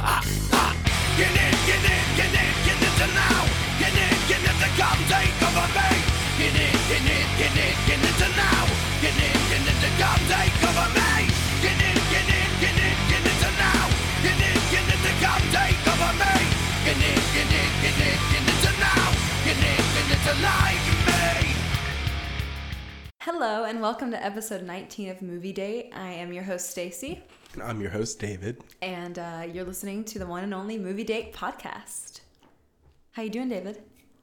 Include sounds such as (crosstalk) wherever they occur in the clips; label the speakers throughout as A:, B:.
A: Get in, get in, get in, get into now. Get in, get into come take over me. Get in, get in, get in, get into now. Get in, get into come take over me. Get in, get in, get in, get into now. Get in, get into come take over me. Get in, get in, get in, get into now. Get in, get into like me.
B: Hello and welcome to episode 19 of Movie Date. I am your host Stacy,
C: And I'm your host, David.
B: and uh, you're listening to the one and only Movie Date podcast. How you doing, David?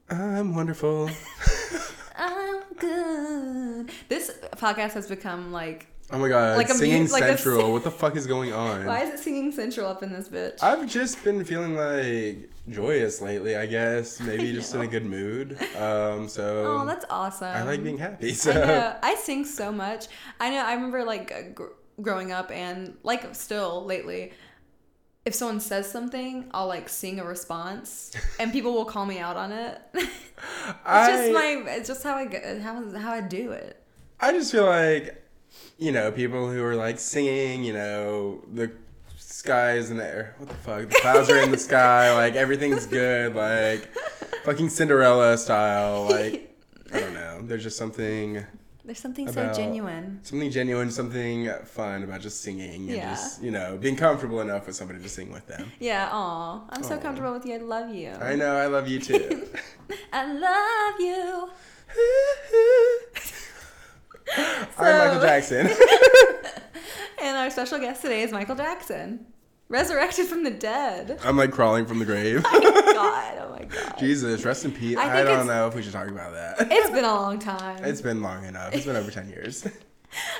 C: I'm wonderful.
B: I'm good. This podcast has become like,
C: Oh my
B: (laughs)
C: god,
B: Like a mu-
C: singing
B: like a
C: central.
B: sing-
C: what the fuck is going on?
B: why is it singing central up in this bitch?
C: I've just been feeling like joyous lately,
B: (laughs)
C: I guess. Maybe just in a good mood. Um, so
B: oh, that's awesome.
C: I like being happy.
B: I
C: So (laughs)
B: know. I sing so much. I know. I remember like gr- growing up and like still lately, if someone says something, I'll like sing a response, and people will call me out on it. (laughs) it's
C: (laughs) I
B: just my. It's just how I go, how how I do it.
C: I just feel like you know people who are like singing. You know the sky is in the air. What the fuck? The clouds are in
B: (laughs)
C: the sky. Like everything's good. Like fucking Cinderella style. Like I don't know. There's just something
B: (laughs) There's something
C: about-
B: so genuine.
C: something genuine, something fun about just singing and
B: Yeah.
C: just you know being comfortable enough with somebody to sing with them.
B: Yeah. Aw, I'm so
C: Aw.
B: comfortable with you. I love you.
C: I know. I love
B: (laughs)
C: you too.
B: I love you.
C: I'm Michael
B: So- (laughs)
C: Jackson.
B: And our special guest today is Michael Jackson, resurrected from the
C: (laughs)
B: dead.
C: I'm like crawling from the grave.
B: God. Oh my God.
C: (laughs) Jesus, rest in peace.
B: I
C: I,
B: think it's-
C: don't know if we should talk about that.
B: It's been a long time.
C: it's been long enough. It's been over 10 years.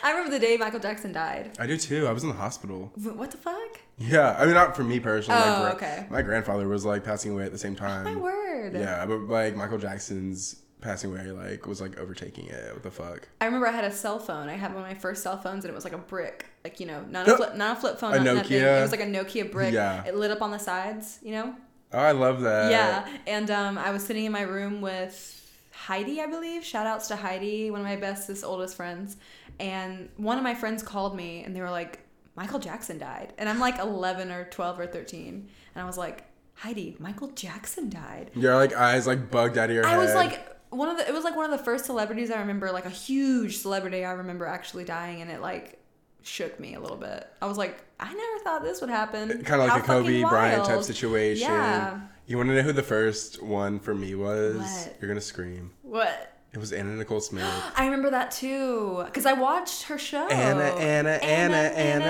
B: I remember the day Michael Jackson died.
C: I do too. I was in the hospital.
B: Wh- What the fuck?
C: Yeah, I mean, not for me personally.
B: Oh,
C: my,
B: okay.
C: my grandfather was like passing away at the same time.
B: My word.
C: Mm, Yeah, but like Michael Jackson's passing away like was like overtaking it. What the fuck?
B: I remember I had a cell phone. I had one of my first cell phones, and it was like a brick, like you know, not a
C: (gasps)
B: flip, not a flip phone,
C: A
B: not nothing.
C: Nokia?
B: It was like a Nokia brick.
C: Yeah.
B: It lit up on the sides, you know.
C: Oh, I love that.
B: yeah. And um, I was sitting in my room with Heidi, I believe. Shout outs to Heidi, one of my bestest, oldest friends. And one of my friends called me, and they were like, "Michael Jackson died," and I'm like 11 or 12 or 13, and I was like, "Heidi, Michael Jackson died."
C: Your like eyes like bugged out of your
B: I
C: head.
B: was like one of the it was like one of the first celebrities I remember, like a huge celebrity I remember actually dying and it like shook me a little bit. I was like, I never thought this would happen.
C: kind of like
B: How
C: a Kobe
B: fucking
C: Bryant type
B: wild.
C: situation.
B: Yeah.
C: You want to know who the first one for me was?
B: What? Oh.
C: You're gonna scream.
B: What?
C: It was Anna
B: (gasps)
C: Nicole Smith.
B: I remember that too. Cause I watched her show.
C: Anna, Anna, Anna, Anna,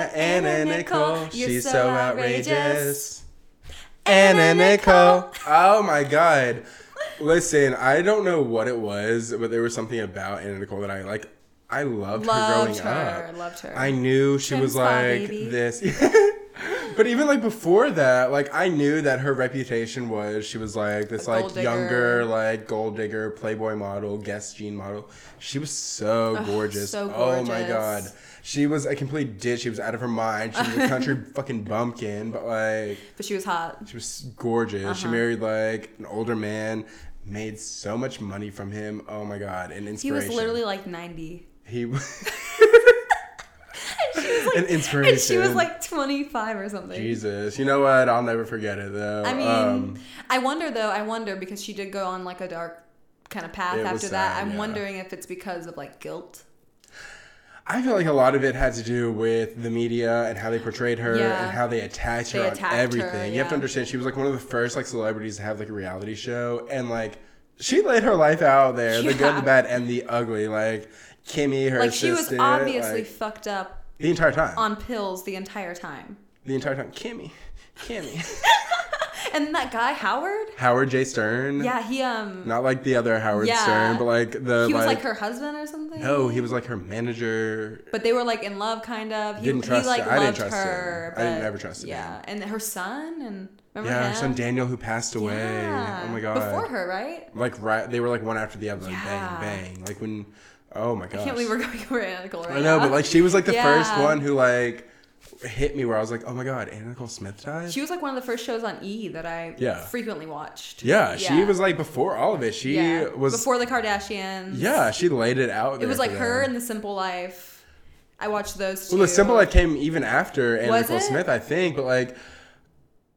C: Anna, Nicole.
B: You're
C: She's so outrageous. Anna Nicole. Oh my god. Listen, I don't know what it was, but there was something about Anna Nicole that I like. I
B: Loved
C: loved, her growing
B: her.
C: up.
B: Loved her.
C: I knew she
B: Trim
C: was
B: spa
C: like
B: baby.
C: this. (laughs) but even like before that, like I knew that her reputation was she was like this
B: A
C: like
B: gold digger.
C: younger like gold digger, playboy model, guest jean model. She was so gorgeous.
B: so
C: Oh my
B: gorgeous.
C: god. She was a complete ditch. She was out of her mind. She was
B: (laughs)
C: a country fucking bumpkin, but like
B: But she was hot.
C: she was gorgeous.
B: Uh-huh.
C: She married like an older man, made so much money from him. Oh my god, an
B: He
C: inspiration.
B: was literally like 90.
C: he
B: (laughs)
C: was
B: She was like,
C: an inspiration.
B: And (laughs) she was like 25 or something.
C: Jesus, you know what? I'll never forget it though.
B: I mean,
C: Um,
B: I wonder though. I wonder because she did go on like a dark kind of path
C: It was
B: after that.
C: sad,
B: I'm
C: yeah.
B: wondering if it's because of like guilt.
C: I feel like a lot of it had to do with the media and how they portrayed her
B: Yeah.
C: and how they attached
B: They
C: her
B: attacked
C: on
B: her,
C: everything. You have
B: yeah.
C: to understand she was like one of the first like celebrities to have like a reality show and like she laid her life out there, the good,
B: Yeah.
C: the bad, and the ugly. Like Kimmy, her
B: Like she was
C: assistant,
B: obviously
C: like,
B: fucked up
C: the entire time.
B: on pills the entire time.
C: the entire time. Kimmy. Kimmy. (laughs)
B: And that guy Howard,
C: Howard J. Stern.
B: yeah, he um,
C: Not like the other Howard
B: Yeah.
C: Stern, but like the
B: he was
C: like,
B: like her husband or something.
C: No, Oh, he was like her manager.
B: But they were like in love, kind of. He,
C: Didn't
B: he,
C: trust
B: like,
C: her. I didn't
B: loved
C: trust
B: her.
C: him. I didn't
B: but-
C: ever trust him.
B: Yeah, and her son and remember
C: Yeah,
B: him?
C: her son Daniel who passed away.
B: Oh, Yeah.
C: Oh my god.
B: Before her, right?
C: Like right, they were like one after the other, like
B: Yeah.
C: bang, bang. Like when, oh my gosh.
B: I can't believe we're going over Anna Nicole right
C: I know,
B: now.
C: but like she was like the first
B: Yeah.
C: one who like hit me where I was like, oh my god, Anna Nicole Smith died.
B: She was like one of the first shows on E that I
C: Yeah.
B: frequently watched.
C: yeah, she was like before all of it. She
B: Yeah.
C: was
B: before the Kardashians.
C: Yeah, she laid it out.
B: it was like her
C: and.
B: and The Simple Life, I watched those.
C: Well, The
B: two.
C: Simple Life came even after Anna
B: Was
C: Nicole
B: it?
C: Smith, I think, but like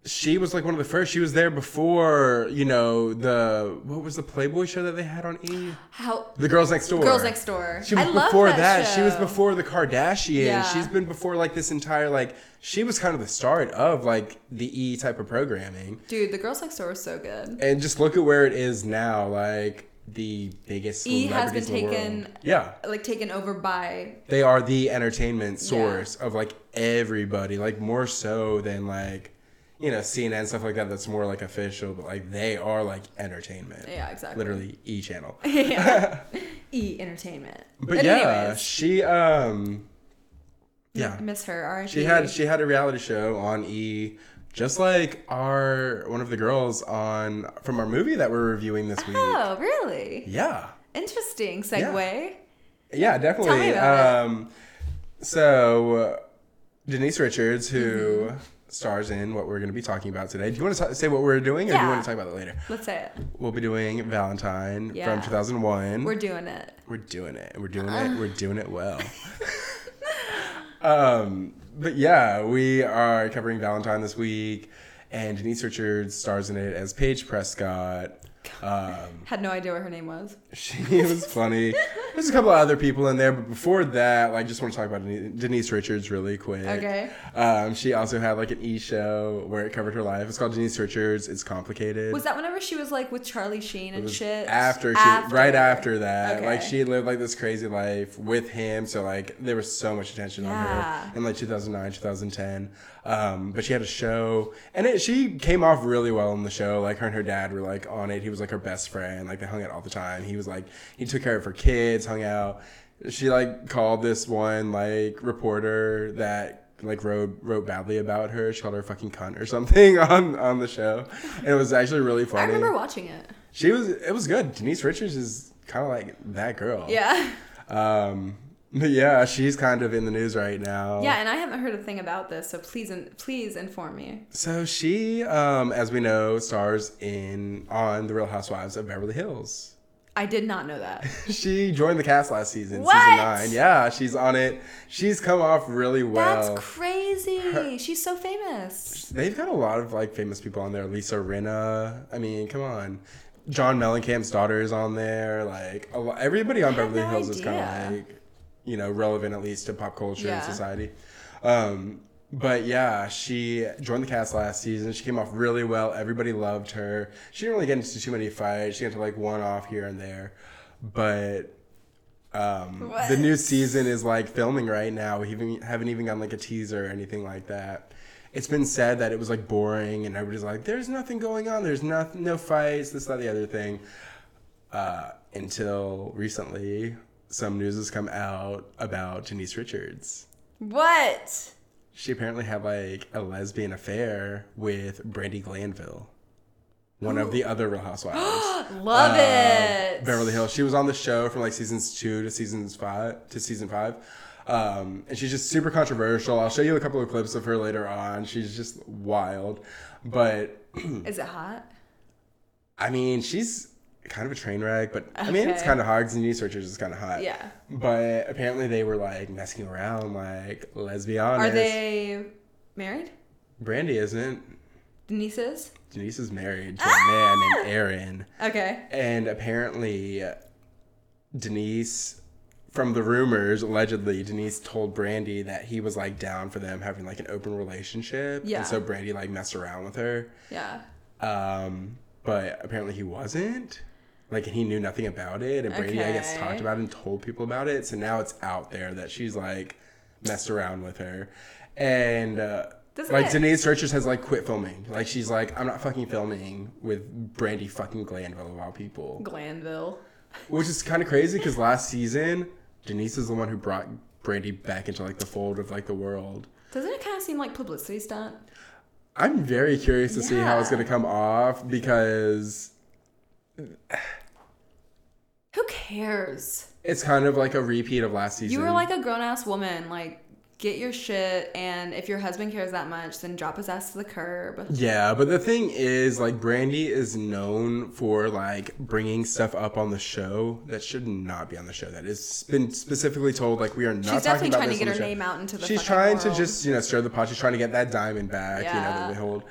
C: she was like one of the first. She was there before, you know, the what was the Playboy show that they had on E?
B: How
C: The Girls Next Door.
B: Girls Next Door.
C: She was
B: I love
C: before
B: that
C: She was
B: show.
C: before the Kardashians.
B: Yeah.
C: She's been before like this entire like she was kind of the start of like the E type of programming.
B: dude, the Girls Next Door was so good.
C: And just look at where it is now, like the biggest
B: E has been
C: celebrities in the world.
B: taken-
C: Yeah.
B: Like taken over by
C: they are the entertainment source of like everybody, like more so than like you know CNN stuff like that. That's more like official, but like they are like entertainment.
B: Yeah, exactly.
C: Literally
B: (laughs)
C: E channel.
B: E Entertainment.
C: But yeah, she um yeah
B: I miss her. R.I.P.
C: she had she had a reality show on E. Just like our one of the girls on from our movie that we're reviewing this week.
B: Oh, really?
C: Yeah.
B: Interesting segue.
C: Yeah, definitely.
B: me about
C: um, So, uh, Denise Richards, who
B: Mm-hmm.
C: stars in what we're going to be talking about today. Do you want to say what we're doing, or do you
B: Yeah.
C: want to talk about that later?
B: Let's say it.
C: We'll be doing Valentine
B: Yeah.
C: from 2001.
B: We're Uh.
C: We're,
B: doing it.
C: doing it. We're doing it. We're doing
B: (laughs)
C: it well. (laughs) um, but yeah, we are covering Valentine this week, and Denise Richards stars in it as Paige Prescott. Um,
B: Had no idea what her name was.
C: She (laughs) was funny. There's a couple of other people in there, but before that, like, just want to talk about Deni- Denise Richards really quick.
B: Okay.
C: Um, she also had like an e show where it covered her life. It's called Denise Richards. It's complicated.
B: Was that whenever she was like with Charlie Sheen and
C: It was
B: shit?
C: After, she, right after that,
B: Okay.
C: like she lived like this crazy life with him. So like there was so much attention on
B: Yeah.
C: her in like 2009, 2010. Um, but she had a show, and it, she came off really well in the show. Like her and her dad were like on it. He was like her best friend. Like they hung out all the time. He was like he took care of her kids, hung out. She like called this one like reporter that like wrote wrote badly about her. She called her a fucking cunt or something (laughs) on on the show, and it was actually really funny.
B: I remember watching it.
C: She was. It was good. Denise Richards is kind of like that girl.
B: Yeah.
C: Um. But yeah, she's kind of in the news right now.
B: Yeah, and I haven't heard a thing about this, so please, in- please inform me.
C: So she, um, as we know, stars in on the Real Housewives of Beverly Hills.
B: I did not know
C: (laughs)
B: that.
C: She joined the cast last season, season
B: What?
C: nine. Yeah, she's on it. She's come off really well.
B: That's crazy. She's so famous.
C: They've got a lot of like famous people on there. Lisa Rinna. I mean, come on. John Mellencamp's daughter is on there. Like a lo- everybody on
B: I had
C: Beverly
B: no
C: Hills is kind of
B: idea.
C: like, you know, relevant at least to pop culture
B: Yeah.
C: and society. Um, but yeah, she joined the cast last season. She came off really well. Everybody loved her. She didn't really get into too many fights. She got into like one off here and there, but um,
B: What?
C: the new season is like filming right now. We even, haven't even gotten like a teaser or anything like that. It's been said that it was like boring and everybody's like, there's nothing going on. There's not, no fights, this, that, the other thing. Uh, until recently, some news has come out about Denise Richards.
B: What? (gasps)
C: She apparently had like a lesbian affair with Brandy Glanville, one of the other Real Housewives.
B: Love
C: uh,
B: it.
C: Beverly Hills. She was on the show from like seasons two to seasons five to season five. Um, and she's just super controversial. I'll show you a couple of clips of her later on. She's just wild. But
B: Is it hot?
C: I mean, she's kind of a train wreck, but I mean, it's
B: Okay.
C: kind of hard because knee searchers is kind of hot.
B: Yeah.
C: But apparently they were like messing around, like lesbianas.
B: Are they married?
C: Brandy isn't.
B: Denise's?
C: Denise is married to
B: Ah!
C: a man named Aaron.
B: Okay.
C: And apparently, Denise, from the rumors, allegedly, Denise told Brandy that he was like down for them having like an open relationship.
B: Yeah.
C: And so Brandy like messed around with her.
B: Yeah.
C: Um, but apparently he wasn't. Like, and he knew nothing about it. And Brandy, I guess,
B: Okay.
C: talked about it and told people about it. So now it's out there that she's like messed around with her. And, uh,
B: Doesn't
C: like
B: it-
C: Denise Richards has like quit filming. Like she's like, I'm not fucking filming with Brandy fucking Glanville of all people.
B: Glanville.
C: Which is kind of crazy because last season, Denise is the one who brought Brandy back into like the fold of like the world.
B: Doesn't it kind of seem like publicity stunt?
C: I'm very curious to see how it's
B: Yeah.
C: going to come off because
B: Who cares?
C: it's kind of like a repeat of last season.
B: You were like a grown ass woman. Like, get your shit, and if your husband cares that much, then drop his ass to the curb.
C: Yeah, but the thing is, like, Brandy is known for like bringing stuff up on the show that should not be on the show. That has been specifically told, like, we are not.
B: She's definitely
C: talking about
B: trying to
C: this
B: get
C: on
B: her
C: the show.
B: name out into the.
C: She's
B: fucking
C: trying to
B: world.
C: just you know stir the pot. She's trying to get that diamond back. You know
B: Yeah.
C: that
B: (laughs)
C: they hold.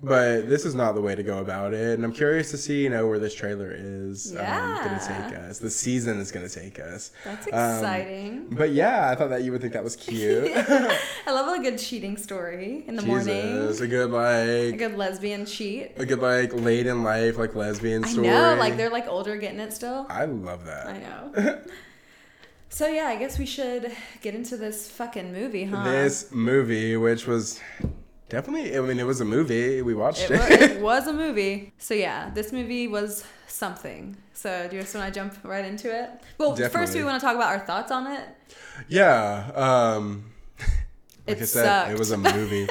C: But this is not the way to go about it, and I'm curious to see you know where this trailer is um, going to
B: Yeah.
C: take us. The season is going to take us. (laughs)
B: That's
C: Um,
B: exciting.
C: but yeah, I thought that you would
B: (laughs)
C: think that was cute.
B: I love a good cheating story in the
C: (laughs) Jesus,
B: morning.
C: a good
B: A
C: like
B: good lesbian cheat.
C: a good like late in life like lesbian
B: I
C: story.
B: know, like they're like older getting it still.
C: I love that.
B: I
C: (laughs)
B: know. so yeah, I guess we should get into this fucking movie, huh?
C: This movie, which was definitely, I mean, it was a movie. We watched
B: It
C: it.
B: was, it was a movie. So yeah, this movie was something. So do you just want to jump right into it? Well, first
C: Definitely.
B: we want to talk about our thoughts on it.
C: (laughs) yeah. Um, like
B: It
C: I said,
B: sucked.
C: it was
B: (laughs)
C: a movie.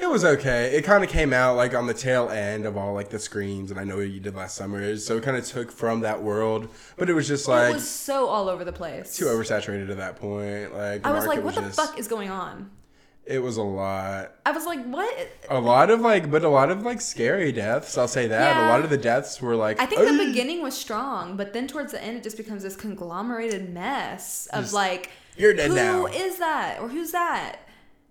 C: it was okay. It kind of came out like on the tail end of all like the screams, and I know what you did last summer. So it kind of took from that world, but it was just like
B: it was so all over the place.
C: too oversaturated at that point. Like
B: I was
C: Mark,
B: like,
C: it
B: what the
C: just-
B: fuck is going on?
C: It was a lot.
B: I was like, what?
C: A lot of like, but a lot of like scary deaths. I'll say that. A
B: Yeah.
C: lot of the deaths were like.
B: I think the
C: "Ugh."
B: beginning was strong, but then towards the end, it just becomes this conglomerated mess of
C: Just,
B: like,
C: "You're dead
B: who
C: now."
B: is that or who's that?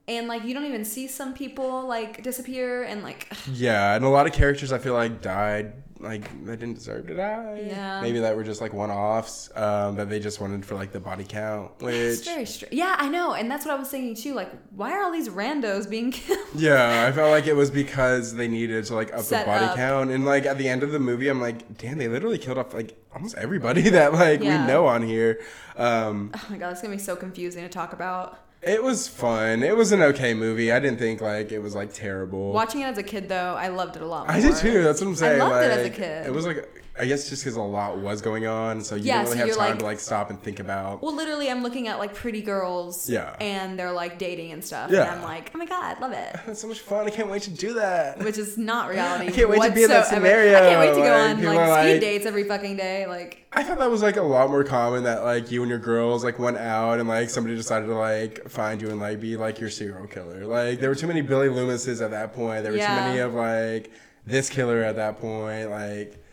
B: And like, you don't even see some people like disappear, and like,
C: Yeah, and a lot of characters I feel like died like they didn't deserve to die.
B: Yeah.
C: Maybe that were just like one offs um, that they just wanted for like the body count.
B: it's
C: Which
B: very strange. Yeah, I know, and that's what I was thinking too. Like, why are all these randos being (laughs) killed?
C: yeah, I felt like it was because they needed to like up
B: Set
C: the body
B: up.
C: count and like at the end of the movie I'm like, damn, they literally killed off like almost everybody (laughs) that like
B: Yeah.
C: we know on here. Um,
B: Oh my god, it's gonna be so confusing to talk about.
C: it was fun. It was an okay movie. I didn't think like it was like terrible.
B: Watching it as a kid, though, I loved it a lot. More.
C: I did too. That's what I'm saying.
B: loved it as a
C: like,
B: kid.
C: It was like I guess just because a lot was going on, so you
B: Yeah,
C: didn't
B: so
C: really
B: you're
C: have time
B: like-
C: to like stop and think about.
B: Well, literally, I'm looking at like pretty girls,
C: Yeah.
B: and they're like dating and stuff,
C: Yeah.
B: and I'm like, oh my god, love it.
C: That's so much fun. I can't wait to do that.
B: which is not reality.
C: (laughs) I can't wait to be in that
B: whatsoever.
C: scenario,
B: I can't wait to go
C: like,
B: on
C: people
B: like,
C: are
B: speed
C: like-
B: dates every fucking day. Like,
C: I thought that was like a lot more common that like you and your girls like went out and like somebody decided to like find you and like be like your serial killer. Like there were too many Billy Loomises at that point. There were
B: Yeah.
C: too many of like this killer at that point. Like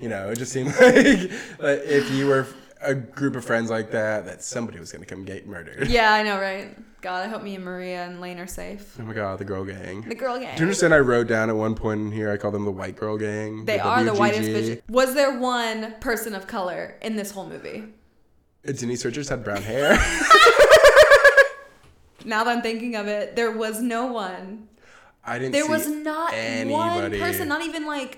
C: you know, it just seemed (laughs) like, like if you were a group of friends like that, that somebody was gonna come get murdered.
B: yeah, I know, right? God, I hope me and Maria and Lane are safe.
C: Oh my god, the girl gang.
B: The girl gang.
C: Do you understand? I wrote down at one point in here. I call them the white girl gang.
B: They are the whitest
C: WGG.
B: bitch. Was there one person of color in this whole movie?
C: Uh, Denise Richards had brown hair. (laughs)
B: Now that I'm thinking of it, there was no one.
C: I didn't.
B: There
C: see
B: was not one
C: anybody.
B: person, not even like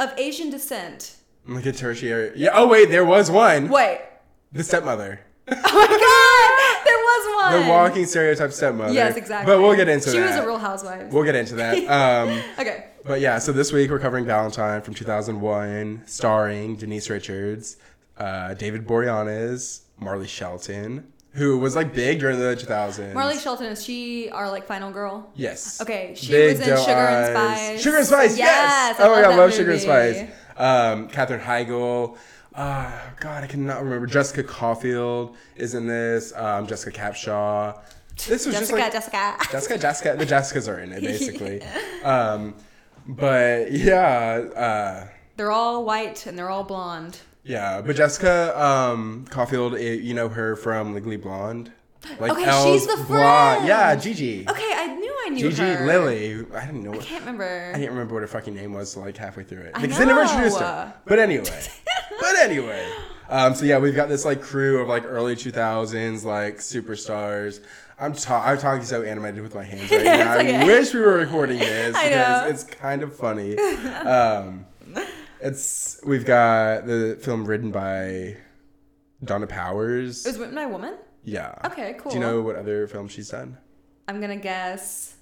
B: of Asian descent.
C: Like a tertiary. Yeah. Oh wait, there was one.
B: Wait. (laughs)
C: The stepmother.
B: Oh my god! There was one!
C: The walking stereotype stepmother.
B: Yes, exactly.
C: But we'll get into
B: She
C: that.
B: was a real housewife.
C: We'll get into
B: (laughs)
C: that. Um,
B: okay.
C: but yeah, so this week we're covering Valentine from 2001, starring Denise Richards, uh, David Boreanaz, Marley Shelton, who was like big during the 2000s.
B: Marley Shelton, is she our like final girl?
C: Yes.
B: Okay, she was in
C: doe
B: Sugar and
C: eyes.
B: Spice.
C: Sugar and Spice. Yes.
B: Yes, I
C: oh my
B: love
C: god,
B: that
C: love Sugar and
B: movie.
C: Spice. Um, Katherine Heigl. Uh, God, I cannot remember. Jessica Caulfield is in this. Um, Jessica Capshaw. This was just
B: Jessica,
C: like
B: Jessica.
C: Jessica, Jessica. The Jessicas are in it basically. Um, but yeah. Uh,
B: (laughs) They're all white and they're all blonde.
C: yeah, but Jessica um, Caulfield, eh, you know her from Legally Blonde, like
B: Okay,
C: Elle's
B: she's the
C: blonde. Yeah,
B: friend.
C: Gigi.
B: Okay, I knew I knew
C: Gigi
B: her.
C: Lily. I didn't know.
B: I
C: What,
B: can't remember.
C: I didn't remember what her fucking name was like halfway through it
B: I
C: because they never
B: know.
C: introduced her.
B: (laughs)
C: But anyway, but anyway, um, so yeah, we've got this like crew of like early two thousands like superstars. I'm ta- I'm talking so animated with
B: (laughs)
C: my hands right now. I
B: okay.
C: wish we were recording this
B: (laughs) I know.
C: because it's kind of funny. Um, it's we've got the film written by Donna Powers.
B: It was Written by a Woman?
C: yeah.
B: Okay,
C: Do you
B: cool.
C: know what other film she's done?
B: I'm gonna guess.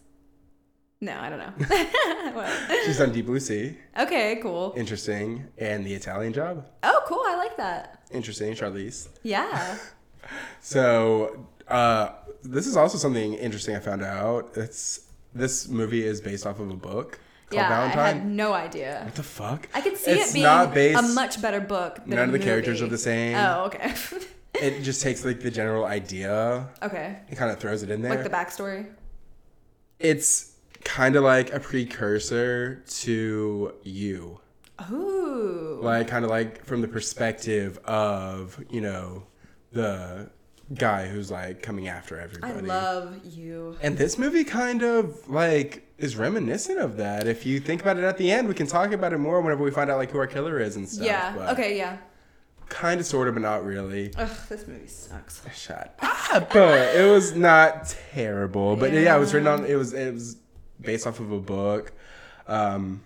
B: No, I don't
C: (laughs)
B: know. (laughs) Well,
C: She's done Deep Blue Sea.
B: okay, cool.
C: Interesting. And The Italian Job.
B: Oh, cool. I like that.
C: Interesting, Charlize.
B: Yeah.
C: So, uh, this is also something interesting I found out. It's this movie is based off of a book called
B: yeah. I
C: Valentine.
B: had no idea.
C: what the fuck?
B: I could see
C: it's
B: it being
C: not based.
B: a much better book. Than
C: none
B: a
C: of the characters
B: movie.
C: are the same.
B: Oh, okay. (laughs)
C: it just takes like the general idea
B: Okay.
C: and kind of throws it in there.
B: Like the backstory.
C: it's kind of like a precursor to you.
B: Ooh.
C: like kind of like from the perspective of you know the guy who's like coming after
B: I
C: everybody
B: love you.
C: and this movie kind of like is reminiscent of that if you think about it at the end we can talk about it more whenever we find out like who our killer is and stuff
B: yeah.
C: but
B: Okay. Yeah.
C: kind of sort of but not really
B: Ugh, this movie sucks.
C: shut up but it was not terrible but yeah. it was
B: Yeah.
C: written on it was it was based off of a book um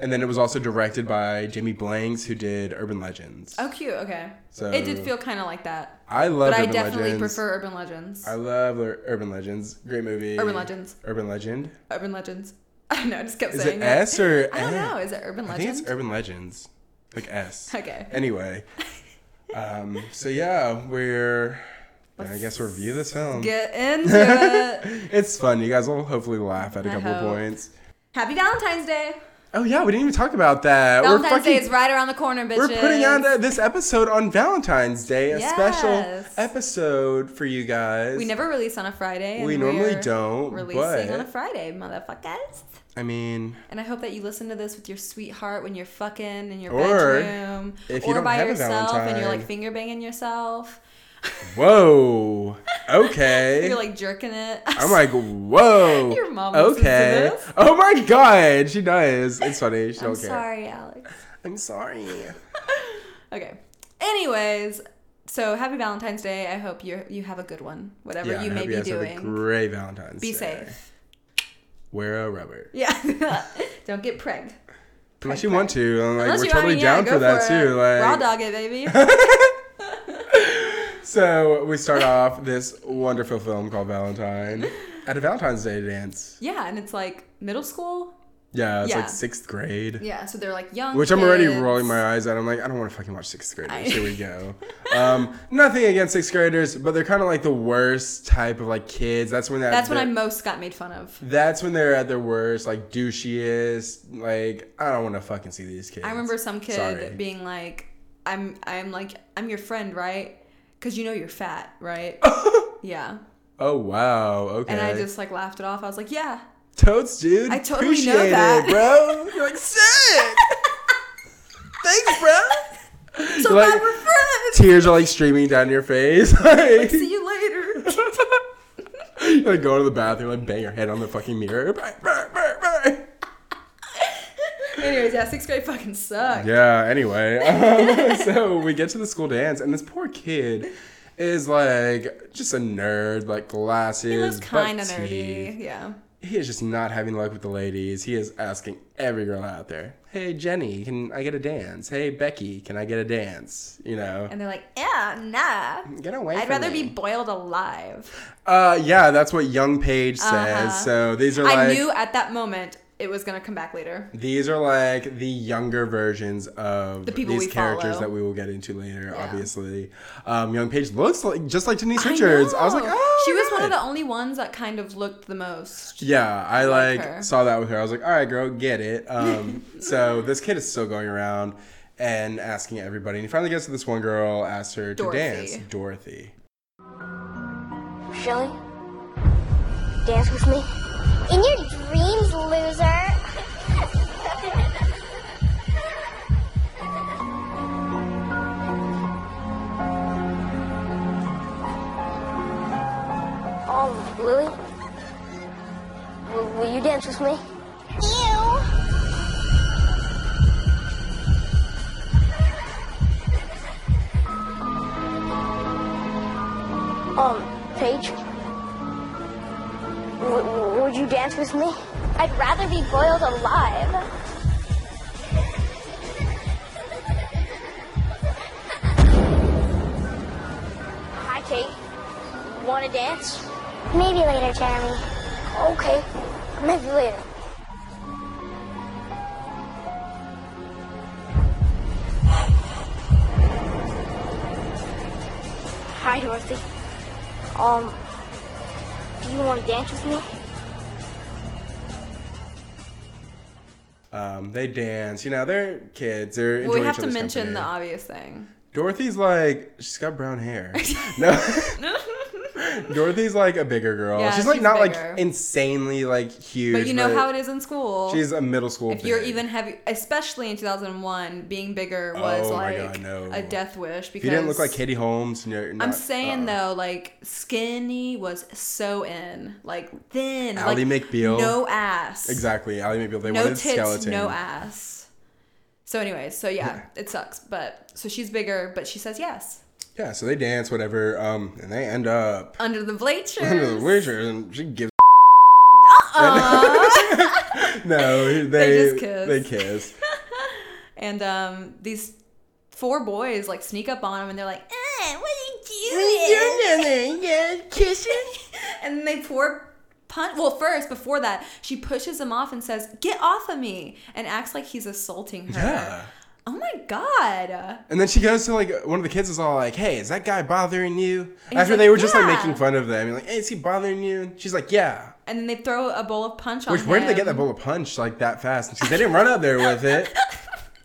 C: and then it was also directed by Jimmy Blanks, who did Urban Legends.
B: Oh, cute. Okay.
C: So-
B: it did feel kind of like that,
C: I love
B: but I
C: Urban
B: definitely
C: Legends.
B: prefer Urban Legends.
C: I love Ur- Urban Legends. Great movie.
B: Urban Legends.
C: Urban Legend.
B: Urban Legends. (laughs) I don't know. I just kept
C: Is
B: saying
C: it S or
B: I don't
C: N?
B: know. Is it Urban
C: I think
B: Legends?
C: it's Urban Legends, like S.
B: Okay.
C: Anyway, um, so yeah, we're. I guess review this film. (laughs)
B: Get into it.
C: it's fun. You guys will hopefully laugh at a
B: I
C: couple
B: hope.
C: points.
B: Happy Valentine's Day.
C: Oh yeah, we didn't even talk about that.
B: Valentine's
C: we're fucking,
B: Day is right around the corner, bitches.
C: We're putting out uh, this episode on Valentine's Day, a special
B: Yes.
C: episode for you guys.
B: We never release on a Friday. and
C: We normally
B: we're
C: don't,
B: Releasing
C: but-
B: on a Friday, motherfuckers.
C: I mean,
B: And I hope that you listen to this with your sweetheart when you're fucking in your
C: Or
B: bedroom,
C: if you
B: or
C: don't
B: by
C: have a
B: yourself, and you're
C: Valentine.
B: like finger banging yourself. (laughs)
C: whoa. Okay.
B: You're like jerking it.
C: (laughs) I'm like, whoa.
B: Your mom listens to
C: Okay.
B: this?
C: Oh my god, she does. It's funny.
B: (laughs)
C: She
B: I'm
C: don't care.
B: sorry, Alex. (laughs)
C: I'm sorry.
B: Okay. Anyways, so happy Valentine's Day. I hope you you have a good one, whatever
C: Yeah,
B: you
C: I
B: may
C: hope
B: be
C: you guys
B: doing.
C: have a great Valentine's.
B: be
C: Day.
B: safe. (laughs)
C: Wear a rubber.
B: Yeah. (laughs) Don't get preg.
C: Unless you want to. I'm like,
B: Unless
C: we're
B: you- I
C: totally
B: mean, yeah,
C: down
B: go
C: for that
B: it.
C: too. Like
B: raw dog it, baby. (laughs)
C: So we start off this wonderful film called Valentine at a Valentine's Day dance.
B: yeah, and it's like middle school.
C: Yeah, it's
B: Yeah.
C: like sixth grade.
B: Yeah, so they're like young.
C: Which I'm already
B: kids.
C: rolling my eyes at. I'm like, I don't want to fucking watch sixth graders.
B: I-
C: Here
B: (laughs)
C: we go. Um, nothing against sixth graders, but they're kind of like the worst type of like kids. That's when that,
B: That's when I
C: they're-
B: most got made fun of.
C: That's when they're at their worst, like douchiest. Like I don't want to fucking see these kids.
B: I remember some kid
C: Sorry.
B: being like, "I'm, I'm like, I'm your friend, right? Because you know you're fat, (laughs) right? yeah."
C: Oh wow. Okay.
B: And I just like laughed it off. I was like, (laughs) "Yeah,
C: totes, dude.
B: I totally know
C: Appreciate it,
B: that.
C: bro. You're
B: (laughs)
C: like sick. Thanks, bro.
B: so
C: Like-
B: bad we're (laughs) friends.
C: Tears are like streaming down your face. (laughs) Like,
B: See you later." (laughs)
C: you like go to the bathroom, like bang your head on the fucking mirror. Bang, bang, bang, bang.
B: Anyways, yeah, sixth grade fucking sucked.
C: Yeah, anyway. (laughs) Um, so we get to the school dance, and this poor kid is like just a nerd, like glasses.
B: He was
C: buck
B: kind of nerdy.
C: teeth.
B: Yeah.
C: He is just not having luck with the ladies. He is asking every girl out there, Hey, Jenny, can I get a dance? Hey, Becky, can I get a dance? You know,
B: And they're like, "Yeah, nah."
C: get away
B: I'd
C: from
B: rather
C: me.
B: be boiled alive.
C: Uh, yeah, that's what Young Page says.
B: Uh-huh.
C: So these are like.
B: I knew at that moment it was gonna come back later.
C: These are like the younger versions of
B: The people we
C: these characters
B: follow.
C: that we will get into later.
B: Yeah.
C: Obviously, um, young Paige looks like just like Denise
B: I
C: Richards. I, was like,
B: know.
C: oh,
B: she
C: my
B: was one of
C: God.
B: the only ones that kind of looked the most.
C: Yeah, I
B: like
C: like
B: her.
C: saw that with her. I was like, all right, girl, get it.
B: (laughs)
C: Um, so this kid is still going around and asking everybody. And he finally gets to this one girl, asks her to
B: Dorothy.
C: dance, Dorothy.
D: Shelly, dance with me.
E: In your dreams, loser.
D: Oh, Lily, will, will you dance with me?
E: Ew.
D: Um, Paige, w- w- would you dance with me?
E: I'd rather be boiled alive.
D: Hi, Kate. Want to dance?
E: Maybe later, Jeremy.
D: Okay, maybe later. Hi, Dorothy. Um, do you want to dance with me?
C: Um, they dance. You know, they're kids.
B: Well,
C: They're
B: we
C: enjoying
B: have
C: each
B: to
C: other's
B: mention the
C: company. (laughs)
B: obvious thing.
C: Dorothy's like she's got
B: (laughs)
C: brown hair. No, (laughs) Dorothy's like a bigger girl.
B: Yeah,
C: she's like
B: she's
C: not
B: bigger.
C: like insanely like huge.
B: But you know how it is in school.
C: She's a middle school.
B: if you're
C: big.
B: even heavy, especially in 2001, being bigger was
C: Oh my
B: like
C: God, no.
B: a death wish because
C: if you didn't look like Katie Holmes, no, you're
B: I'm
C: not-
B: saying
C: uh-uh.
B: though, like skinny was so in, like thin,
C: Ally
B: like
C: McBeal.
B: no ass,
C: Exactly, Ally McBeal. They
B: no
C: wanted
B: tits,
C: skeleton.
B: no ass. So, anyways, so yeah, it sucks, but so she's bigger, but she says yes
C: Yeah, so they dance, whatever, um, and they end up (laughs)
B: under the bleachers.
C: under the bleachers, and she gives. (laughs)
B: (laughs)
C: no, they
B: Uh-uh. They just kiss.
C: They kiss.
B: and um, these four boys like sneak up on him, and they're like, eh, "What are you doing?" (laughs) and they pour pun well first before that she pushes him off and says get off of me and acts like he's assaulting her
C: Yeah.
B: oh my god
C: And then she goes to like one of the kids is all like, "Hey, is that guy bothering you?"
B: he's
C: After
B: like,
C: they were just like
B: "Yeah."
C: making fun of them, like, "Hey, is he bothering you?" And she's like, "Yeah."
B: and then they throw a bowl of punch
C: Which
B: on
C: where did they get
B: him.
C: that bowl of punch like that fast? And she, they didn't run up there with
B: (laughs)
C: it.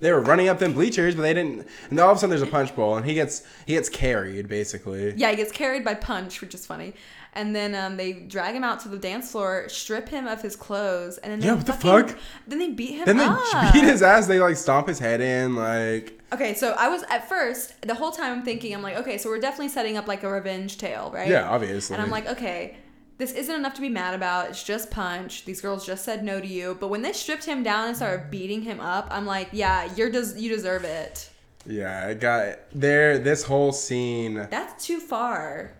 C: They were running up them bleachers, but they didn't. And all of a sudden, there's a punch bowl, and he gets he gets carried basically.
B: yeah he gets carried by punch which is funny and then um, they drag him out to the dance floor strip him of his clothes and then they
C: Yeah, what the
B: fucking-
C: fuck?
B: then they beat him
C: Then they
B: up.
C: beat his ass. They like stomp his head in, like
B: Okay, so I was at first the whole time I'm thinking I'm like, okay, so we're definitely setting up like a revenge tale, right?
C: Yeah, obviously.
B: And I'm like, okay, this isn't enough to be mad about. It's just punch. These girls just said no to you. But when they stripped him down and started beating him up, I'm like, yeah, you're des- you deserve it.
C: yeah. It got there. This whole scene,
B: That's too far.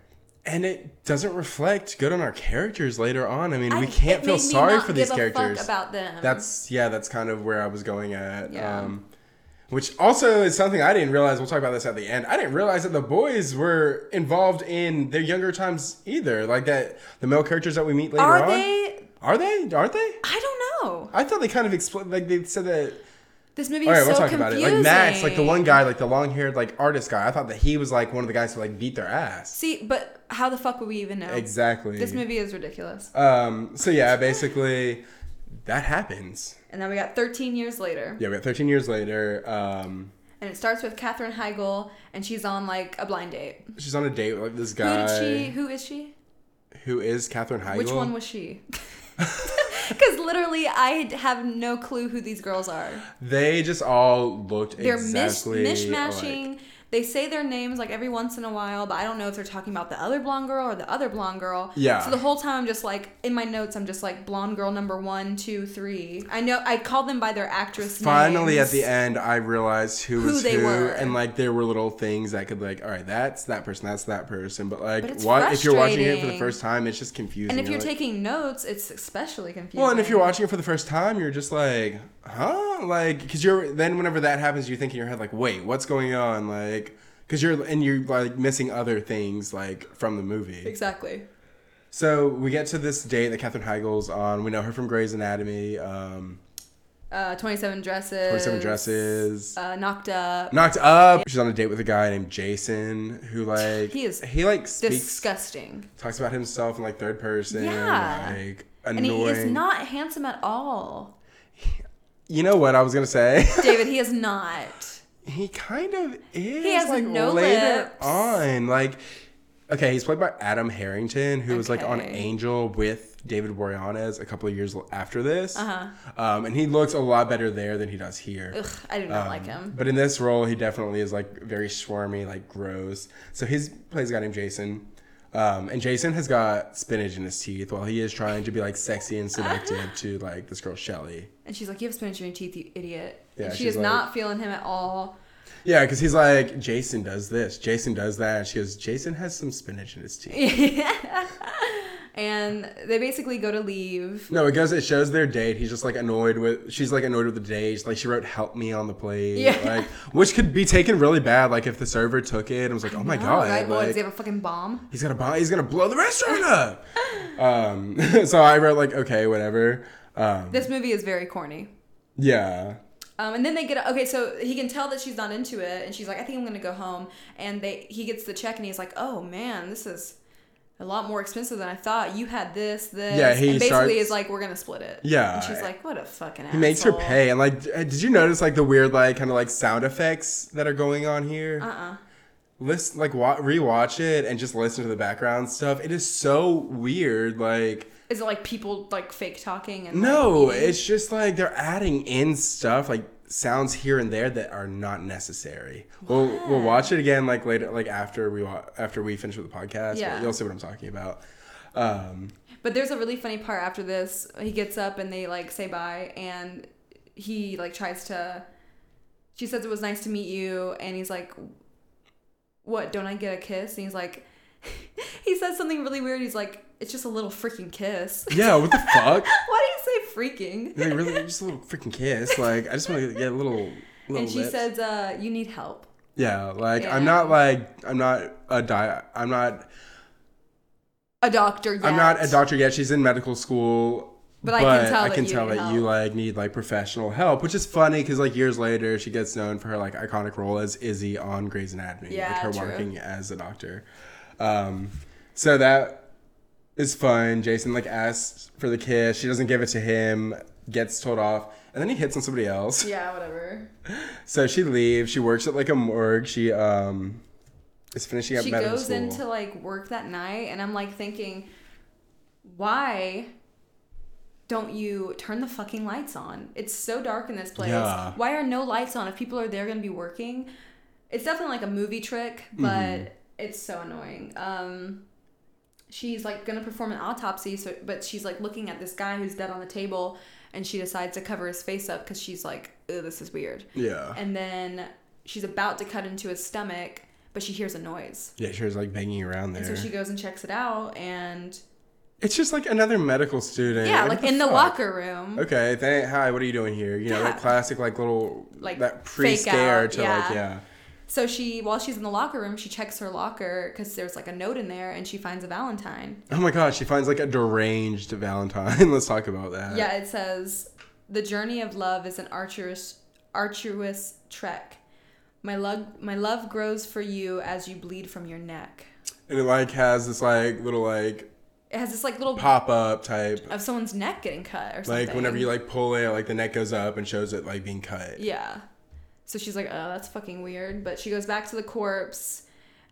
C: and it doesn't reflect good on our characters later on. I mean,
B: I-
C: we
B: it
C: can't feel
B: made me
C: sorry
B: not
C: for these
B: give a fuck
C: characters.
B: about them.
C: That's yeah, that's kind of where I was going at.
B: Yeah.
C: Um which also is something I didn't realize. We'll talk about this at the end. I didn't realize that the boys were involved in their younger times either. Like that, the male characters that we meet later
B: are
C: on.
B: they?
C: Are they? Aren't they?
B: I don't know.
C: I thought they kind of explained. Like they said that.
B: This movie
C: All right,
B: is
C: we'll
B: so
C: talk about
B: confusing.
C: it. Like Max, like the one guy, like the long-haired, like artist guy. I thought that he was like one of the guys who like beat their ass.
B: See, but how the fuck would we even know?
C: Exactly.
B: This movie is ridiculous.
C: Um. So yeah, basically, that happens.
B: And then we got 13 years later.
C: Yeah, we got 13 years later. Um.
B: and it starts with Katherine Heigl, and she's on like a blind date.
C: She's on a date with like, this
B: Who
C: guy
B: did she? Who is she?
C: who is Katherine Heigl.
B: Which one was
C: (laughs)
B: she? (laughs) Because literally, I have no clue who these girls are.
C: They just all looked
B: They're
C: exactly
B: mish-
C: alike.
B: mishmashing. They say their names like every once in a while, but I don't know if they're talking about the other blonde girl or the other blonde girl.
C: Yeah.
B: So the whole time I'm just like in my notes, I'm just like blonde girl number one, two, three. I know I called them by their actress.
C: Finally,
B: names.
C: at the end, I realized who,
B: Who
C: was
B: they
C: who,
B: were.
C: and like there were little things that could like, all right, that's that person, that's that person. But like,
B: But it's
C: what if you're watching it for
B: frustrating.
C: the first time? It's just confusing.
B: And if you're
C: like-
B: taking notes, it's especially confusing.
C: well, and if you're watching it for the first time, you're just like, huh, like, because you're then whenever that happens, you think in your head like, wait, what's going on, like, because you're and you're like missing other things like from the movie.
B: exactly.
C: So we get to this date that Katherine Heigl's on. We know her from Grey's Anatomy, um,
B: Uh, 27 dresses.
C: 27 Dresses,
B: Uh, knocked up.
C: Knocked Up. She's on a date with a guy named Jason who like
B: He is
C: he like speaks
B: Disgusting.
C: talks about himself in like third person,
B: Yeah.
C: like
B: And he
C: annoying.
B: is not handsome at all.
C: you know what I was gonna say?
B: David, he is not.
C: he kind of is.
B: has
C: like
B: no
C: later
B: lips.
C: on, like okay, he's played by Adam Harrington, who was like on
B: Okay.
C: Angel with David Boreanaz a couple of years l- after this, uh-huh. um, and he looks a lot better there than he does here.
B: Ugh, I do not
C: Um,
B: like him.
C: But in this role, he definitely is like very swarmy, like gross. So his plays a guy named Jason. Um, and Jason has got spinach in his teeth while he is trying to be like sexy and seductive
B: (laughs)
C: to like this girl Shelly.
B: And she's like, You have spinach in your teeth, you idiot.
C: Yeah,
B: and she
C: she's
B: is
C: like-
B: not feeling him at all. (laughs)
C: Yeah, because he's like, Jason does this, Jason does that. And she goes, Jason has some spinach in his teeth.
B: and they basically go to leave.
C: No, it goes. It shows their date. He's just like annoyed with. She's like annoyed with the date. She's like she wrote "help me" on the plate.
B: Yeah.
C: Like, which could be taken really bad. Like if the server took it and was like, "Oh my god!"
B: right, boy, does
C: like-
B: he have a fucking bomb?
C: he's gonna buy, he's gonna blow the
B: (laughs)
C: restaurant up. Um, (laughs) so I wrote like, okay, whatever. Um,
B: This movie is very corny.
C: yeah,
B: Um, and then they get okay, so he can tell that she's not into it, and she's like, "I think I'm gonna go home." And they he gets the check, and he's like, "Oh man, this is a lot more expensive than I thought. You had this, this.
C: Yeah, he
B: and basically
C: starts-
B: is like, we're gonna split it.
C: Yeah.
B: and she's like, what a fucking.
C: He makes her pay, and like, d- uh, did you notice like the weird like kind of like sound effects that are going on here?
B: Uh uh
C: Listen, like, wa- rewatch it and just listen to the background stuff. It is so weird. Like,
B: Is it like people like fake talking and
C: no,
B: like, eating?
C: it's just like they're adding in stuff like sounds here and there that are not necessary. We'll we'll watch it again like later, like after we wa- after we finish with the podcast.
B: Yeah.
C: but you'll see what I'm talking about. Um,
B: But there's a really funny part after this. He gets up and they like say bye, and he like tries to. She says it was nice to meet you, and he's like, "What? Don't I get a kiss?" And he's like, (laughs) he says something really weird. He's like, "It's just a little freaking kiss." (laughs)
C: yeah, what the fuck?
B: Why do you say freaking?
C: Like, really, just a little freaking kiss. Like, I just want to get a little. little
B: and she
C: lips.
B: says, uh, "You need help."
C: Yeah, like I'm
B: Yeah.
C: not like I'm not a di I'm not
B: A doctor. Yet.
C: I'm not a doctor yet. She's in medical school.
B: But I can tell that you
C: tell
B: need
C: that you
B: help.
C: like need like professional help, which is funny because like years later she gets known for her like iconic role as Izzy on Grey's Anatomy,
B: Yeah,
C: like her
B: true.
C: working as a doctor. Um, so that is fun. Jason like asks for the kiss. She doesn't give it to him. Gets told off, and then he hits on somebody else.
B: Yeah, whatever.
C: So she leaves. She works at like a morgue. She um is finishing up
B: she
C: medical
B: goes
C: school.
B: into like work that night and i'm like thinking why don't you turn the fucking lights on it's so dark in this place
C: Yeah.
B: why are no lights on if people are there gonna be working it's definitely like a movie trick
C: Mm-hmm.
B: but it's so annoying um she's like gonna perform an autopsy so but she's like looking at this guy who's dead on the table and she decides to cover his face up because she's like Ew, this is weird
C: yeah.
B: and then she's about to cut into his stomach, but she hears a noise.
C: Yeah, she was like banging around there.
B: So she goes and checks it out, and
C: it's just like another medical student.
B: yeah, like
C: What
B: in the
C: fuck?
B: locker room.
C: Okay, thank, hi, what are you doing here? You know,
B: Yeah.
C: that classic like little
B: Like,
C: that pre
B: fake
C: scare
B: out,
C: to
B: yeah.
C: like yeah.
B: So she, while she's in the locker room, she checks her locker because there's like a note in there, and she finds a Valentine.
C: Oh my gosh, she finds like a deranged Valentine. (laughs) Let's talk about that.
B: Yeah, it says the journey of love is an arduous, arduous trek. My love, my love grows for you as you bleed from your neck.
C: And it like has this like little like
B: It has this like little
C: pop up type.
B: of someone's neck getting cut or something.
C: Like whenever you like pull it, like the neck goes up and shows it like being cut.
B: Yeah. So she's like, oh, that's fucking weird. But she goes back to the corpse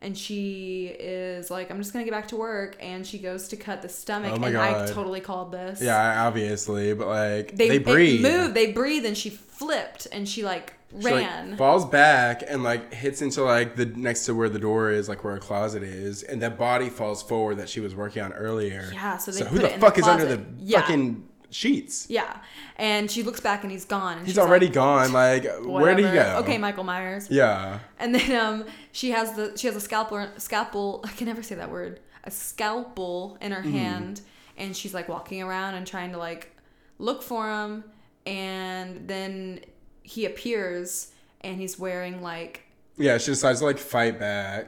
B: and she is like, I'm just going to get back to work. And she goes to cut the stomach.
C: Oh my
B: and
C: God.
B: I totally called this.
C: Yeah, obviously, but like
B: They,
C: they, breathe.
B: move, they breathe, and she flipped and she like
C: She, like,
B: ran.
C: falls back and like hits into like the next to where the door is, like where a closet is, and that body falls forward that she was working on earlier.
B: Yeah, so they put
C: who the
B: it in the
C: fuck is under the
B: closet. Yeah.
C: fucking sheets?
B: yeah. And she looks back and he's gone. And
C: He's
B: she's like,
C: already gone. Like, where did he
B: "Whatever.
C: go?
B: Okay, Michael Myers.
C: Yeah,
B: And then um, she has the she has a scalpel scalpel. I can never say that word. A scalpel in
C: Mm.
B: her hand, and she's like walking around and trying to like look for him. And then he appears, and he's wearing like
C: yeah. She decides to like fight back.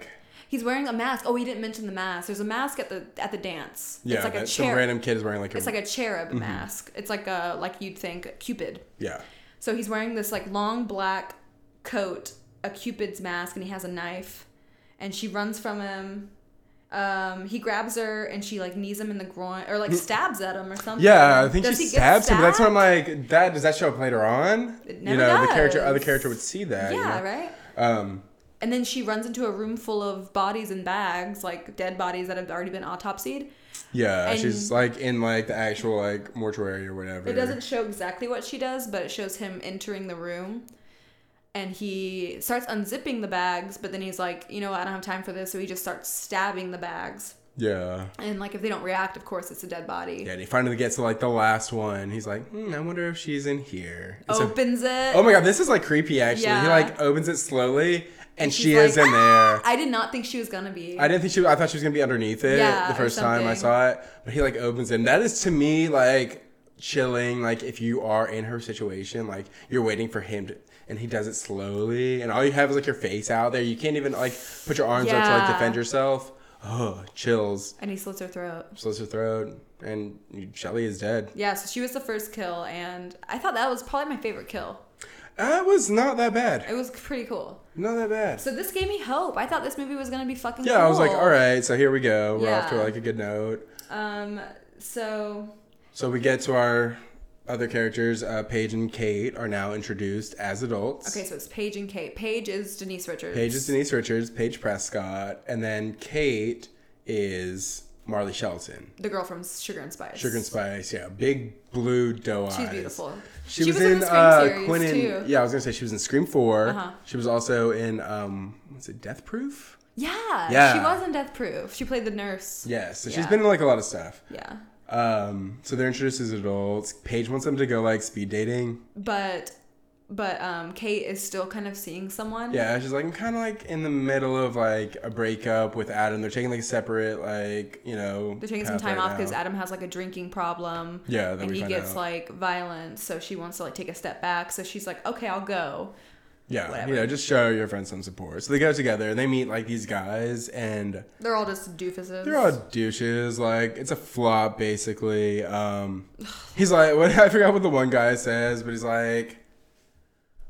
B: he's wearing a mask. Oh, he didn't mention the mask. There's a mask at the at the dance.
C: Yeah,
B: it's like a
C: that some
B: cherub.
C: random Mm-hmm. kid is wearing like a
B: it's like a cherub mask. It's like a like you'd think Cupid.
C: yeah.
B: So he's wearing this like long black coat, a cupid's mask, and he has a knife. And she runs from him. Um, he grabs her and she like knees him in the groin or like stabs at him or something.
C: Hmm. Yeah, I think
B: Does
C: she
B: he get
C: stabs him. but That's what I'm
B: stabbed?
C: like. That does that show up later on?
B: It
C: you
B: never
C: know, the character,
B: does.
C: other character would see that. you
B: Yeah,
C: know?
B: right.
C: Um,
B: And then she runs into a room full of bodies and bags, like dead bodies that have already been autopsied.
C: Yeah,
B: And-
C: she's like in like the actual like mortuary or whatever.
B: It doesn't show exactly what she does, but it shows him entering the room. And he starts unzipping the bags, but then he's like, you know, what, I don't have time for this. So he just starts stabbing the bags.
C: Yeah.
B: And like if they don't react, of course it's a dead body.
C: Yeah, and he finally gets to like the last one. He's like, hmm, I wonder if she's in here. And so-
B: Opens it.
C: oh my god, this is like creepy actually. He
B: Yeah.
C: like opens it slowly and
B: she's
C: she is
B: like, "Ah!"
C: in there.
B: I did not think she was gonna be.
C: I didn't think she I thought she was gonna be underneath it
B: Yeah,
C: the
B: or
C: first time I
B: something.
C: saw it. But he like opens it. And that is to me like chilling, like if you are in her situation, like you're waiting for him to and he does it slowly and all you have is like your face out there. You can't even like put your arms up to like
B: Yeah.
C: defend yourself. Oh, chills.
B: and he slits her throat.
C: slits her throat, and Shelly is dead.
B: Yeah, so she was the first kill, and I thought that was probably my favorite kill.
C: That was not that bad.
B: It was pretty cool.
C: Not that bad.
B: So this gave me hope. I thought this movie was gonna be fucking.
C: yeah, I was like,
B: cool.
C: all right, so here we go. We're off to
B: Yeah.
C: like a good note.
B: Um. So
C: So we get to our other characters. Uh, Paige and Kate are now introduced as adults.
B: okay, so it's Paige and Kate. Paige is Denise Richards.
C: Paige is Denise Richards, Paige Prescott, and then Kate is Marley Shelton.
B: the girl from Sugar and Spice.
C: Sugar and Spice, yeah, big blue doe eyes.
B: She's beautiful.
C: She, was, in,
B: the Scream
C: uh,
B: series,
C: Quentin.
B: too.
C: Yeah, I was gonna say she was in Scream 4
B: Uh-huh.
C: She was also in um, what's it, Death Proof?
B: Yeah,
C: Yeah.
B: She was in Death Proof. She played the nurse.
C: Yeah, so she's
B: Yeah.
C: been in like a lot of stuff.
B: Yeah.
C: Um, so they're introduced as adults. Paige wants them to go like speed dating.
B: Mm-hmm. But but um Kate is still kind of seeing someone.
C: Yeah, she's like I'm kind of like in the middle of like a breakup with Adam. They're taking like a separate like you know.
B: They're taking some
C: path
B: time
C: right
B: off because
C: now.
B: Adam has like a drinking problem.
C: Yeah, that
B: and
C: we
B: he
C: find
B: gets
C: out.
B: like violent, so she wants to like take a step back. So she's like, okay, I'll go.
C: Yeah,
B: whatever.
C: you know, just show your friends some support. So they go together and they meet like these guys and
B: They're all just doofuses.
C: they're all douches. Like it's a flop basically.
B: (sighs)
C: Um, he's like, (laughs) what I forgot what the one guy says, but he's like,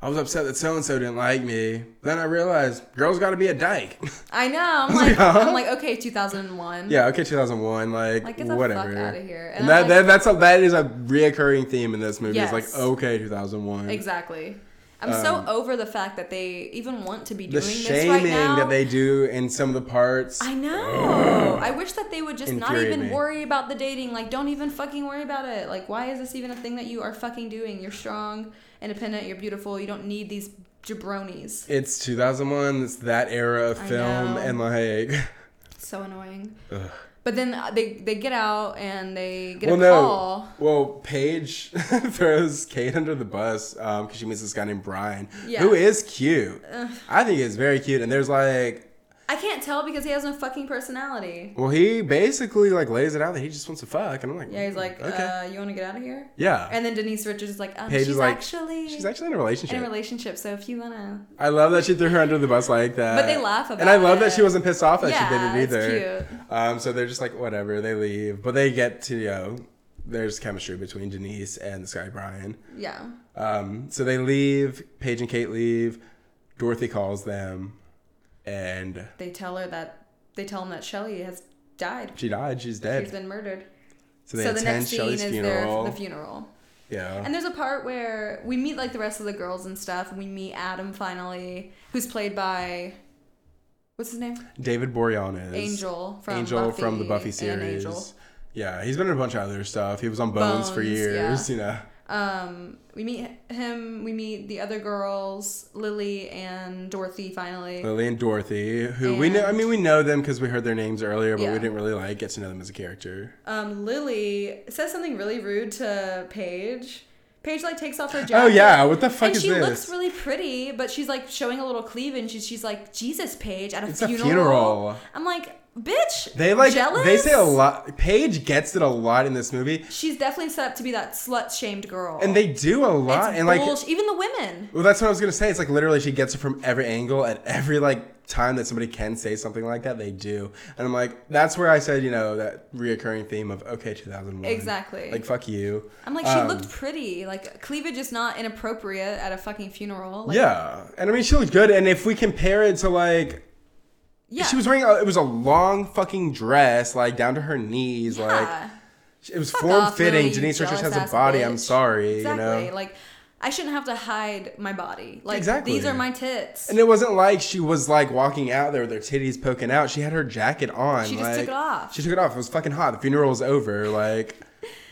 C: I was upset that so and so didn't like me. Then I realized girls got to be a dyke. (laughs)
B: I know. I'm like,
C: Huh?
B: I'm like, okay, 2001.
C: yeah, okay, 2001. Like,
B: Like, get the
C: whatever.
B: fuck outta here.
C: And,
B: And
C: that,
B: I'm
C: that
B: like-
C: that's a, that is a reoccurring theme in this movie. It's
B: Yes.
C: like okay, 2001.
B: Exactly. I'm so over the fact that they even want to be
C: Um, The
B: doing this
C: shaming
B: right now.
C: that they do in some of the parts.
B: I know. I wish that they would just not
C: Infuriate
B: even
C: me.
B: worry about the dating. Like, don't even fucking worry about it. Like, why is this even a thing that you are fucking doing? You're strong, independent, you're beautiful. You don't need these jabronis.
C: It's 2001. It's that era of
B: I
C: film,
B: know.
C: and like,
B: So annoying. But then uh, they they get out and they get
C: (laughs)
B: a
C: well, no,
B: call.
C: well, Paige (laughs) throws Kate under the bus because she meets this guy named Brian,
B: Yeah.
C: who is cute. I think it's very cute, and there's like,
B: I can't tell because he has no fucking personality.
C: well, he basically like lays it out that he just wants to fuck, and I'm like,
B: Yeah, he's like,
C: okay,
B: uh, you want to get out of here?
C: yeah.
B: And then Denise Richards is like, um,
C: Paige
B: she's
C: is like,
B: actually
C: she's actually in a relationship.
B: in a relationship. So if you wanna,
C: I love that she threw her under the bus like that.
B: But they laugh
C: And I
B: about
C: love that
B: it.
C: she wasn't pissed off that
B: Yeah,
C: she
B: it's
C: did it either.
B: cute.
C: Um, so they're just like, whatever, they leave. But they get to, you know, there's chemistry between Denise and this guy, Brian.
B: yeah.
C: Um, so they leave. Paige and Kate leave. Dorothy calls them. And
B: They tell her that they tell him that Shelley has died.
C: she died. She's dead.
B: She's been murdered.
C: so they
B: so the
C: attend
B: next scene
C: Shelley's
B: is
C: funeral.
B: their the funeral.
C: yeah.
B: And there's a part where we meet like the rest of the girls and stuff. We meet Adam finally, who's played by what's his name?
C: David Boreanaz.
B: Angel from
C: Angel from the Buffy
B: and
C: series.
B: Angel.
C: Yeah, he's been in a bunch of other stuff. He was on Bones, for
B: Bones,
C: years,
B: yeah.
C: you know.
B: Um, we meet him. We meet the other girls, Lily and Dorothy finally.
C: Lily and Dorothy, who we know. I
B: And-
C: mean, we know them because we heard their names earlier, but
B: Yeah.
C: we didn't really like get to know them as a character.
B: Um, Lily says something really rude to Paige. Paige like takes off her jacket.
C: Oh yeah, what the fuck
B: and
C: is
B: she
C: this?
B: looks really pretty, but she's like showing a little cleavage. She's, she's like, Jesus, Paige, at a
C: It's a
B: funeral.
C: funeral.
B: I'm like, bitch.
C: they like
B: jealous?
C: they say a lot. Paige gets it a lot in this movie,
B: She's definitely set up to be that slut shamed girl.
C: and they do a lot.
B: it's
C: and like,
B: bullsh- even the women.
C: well, that's what I was gonna say. It's like literally she gets it from every angle at every like time that somebody can say something like that. They do, and I'm like, that's where I said, you know, that reoccurring theme of okay, 2001,
B: Exactly.
C: Like fuck you.
B: I'm like, she
C: Um,
B: looked pretty. Like cleavage is not inappropriate at a fucking funeral. Like,
C: Yeah, and I mean she looked good. And if we compare it to like
B: yeah.
C: She was wearing a, it was a long fucking dress, like down to her knees.
B: Yeah.
C: Like it was
B: Fuck
C: form
B: off,
C: fitting.
B: Lily, you
C: Denise Richards has
B: jealous-ass
C: a body. I'm
B: bitch.
C: sorry,
B: Exactly.
C: you know.
B: Like I shouldn't have to hide my body. Like
C: Exactly.
B: these are my tits.
C: and it wasn't like she was like walking out there with her titties poking out. She had her jacket on.
B: She just
C: like-
B: took it off.
C: She took it off. It was fucking hot. The funeral was over. Like,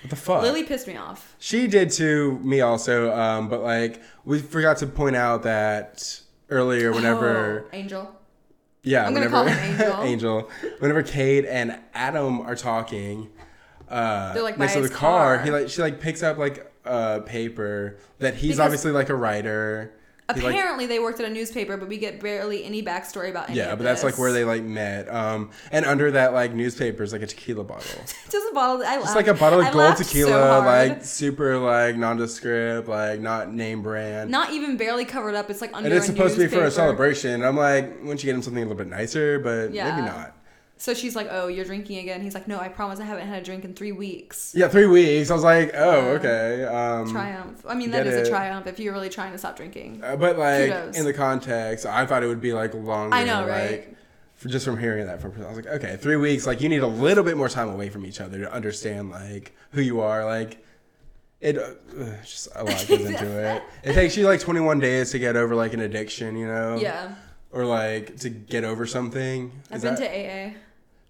C: what the fuck?
B: Lily pissed me off.
C: She did to me also. Um, but like we forgot to point out that earlier whenever.
B: Oh, Angel.
C: Yeah,
B: I'm gonna
C: whenever
B: call
C: (laughs)
B: him Angel.
C: Angel, whenever Kate and Adam are talking, uh,
B: They're, like,
C: next
B: by
C: to the
B: his
C: car,
B: car.
C: he like she like picks up like a paper that he's
B: Because-
C: obviously like a writer. He, like-
B: Apparently, they worked at a newspaper, but we get barely any backstory about any
C: yeah,
B: of
C: but that's like
B: this.
C: where they like met. Um, and under that like newspaper is like a tequila bottle.
B: (laughs) just a bottle. I
C: It's
B: laughed.
C: like a bottle
B: I
C: of gold
B: laughed so
C: tequila,
B: hard.
C: like super like nondescript, like not name brand.
B: not even barely covered up. It's like under.
C: and it's
B: a
C: supposed to be for
B: newspaper.
C: a celebration. I'm like, wouldn't you get him something a little bit nicer? But
B: Yeah.
C: maybe not.
B: So she's like, "Oh, you're drinking again." He's like, "No, I promise I haven't had a drink in three weeks."
C: Yeah, three weeks. I was like, oh, okay. Um,
B: Triumph. I mean, that
C: Get
B: is
C: it.
B: a triumph if you're really trying to stop drinking.
C: uh, But like
B: Kudos.
C: in the context, I thought it would be like longer.
B: I know, right?
C: Like, for, just from hearing that from, I was like, okay, three weeks. Like you need a little bit more time away from each other to understand like who you are. Like it, uh, ugh, just a lot goes
B: (laughs)
C: into it. It takes you like 21 days to get over like an addiction, you know?
B: Yeah.
C: Or like to get over something.
B: I've
C: Is
B: been
C: that-
B: to AA.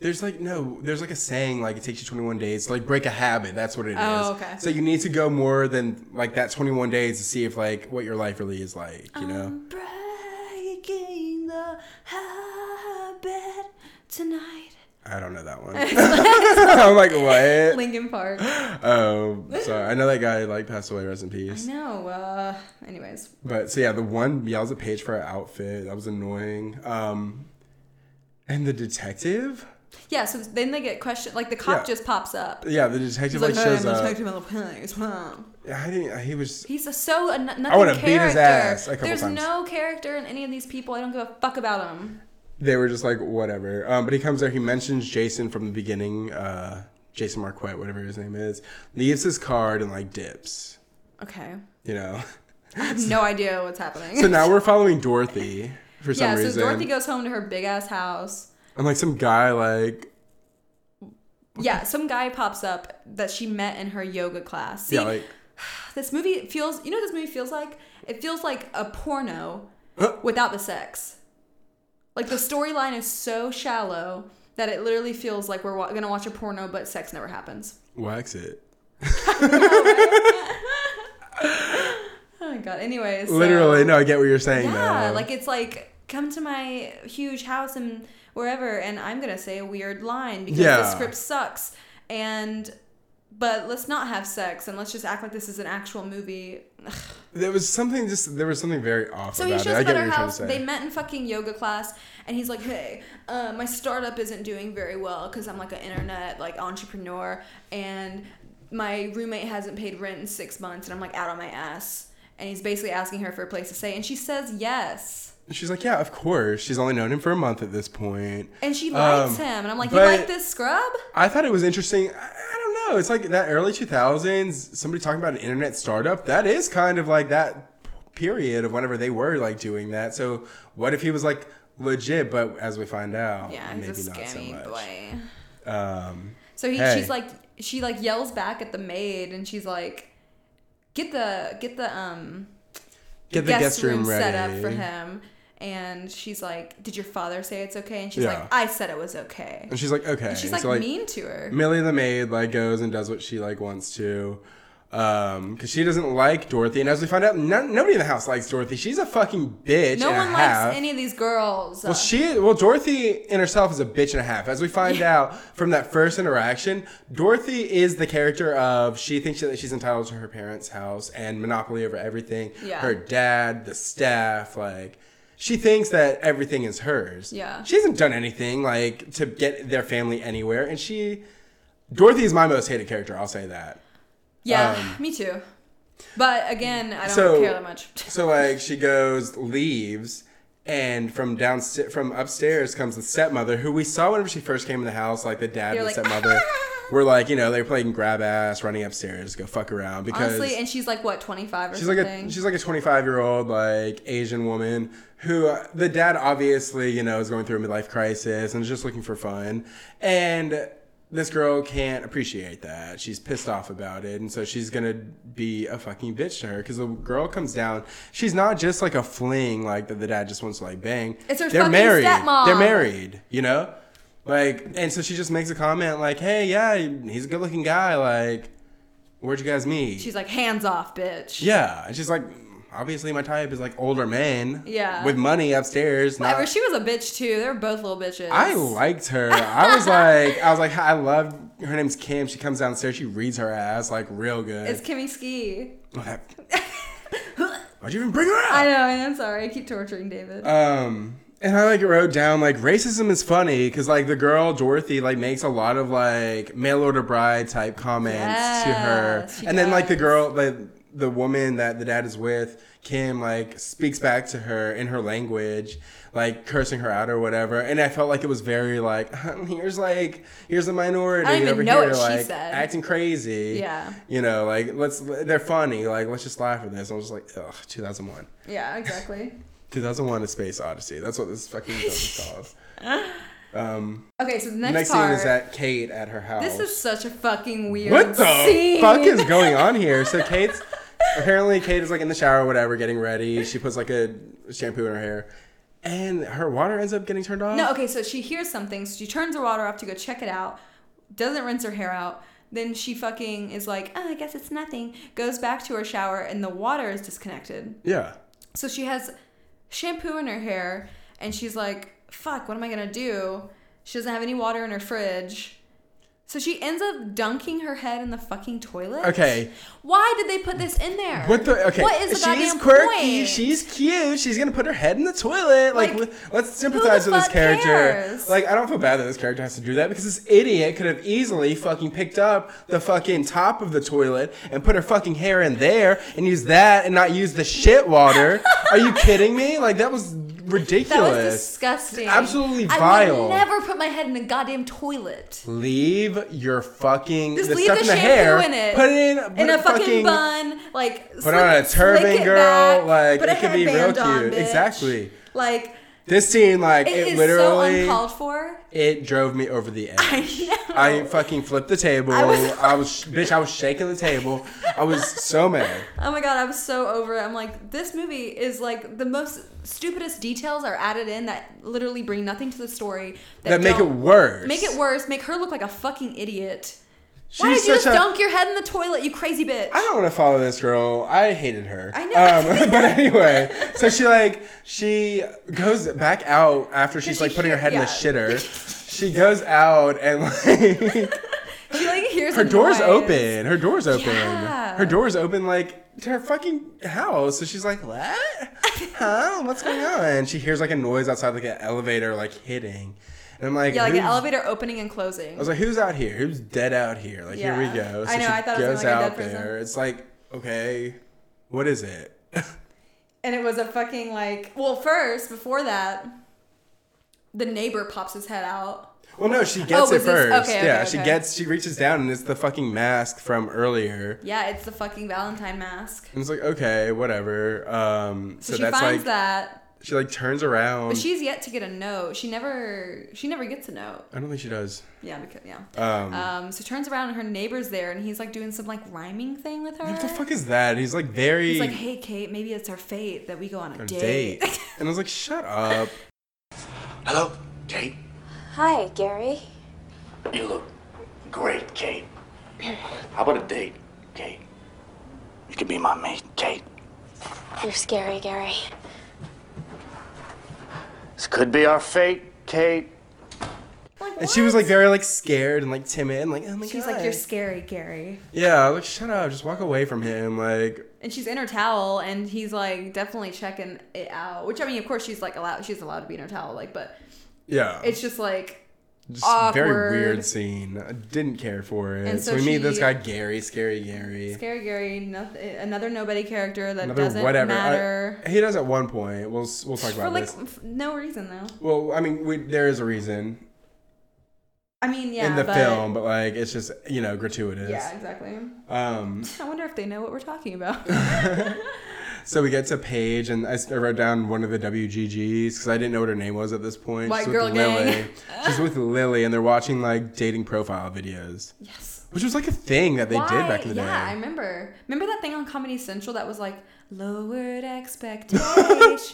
C: There's like no, there's like a saying like it takes you 21 days to like break a habit. That's what it is.
B: Oh, okay.
C: So you need to go more than like that 21 days to see if like what your life really is like, you know.
B: I'm breaking the habit tonight.
C: I don't
B: (laughs)
C: know that one. (laughs) I'm like what?
B: Lincoln Park. (gasps)
C: Oh, so I know that guy like passed away. Rest in peace.
B: No. Uh. Anyways.
C: But so yeah, the one yells at Paige for her outfit. That was annoying. Um, and the detective.
B: Yeah. So then they get questioned. Like the cop
C: Yeah.
B: just pops up.
C: Yeah, the detective
B: He's
C: like,
B: like, "Hey, I'm
C: shows up.
B: Detective Malapinis." Huh.
C: I didn't. He was.
B: He's a, so an- nothing
C: wanna
B: character.
C: beat his ass a couple
B: There's
C: times.
B: no character in any of these people. I don't give a fuck about them.
C: they were just like whatever. Um, but he comes there. He mentions Jason from the beginning. Uh, Jason Marquette, whatever his name is, leaves his card and like dips.
B: Okay.
C: You know. (laughs)
B: I have no idea what's happening. (laughs)
C: so now we're following Dorothy for some
B: yeah, so
C: reason.
B: Dorothy goes home to her big ass house.
C: and like some guy like
B: Yeah, some guy pops up that she met in her yoga class. See,
C: yeah like
B: this movie feels, you know what this movie feels like? It feels like a porno
C: (gasps) Huh?
B: without the sex. Like the storyline is so shallow that it literally feels like we're wa- going to watch a porno but sex never happens.
C: wax it.
B: Oh my god. Anyways. so-
C: Literally, no, I get what you're saying
B: Yeah,
C: though.
B: like it's like come to my huge house and wherever, and I'm gonna say a weird line because the
C: Yeah.
B: script sucks. And but let's not have sex and let's just act like this is an actual movie. Ugh.
C: there was something just there was something very off
B: So he
C: about
B: shows
C: it. I
B: up
C: get
B: at
C: what
B: her
C: you're
B: house.
C: trying to say.
B: They met in fucking yoga class, and he's like, "Hey, uh, my startup isn't doing very well because I'm like an internet like entrepreneur, and my roommate hasn't paid rent in six months, and I'm like out on my ass." And he's basically asking her for a place to stay, and she says yes.
C: She's like, yeah, of course. She's only known him for a month at this point.
B: And she likes
C: Um,
B: him. And I'm like,
C: but-
B: you like this scrub?
C: I thought it was interesting. I I don't know. It's like that early 2000s, somebody talking about an internet startup. That is kind of like that period of whenever they were like doing that. So what if he was like legit, but as we find out,
B: Yeah, he's a scammy boy.
C: Um,
B: So he,
C: Hey.
B: she's like, she like yells back at the maid, and she's like, get the get the um
C: get the guest, room, ready.
B: set up for him. And she's like, did your father say it's okay? And she's
C: Yeah.
B: like, I said it was okay.
C: And she's like, okay.
B: And she's like,
C: So,
B: mean to her.
C: Millie the maid like goes and does what she like wants to, um, because she doesn't like Dorothy. And as we find out, no, nobody in the house likes Dorothy. She's a fucking bitch.
B: no
C: and
B: one
C: a half.
B: likes any of these girls.
C: Well, she well Dorothy in herself is a bitch and a half. As we find out from that first interaction, Dorothy is the character of she thinks that she's entitled to her parents' house and monopoly over everything.
B: Yeah.
C: Her dad, the staff, like she thinks that everything is hers.
B: Yeah.
C: She hasn't done anything like to get their family anywhere, and she Dorothy is my most hated character. I'll say that.
B: yeah, me too. But again, I don't
C: um, so-
B: care that much. (laughs)
C: So like she goes, leaves, and from downstairs, from upstairs comes the stepmother, who we saw whenever she first came in the house. Like the dad
B: They're
C: and the
B: like, (laughs)
C: stepmother were like, you know, they were playing grab ass, running upstairs, go fuck around because
B: Honestly, and she's like what, 25 or
C: she's like
B: something?
C: a she's like a 25 year old like Asian woman who uh, the dad obviously you know is going through a midlife crisis and is just looking for fun and this girl can't appreciate that she's pissed off about it and so she's gonna be a fucking bitch to her because the girl comes down she's not just like a fling like that the dad just wants to like bang
B: It's her
C: they're
B: fucking
C: married
B: stepmom.
C: they're married you know like and so she just makes a comment like hey yeah he's a good looking guy like where'd you guys meet
B: she's like, hands off, bitch.
C: yeah, and she's like, obviously my type is like older men.
B: Yeah.
C: with money upstairs. not-
B: Whatever. She was a bitch too. They were both little bitches.
C: I liked her.
B: (laughs)
C: I was like, I was like, I love her name's Kim. She comes downstairs. She reads her ass like real good.
B: It's Kimmy Ski.
C: Oh,
B: (laughs)
C: that- Why'd you even bring her up?
B: I know. I am sorry. I keep torturing David.
C: Um, and I like wrote down like racism is funny because like the girl Dorothy like makes a lot of like mail order bride type comments to her,
B: Yes, she
C: and then like the
B: does.
C: girl the the woman that the dad is with, Kim, like speaks back to her in her language, like cursing her out or whatever. And I felt like it was very like, (laughs) "Hmm, here's like here's a minority
B: I don't even
C: over
B: know
C: here,
B: what she
C: like
B: said.
C: acting crazy.
B: Yeah.
C: you know, like let's they're funny. Like let's just laugh at this. I was like, ugh, 2001,
B: Yeah, exactly.
C: 2001: A Space Odyssey. That's what this fucking film
B: (laughs)
C: is called.
B: Okay, so the next,
C: Next,
B: part.
C: scene is at Kate at her house.
B: This is such a fucking weird
C: What the
B: scene.
C: fuck is going on here? So Kate's apparently Kate is like in the shower or whatever, getting ready. She puts like a shampoo in her hair, and her water ends up getting turned off.
B: No, okay, so she hears something, so she turns her water off to go check it out, doesn't rinse her hair out, then she fucking is like, oh, I guess it's nothing, goes back to her shower, and the water is disconnected.
C: Yeah.
B: So she has shampoo in her hair, and she's like, fuck, what am I gonna do? She doesn't have any water in her fridge. So she ends up dunking her head in the fucking toilet.
C: Okay.
B: Why did they put this in there?
C: What the? Okay.
B: What is the
C: She's
B: goddamn
C: quirky.
B: point?
C: She's cute. She's gonna put her head in the toilet. Like,
B: Like,
C: wh- let's sympathize with this
B: fuck
C: character.
B: cares?
C: Like, I don't feel bad that this character has to do that because this idiot could have easily fucking picked up the fucking top of the toilet and put her fucking hair in there and use that and not use the shit water.
B: (laughs)
C: Are you kidding me? Like, that was ridiculous.
B: That was disgusting.
C: Absolutely
B: I
C: vile.
B: would never put my head in a goddamn toilet.
C: Leave your fucking
B: Just
C: the
B: leave
C: stuff
B: the,
C: in the
B: shampoo
C: hair.
B: in it.
C: Put it in, put
B: in a
C: it
B: fucking, bun. Like put
C: on a turban, girl, like, it could be real cute. Exactly.
B: Like
C: This scene, like,
B: it
C: it,
B: is
C: literally.
B: so uncalled for.
C: (laughs) It drove me over the edge.
B: I know.
C: I fucking flipped the table.
B: I was-
C: I was bitch. I was shaking the table. I was so mad.
B: Oh my god, I was so over it. I'm like, this movie is like the most stupidest details are added in that literally bring nothing to the story.
C: That make it
B: don't-
C: worse.
B: Make it worse. Make her look like a fucking idiot.
C: She's
B: Why did you just
C: such a-
B: dunk your head in the toilet, you crazy bitch?
C: I don't want to follow this girl. I hated her.
B: I know.
C: Um, (laughs) but anyway, so she like she goes back out after she's
B: she
C: like putting her
B: hear-
C: head in the
B: yeah.
C: shitter. She goes out and like
B: She like hears
C: her
B: a
C: door's
B: noise.
C: open. Her door's open.
B: Yeah.
C: Her door's open like to her fucking house. So she's like, What? huh? What's going on? And she hears like a noise outside, like an elevator like hitting. And I'm like,
B: Yeah, like an
C: "Who's-"
B: elevator opening and closing.
C: I was like, who's out here? Who's dead out here? Like, here we
B: Yeah.
C: go. So
B: I know,
C: she
B: I thought it was like
C: goes
B: a dead
C: out
B: person.
C: there. It's like, okay, what is it?
B: And it was a fucking like. Well, first before that, the neighbor pops his head out.
C: Well, no, she gets
B: Oh, was
C: it
B: this-
C: first.
B: okay, okay,
C: yeah, she
B: okay.
C: gets, she reaches down and it's the fucking mask from earlier.
B: Yeah, it's the fucking Valentine mask.
C: And it's like, okay, whatever. Um,
B: So,
C: so,
B: she
C: that's
B: finds
C: like, um,
B: that,
C: she like turns around.
B: but she's yet to get a note. She never, she never gets a note.
C: I don't think she does.
B: Yeah, because yeah.
C: Um,
B: Um, so turns around and her neighbor's there, and he's like doing some like rhyming thing with her.
C: what the fuck is that? He's like very
B: He's like, "Hey, Kate, maybe it's our fate that we go on a,
C: on a
B: date."
C: date.
B: (laughs)
C: and I was like, shut up.
A: Hello, Kate.
D: Hi, Gary.
A: You look great, Kate. How about a date, Kate? You could be my mate, Kate.
D: You're scary, Gary.
A: This could be our fate, Kate.
C: And she was like very like scared and like timid and like, oh my
B: She's
C: god.
B: like, "You're scary, Gary,"
C: yeah, I was like shut up, just walk away from him. Like
B: and she's in her towel, and he's like definitely checking it out. Which I mean, of course, she's like allowed. She's allowed to be in her towel, like, but
C: yeah.
B: it's just like
C: just
B: awkward.
C: very weird scene. I didn't care for it.
B: And
C: so,
B: so
C: we meet this
B: she-
C: guy Gary, scary Gary.
B: Scary Gary, nothing, another nobody character that
C: Another
B: doesn't
C: whatever. I-
B: matter
C: he does at one point. We'll s- we'll talk
B: for
C: about
B: like
C: this.
B: f- no reason though.
C: Well, I mean, we, there is a reason
B: I mean, yeah,
C: in the
B: but,
C: film, but like it's just you know gratuitous.
B: Yeah, exactly.
C: Um,
B: I wonder if they know what we're talking
C: (laughs)
B: about.
C: So we get to Paige, and I s- I wrote down one of the WGGs because I didn't know what her name was at this point.
B: White
C: She's
B: girl
C: with
B: gang. (laughs)
C: Lily. She's with Lily, and they're watching like dating profile videos,
B: yes.
C: which was like a thing that they did back in the
B: yeah,
C: day.
B: I remember. Remember that thing on Comedy Central that was like lowered expectations.
C: (laughs)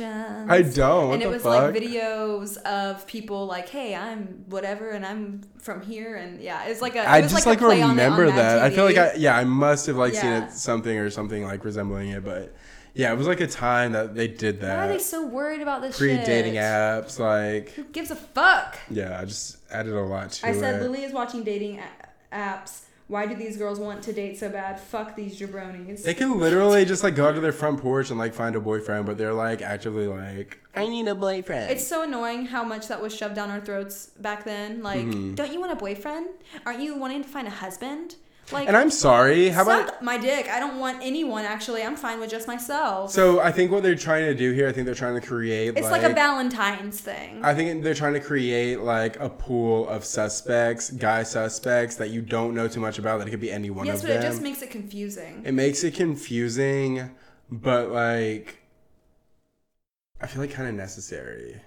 C: I don't. What
B: and it
C: the
B: was
C: fuck?
B: like videos of people like, "Hey, I'm whatever, and I'm from here," and yeah, it's like a. It
C: I
B: was
C: just
B: like, a
C: like,
B: play on it
C: remember
B: on Mad
C: that. I feel like
B: TV.
C: I yeah, I must have like seen
B: Yeah.
C: it something or something like resembling it, but yeah, it was like a time that they did
B: Why are they
C: that.
B: so worried about this
C: Pre
B: shit?
C: dating apps, like
B: Who gives a fuck?
C: yeah, I just added a lot to
B: I
C: it.
B: said Lily is watching dating a- apps. Why do these girls want to date so bad? Fuck these jabronis.
C: They can literally just like go out to their front porch and like find a boyfriend, but they're like actively like, I need a boyfriend.
B: it's so annoying how much that was
C: Mm-hmm.
B: shoved down our throats back then. Like, don't you want a boyfriend? Aren't you wanting to find a husband? Like
C: And I'm sorry. How about
B: suck my dick. I don't want anyone actually. I'm fine with just myself.
C: So I think what they're trying to do here, I think they're trying to create.
B: it's like, a Valentine's thing.
C: I think they're trying to create like a pool of suspects, guy suspects that you don't know too much about. That it could be any one
B: yes,
C: of
B: but it
C: them.
B: just makes it confusing.
C: it makes it confusing, but like, I feel like kind of necessary.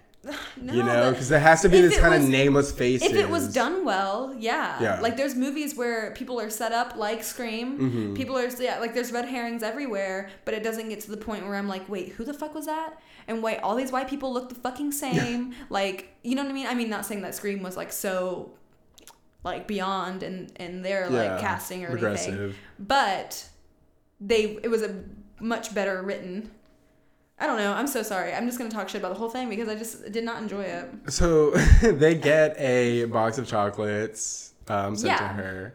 B: no,
C: you know,
B: but
C: because there has to be
B: if
C: this
B: it
C: kind of
B: was-
C: nameless faces.
B: If it was done well, yeah.
C: Yeah.
B: Like there's movies where people are set up like Scream.
C: Mm-hmm.
B: People are yeah, like there's red herrings everywhere, but it doesn't get to the point where I'm like, wait, who the fuck was that? And wait, all these white people look the fucking same. like, you know what I mean? I mean, not saying that Scream was like so like beyond and and their
C: Yeah,
B: like casting or
C: regressive.
B: anything, but they it was a much better written. I don't know. I'm so sorry. I'm just gonna talk shit about the whole thing because I just did not enjoy it.
C: so (laughs) they get a box of chocolates um, sent to
B: Yeah.
C: her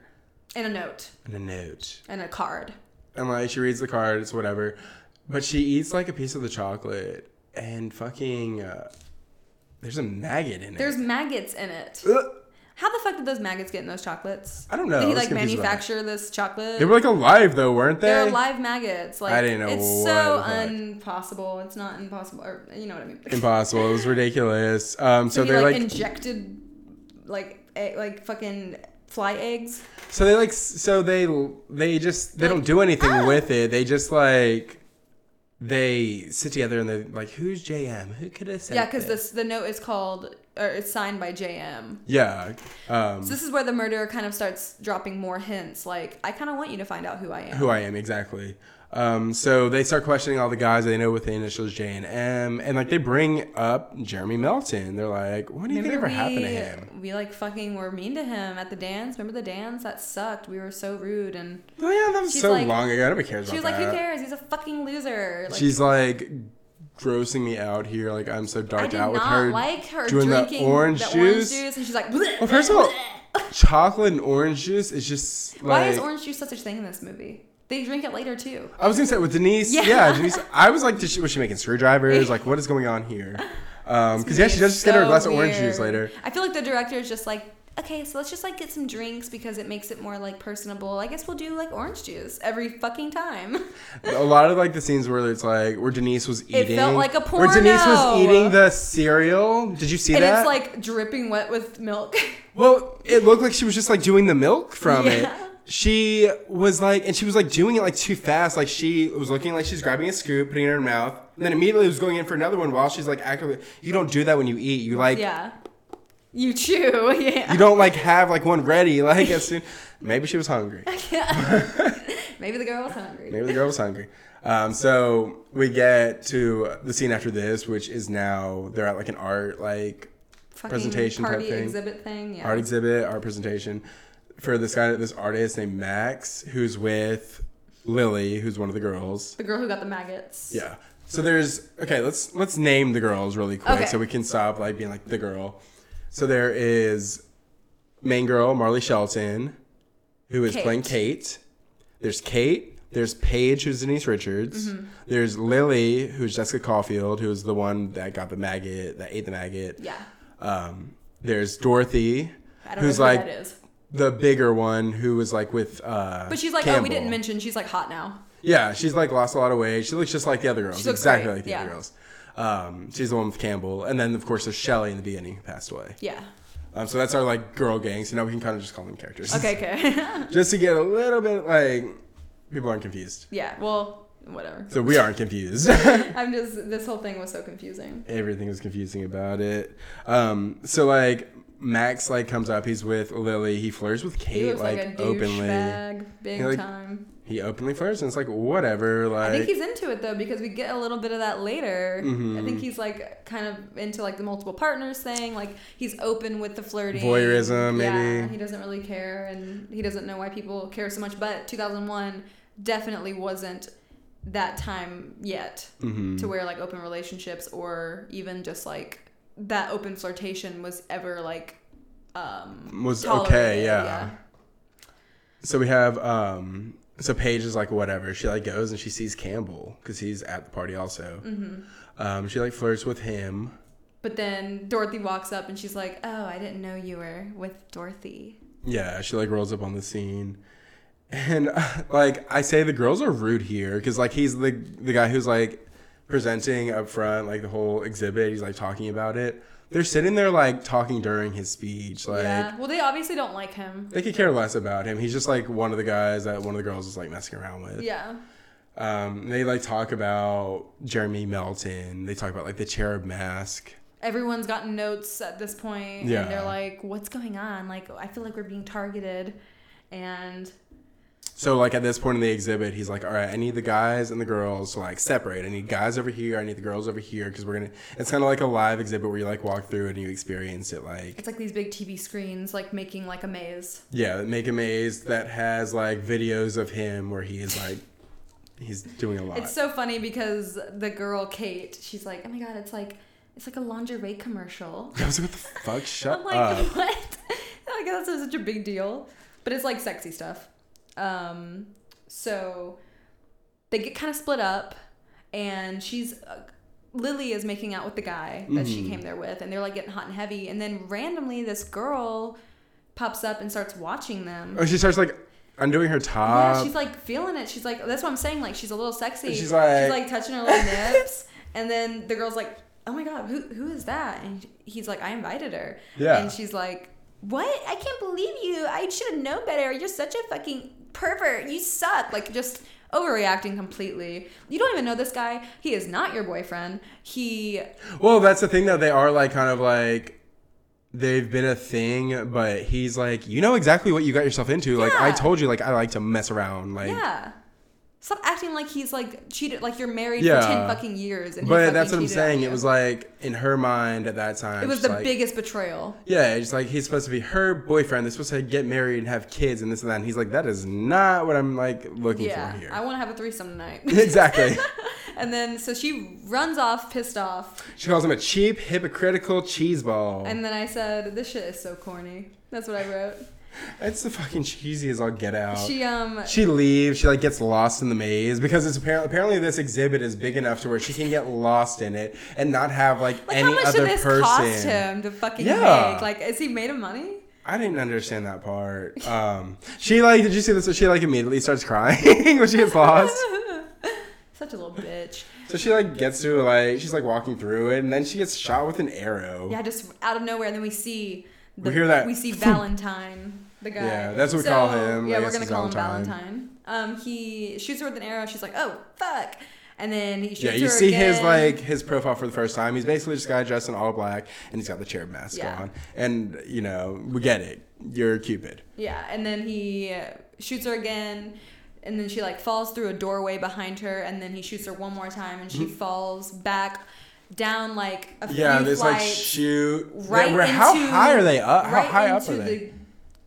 B: And a note
C: and a note.
B: and a card.
C: and like she reads the card, it's whatever. But she eats like a piece of the chocolate, and fucking, uh, there's a maggot in it.
B: There's maggots in it.
C: Ugh.
B: How the fuck did those maggots get in those chocolates?
C: I don't know.
B: Did
C: I
B: he
C: was
B: like
C: confused about
B: manufacture this chocolate?
C: They were like alive though, weren't they?
B: They're live maggots. Like
C: I didn't know
B: It's
C: what
B: so
C: the fuck.
B: impossible. It's not impossible, or you know what I mean.
C: Impossible. It was ridiculous. Um, so,
B: so he
C: they're
B: like,
C: like,
B: injected, like egg, like fucking fly eggs.
C: so they like, s- so they they just they don't do anything
B: ah!
C: with it. They just like. They sit together and they're like, "Who's JM? Who could have said?"
B: Yeah, because
C: this.
B: this the note is called or it's signed by J.M.
C: Yeah, um,
B: So this is where the murderer kind of starts dropping more hints. Like I kind of want you to find out who I am.
C: who I am exactly. Um, so they start questioning all the guys they know with the initials J and M, and like they bring up Jeremy Melton. They're like, "What do you think ever happened to him?"
B: We like fucking were mean to him at the dance. Remember the dance? That sucked. We were so rude and
C: Oh yeah, that was
B: She's
C: so
B: like-
C: long ago. Nobody cares
B: she was
C: about
B: like,
C: that.
B: Who cares? He's a fucking loser. Like,
C: She's like grossing me out here. Like I'm so
B: I
C: darked
B: did
C: out
B: not
C: with her
B: like her
C: doing
B: drinking
C: the orange
B: the
C: juice.
B: and she's like
C: Well, first of all, chocolate and orange juice is just like.
B: (laughs) Why is orange juice such a thing in this movie? They drink it later too.
C: I was gonna say with Denise. Yeah,
B: Yeah.
C: Denise. I was like, did she, was she
B: (laughs)
C: making screwdrivers? Like, what is going on here? Because yeah, she does just
B: It's
C: get her a
B: so
C: glass of orange juice
B: weird.
C: later.
B: I feel like the director is just like, okay, so let's just like get some drinks because it makes it more like personable. I guess we'll do like orange juice every fucking time.
C: a lot of like the scenes where it's like where Denise was eating.
B: felt like a
C: Where Denise was
B: porno.
C: eating the cereal. Did you
B: (laughs)
C: see
B: and
C: that?
B: it's like dripping wet with milk. (laughs)
C: well, it looked like she was just like doing the milk from it.
B: Yeah.
C: She was like, and she was like doing it like too fast. Like she was looking like she's grabbing a scoop, putting it in her mouth, and then immediately was going in for another one while she's like actively. You don't do that when you eat. You like.
B: yeah. You chew, (laughs) yeah.
C: You don't like have like one ready like as soon. (laughs) Maybe she was hungry. (laughs)
B: Maybe the girl was hungry.
C: Maybe the girl was hungry. Um, so we get to the scene after this, which is now they're at like an art like
B: Fucking
C: presentation type
B: party
C: thing.
B: exhibit thing. Yeah.
C: art exhibit, art presentation for this guy, this artist named Max, who's with Lily, who's one of the girls.
B: the girl who got the maggots.
C: Yeah. So there's okay. Let's let's name the girls really quick
B: Okay.
C: so we can stop like being like the girl. So there is main girl Marley Shelton, who is
B: Kate.
C: playing Kate. There's Kate. There's Paige, who's Denise Richards.
B: Mm-hmm.
C: There's Lily, who's Jessica Caulfield, who's the one that got the maggot, that ate the maggot.
B: Yeah.
C: Um, there's Dorothy,
B: I don't
C: who's
B: know who
C: like
B: that is.
C: the bigger one who was like with. Uh,
B: But she's like, oh, we
C: Campbell.
B: didn't mention she's like hot now.
C: Yeah, she's like lost a lot of weight. She looks just like the other girls,
B: She looks
C: exactly
B: great,
C: like the
B: yeah.
C: other girls. Um, she's the one with Campbell, and then of course there's Shelly in the beginning who passed away.
B: Yeah.
C: Um, so that's our like girl gang. So now we can kind of just call them characters.
B: Okay, okay.
C: (laughs)
B: (laughs)
C: just to get a little bit like people aren't confused.
B: yeah, well, whatever.
C: So we aren't confused. (laughs)
B: I'm just, this whole thing was so confusing.
C: everything was confusing about it. Um, so like Max like comes up, he's with Lily, he flirts with Kate
B: He looks like,
C: like,
B: a
C: openly.
B: douchebag, big
C: He, like-
B: time.
C: He openly flirts and it's like whatever, like
B: I think he's into it though because we get a little bit of that later. I
C: Mm-hmm.
B: think he's like kind of into like the multiple partners thing. Like he's open with the flirting.
C: Voyeurism,
B: Yeah,
C: maybe.
B: he doesn't really care and he doesn't know why people care so much. But 2001 definitely wasn't that time yet
C: Mm-hmm.
B: to where like open relationships or even just like that open flirtation was ever like um
C: was okay,
B: tolerated,
C: yeah. So we have um so Paige is like whatever. She like goes and she sees Campbell because he's at the party also. Um, she like flirts with him.
B: But then Dorothy walks up and she's like, "Oh, I didn't know you were with Dorothy."
C: Yeah, she like rolls up on the scene, And (laughs) like I say, the girls are rude here because like he's the the guy who's like presenting up front, like the whole exhibit. He's like talking about it. They're sitting there like talking during his speech. Like
B: yeah. Well, they obviously don't like him.
C: they could care less about him. He's just like one of the guys that one of the girls is like messing around with.
B: Yeah.
C: Um, they like talk about Jeremy Melton. They talk about like the cherub mask.
B: Everyone's gotten notes at this point,
C: Yeah.
B: and they're like, "What's going on? Like, I feel like we're being targeted." And
C: So like at this point in the exhibit, he's like, "All right, I need the guys and the girls to like separate. I need guys over here. I need the girls over here because we're gonna." It's kind of like a live exhibit where you like walk through and you experience it. Like,
B: it's like these big TV screens, like making like a maze.
C: yeah, make a maze that has like videos of him where he is like, he's doing a lot.
B: It's so funny because the girl Kate, she's like, "Oh my god, it's like it's like a lingerie commercial."
C: I was like, "What the fuck? Shut
B: I'm like, (laughs)
C: up!"
B: what? I guess that's such a big deal, but it's like sexy stuff. Um, so they get kind of split up, and she's uh, Lily is making out with the guy that
C: Mm-hmm.
B: she came there with, and they're like getting hot and heavy, and then randomly this girl pops up and starts watching them.
C: (laughs) Oh, she starts like undoing her
B: Yeah,
C: top.
B: she's like feeling it. She's like, that's what I'm saying. Like, she's a little sexy.
C: Uh, She's like-
B: she's like touching her little
C: (laughs)
B: nips, and then the girl's like, oh my god, who who is that? And he's like, I invited her.
C: Yeah.
B: And she's like, what? I can't believe you. I should have known better. You're such a fucking pervert. You suck. Like just overreacting completely. You don't even know this guy. He is not your boyfriend. He
C: Well, that's the thing though. They are like kind of like they've been a thing, but he's like, you know exactly what you got yourself into. Like I
B: Yeah.
C: told you, like I like to mess around. Like,
B: yeah. Stop acting like he's like cheated. Like you're married for ten
C: Yeah.
B: fucking years. And he
C: but
B: fucking
C: that's what I'm
B: cheated on
C: saying.
B: you.
C: It was like in her mind at that time.
B: It was
C: she's
B: the
C: like-
B: biggest betrayal.
C: Yeah, it's like he's supposed to be her boyfriend. They're supposed to get married and have kids and this and that. And he's like, that is not what I'm like looking
B: Yeah,
C: for here.
B: I want to have a threesome tonight.
C: (laughs)
B: (laughs)
C: exactly.
B: and then so she runs off, pissed off,
C: She calls him a cheap, hypocritical cheeseball.
B: and then I said, "This shit is so corny." That's what I wrote.
C: That's the fucking cheesy as all get out.
B: She um,
C: Uh, She leaves. She like gets lost in the maze because it's apparently apparently this exhibit is big enough to where she can get lost in it and not have like,
B: like
C: any
B: how much did
C: other
B: this
C: person.
B: cost him to fucking
C: Yeah.
B: make? Like, is he made of money? (laughs)
C: I didn't understand that part. Um, she like did you see this? She like immediately starts crying (laughs) when she
B: (laughs)
C: gets lost.
B: Such a little bitch.
C: so she like gets to like she's like walking through it and then she gets shot with an arrow.
B: Yeah, just out of nowhere, and then we see the,
C: We hear that
B: we
C: (laughs)
B: see Valentine, the guy.
C: Yeah, that's what we call him.
B: Yeah,
C: I
B: we're
C: guess
B: gonna
C: it's
B: call him Valentine.
C: Valentine.
B: Um, he shoots her with an arrow. She's like, "Oh fuck!" And then he shoots
C: Yeah, you
B: her
C: see his
B: again.
C: like his profile for the first time. He's basically just a guy dressed in all black and he's got the cherub mask
B: Yeah.
C: on. And you know, we get it. You're Cupid.
B: Yeah, and then he uh, shoots her again, and then she like falls through a doorway behind her, and then he shoots her one more time, and she falls back down like a
C: Mm-hmm. Yeah,
B: few
C: this like
B: flights,
C: shoot.
B: right
C: Right. how
B: into-
C: high are they up? How
B: right
C: high up
B: into
C: are they?
B: The,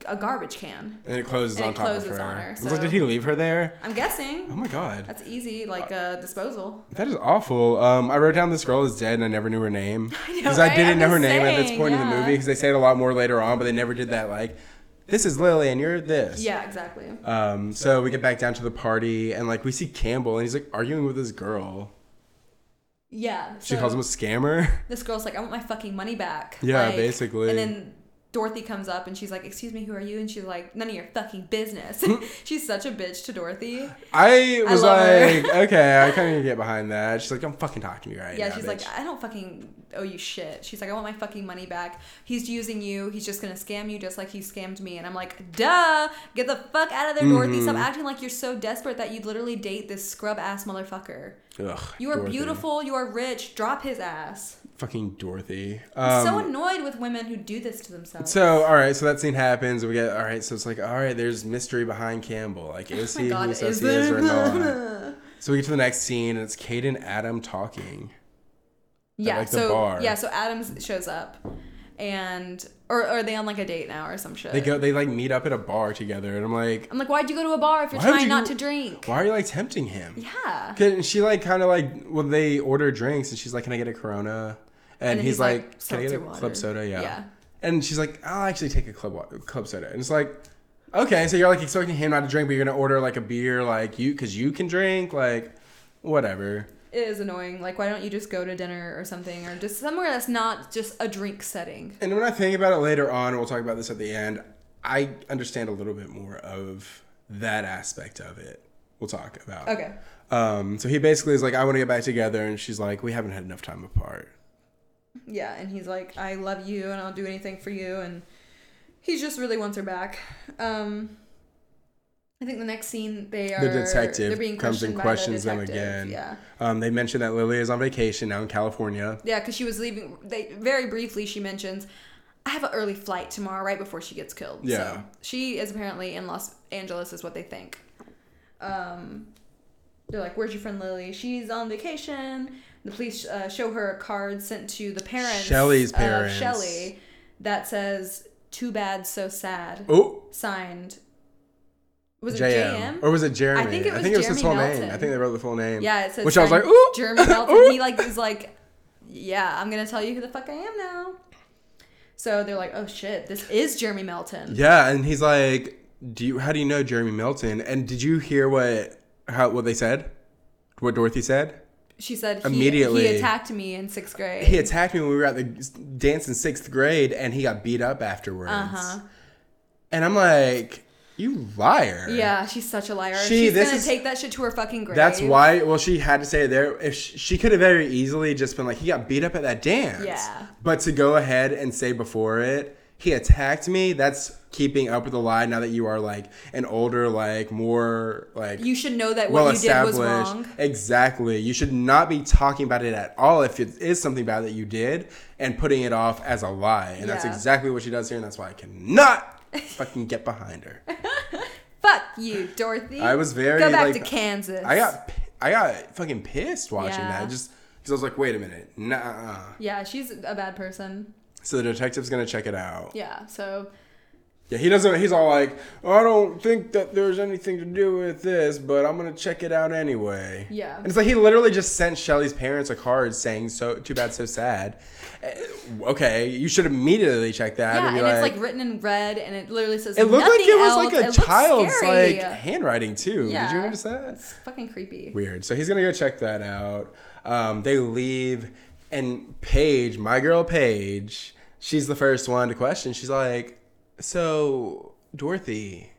B: a garbage can.
C: and it closes
B: and
C: on
B: it
C: top
B: closes
C: of her.
B: on her,
C: I was like,
B: so-
C: did he leave her there?
B: I'm
C: Oh
B: guessing
C: my god,
B: that's easy, like a disposal.
C: that is awful. Um, I wrote down this girl is dead, and I never knew
B: (laughs)
C: her name
B: know,
C: because I
B: right?
C: didn't
B: I'm
C: know her
B: just
C: name at this
B: saying,
C: point in the
B: yeah.
C: movie because they say it a lot more later on, but they never did that. Like, this is Lily, and you're this.
B: Yeah, exactly.
C: Um, so we get back down to the party, and like we see Campbell, and he's like arguing with this girl.
B: Yeah.
C: She
B: so-
C: calls him a scammer. (laughs)
B: this girl's like, I want my fucking money back.
C: Yeah,
B: Like,
C: basically.
B: And then Dorothy comes up and she's like, Excuse me, who are you? And she's like, None of your fucking business.
C: Hmm.
B: (laughs) she's such a bitch to Dorothy.
C: I was
B: love her.
C: like, okay, I kind of get behind that. She's like, don't fucking talk to me right
B: Yeah,
C: now,
B: she's
C: bitch."
B: like, I don't fucking owe you shit. She's like, I want my fucking money back. He's using you. He's just gonna scam you just like he scammed me. And I'm like, duh, get the fuck out of there, Dorothy.
C: Mm-hmm.
B: Stop acting like you're so desperate that you'd literally date this scrub ass motherfucker.
C: Ugh,
B: You are
C: Dorothy.
B: beautiful. You are rich. Drop his ass.
C: Fucking Dorothy.
B: I'm
C: Um,
B: so annoyed with women who do this to themselves.
C: So all right, so that scene happens. We get all right. So it's like all right, there's mystery behind Campbell. Like is
B: Oh my
C: he
B: God,
C: who he
B: is
C: says he is or
B: (laughs)
C: not?
B: there?
C: So we get to the next scene, and it's Kate and Adam talking.
B: Yeah.
C: like, the
B: so
C: bar.
B: yeah. So Adams shows up, and or, or are they on like a date now or some shit?
C: They go, they like meet up at a bar together, and I'm like,
B: I'm like, why'd you go to a bar if you're
C: Why would
B: trying
C: you-
B: not to drink?
C: why are you like tempting him?
B: Yeah.
C: And she like kind of like well, they order drinks, and she's like, can I get a Corona? And,
B: then
C: he's,
B: he's
C: like,
B: like,
C: can I get a
B: seltzer water.
C: club soda? Yeah.
B: Yeah.
C: And she's like, I'll actually take a club wa- club soda. And it's like. Okay, so you're like expecting him not to drink, but you're gonna order like a beer, like you, cause you can drink, like, whatever.
B: It is annoying. Like, why don't you just go to dinner or something, or just somewhere that's not just a drink setting?
C: And when I think about it later on, we'll talk about this at the end. I understand a little bit more of that aspect of it we'll talk about.
B: Okay.
C: Um, so he basically is like, I want to get back together, and she's like, we haven't had enough time apart.
B: Yeah, and he's like, I love you and I'll do anything for you and he just really wants her back. Um I think the next scene they are
C: The detective
B: they're being
C: comes and
B: questioned by the
C: questions them
B: detective,
C: again.
B: Yeah.
C: Um, they mentioned that Lily is on vacation now in California.
B: Yeah, because she was leaving. They very briefly she mentions, "I have an early flight tomorrow, right before she gets killed."
C: Yeah.
B: so she is apparently in Los Angeles, is what they think. Um, they're like, "Where's your friend Lily? She's on vacation." The police uh, show her a card sent to the parents,
C: Shelley's
B: of
C: parents.
B: Shelley, that says "Too bad, so sad."
C: Oh,
B: Signed. Was it
C: JM.
B: JM?
C: Or was it Jeremy?
B: I think it was
C: his
B: Jeremy
C: full name.
B: Melton.
C: I think they wrote the full name.
B: Yeah, it says
C: Which I was
B: Jeremy-
C: like, ooh. (laughs)
B: Jeremy Melton.
C: ooh.
B: he like is like, yeah, I'm gonna tell you who the fuck I am now. So they're like, oh shit, this is Jeremy Melton.
C: Yeah, and he's like, do you, how do you know Jeremy Melton? And did you hear what, how, what they said? What Dorothy said?
B: She said he,
C: Immediately.
B: he attacked me in sixth grade.
C: He attacked me when we were at the dance in sixth grade, and he got beat up afterwards.
B: Uh-huh.
C: And I'm like, you liar.
B: yeah, she's such a liar.
C: She-
B: she's
C: this
B: gonna
C: is-
B: take that shit to her fucking grave.
C: That's why. Well, she had to say it there. If she, she could have very easily just been like, he got beat up at that dance.
B: Yeah.
C: But to go ahead and say before it, he attacked me. That's keeping up with the lie. Now that you are like an older, like more like
B: you should know that what
C: well
B: you did was
C: established.
B: wrong.
C: Exactly. You should not be talking about it at all if it is something bad that you did and putting it off as a lie. And that's
B: Yeah.
C: exactly what she does here. And that's why
B: (laughs)
C: I cannot fucking get behind her.
B: Fuck you, Dorothy.
C: I was very
B: go back
C: like,
B: to Kansas.
C: I got pi- I got fucking pissed watching
B: Yeah.
C: that just because I was like, wait a minute, nah.
B: yeah, she's a bad person.
C: So the detective's gonna check it out. Yeah,
B: Yeah, so
C: he doesn't. He's all like, I don't think that there's anything to do with this, but I'm gonna check it out anyway.
B: Yeah.
C: and it's like he literally just sent Shelly's parents a card saying, "So too bad, so sad." Eh, Okay, you should immediately check that.
B: yeah,
C: and
B: and
C: be
B: it's
C: like.
B: like written in red, and it literally says.
C: it looked like
B: nothing
C: it was
B: else.
C: like a
B: It looks
C: child's
B: scary.
C: like handwriting too. Did you
B: Yeah.
C: notice that?
B: It's fucking creepy.
C: weird. So he's gonna go check that out. Um, they leave, and Paige, my girl Paige, she's the first one to question. She's like, "So, Dorothy,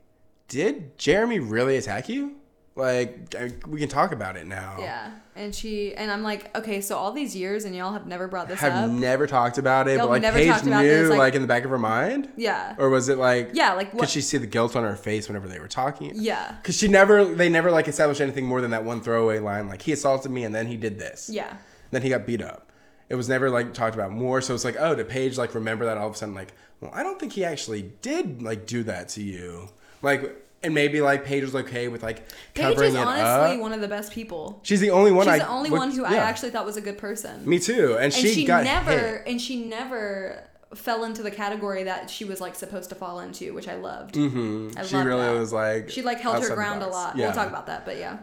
C: did Jeremy really attack you? Like, I- we can talk about it now.
B: Yeah. And she and I'm like, okay, so all these years and y'all have never brought this
C: have
B: up.
C: never talked about it,
B: Y'all
C: but like
B: never
C: Paige
B: talked about
C: knew,
B: this,
C: like,
B: like-
C: in the back of her mind.
B: yeah.
C: Or was it like
B: Yeah, like,
C: could
B: what-
C: she see the guilt on her face whenever they were talking?
B: Yeah.
C: because she never they never like established anything more than that one throwaway line like he assaulted me and then he did this.
B: yeah.
C: Then he got beat up. It was never like talked about more. So it's like, oh, did Paige like remember that all of a sudden? Like, well, I don't think he actually did like do that to you. Like, and maybe like Paige was okay with like
B: Paige
C: covering
B: is
C: it
B: honestly
C: up.
B: one of the best people.
C: She's the only one.
B: She's
C: I
B: the only
C: looked-
B: one who I
C: yeah.
B: actually thought was a good person.
C: Me too. And,
B: and
C: she, got
B: never
C: hit.
B: and she never fell into the category that she was like supposed to fall into, which I loved. I
C: Mm-hmm. She
B: loved
C: really
B: that.
C: was like
B: she like held her
C: outside the
B: ground a
C: box.
B: lot.
C: Yeah.
B: We'll talk about that, but yeah.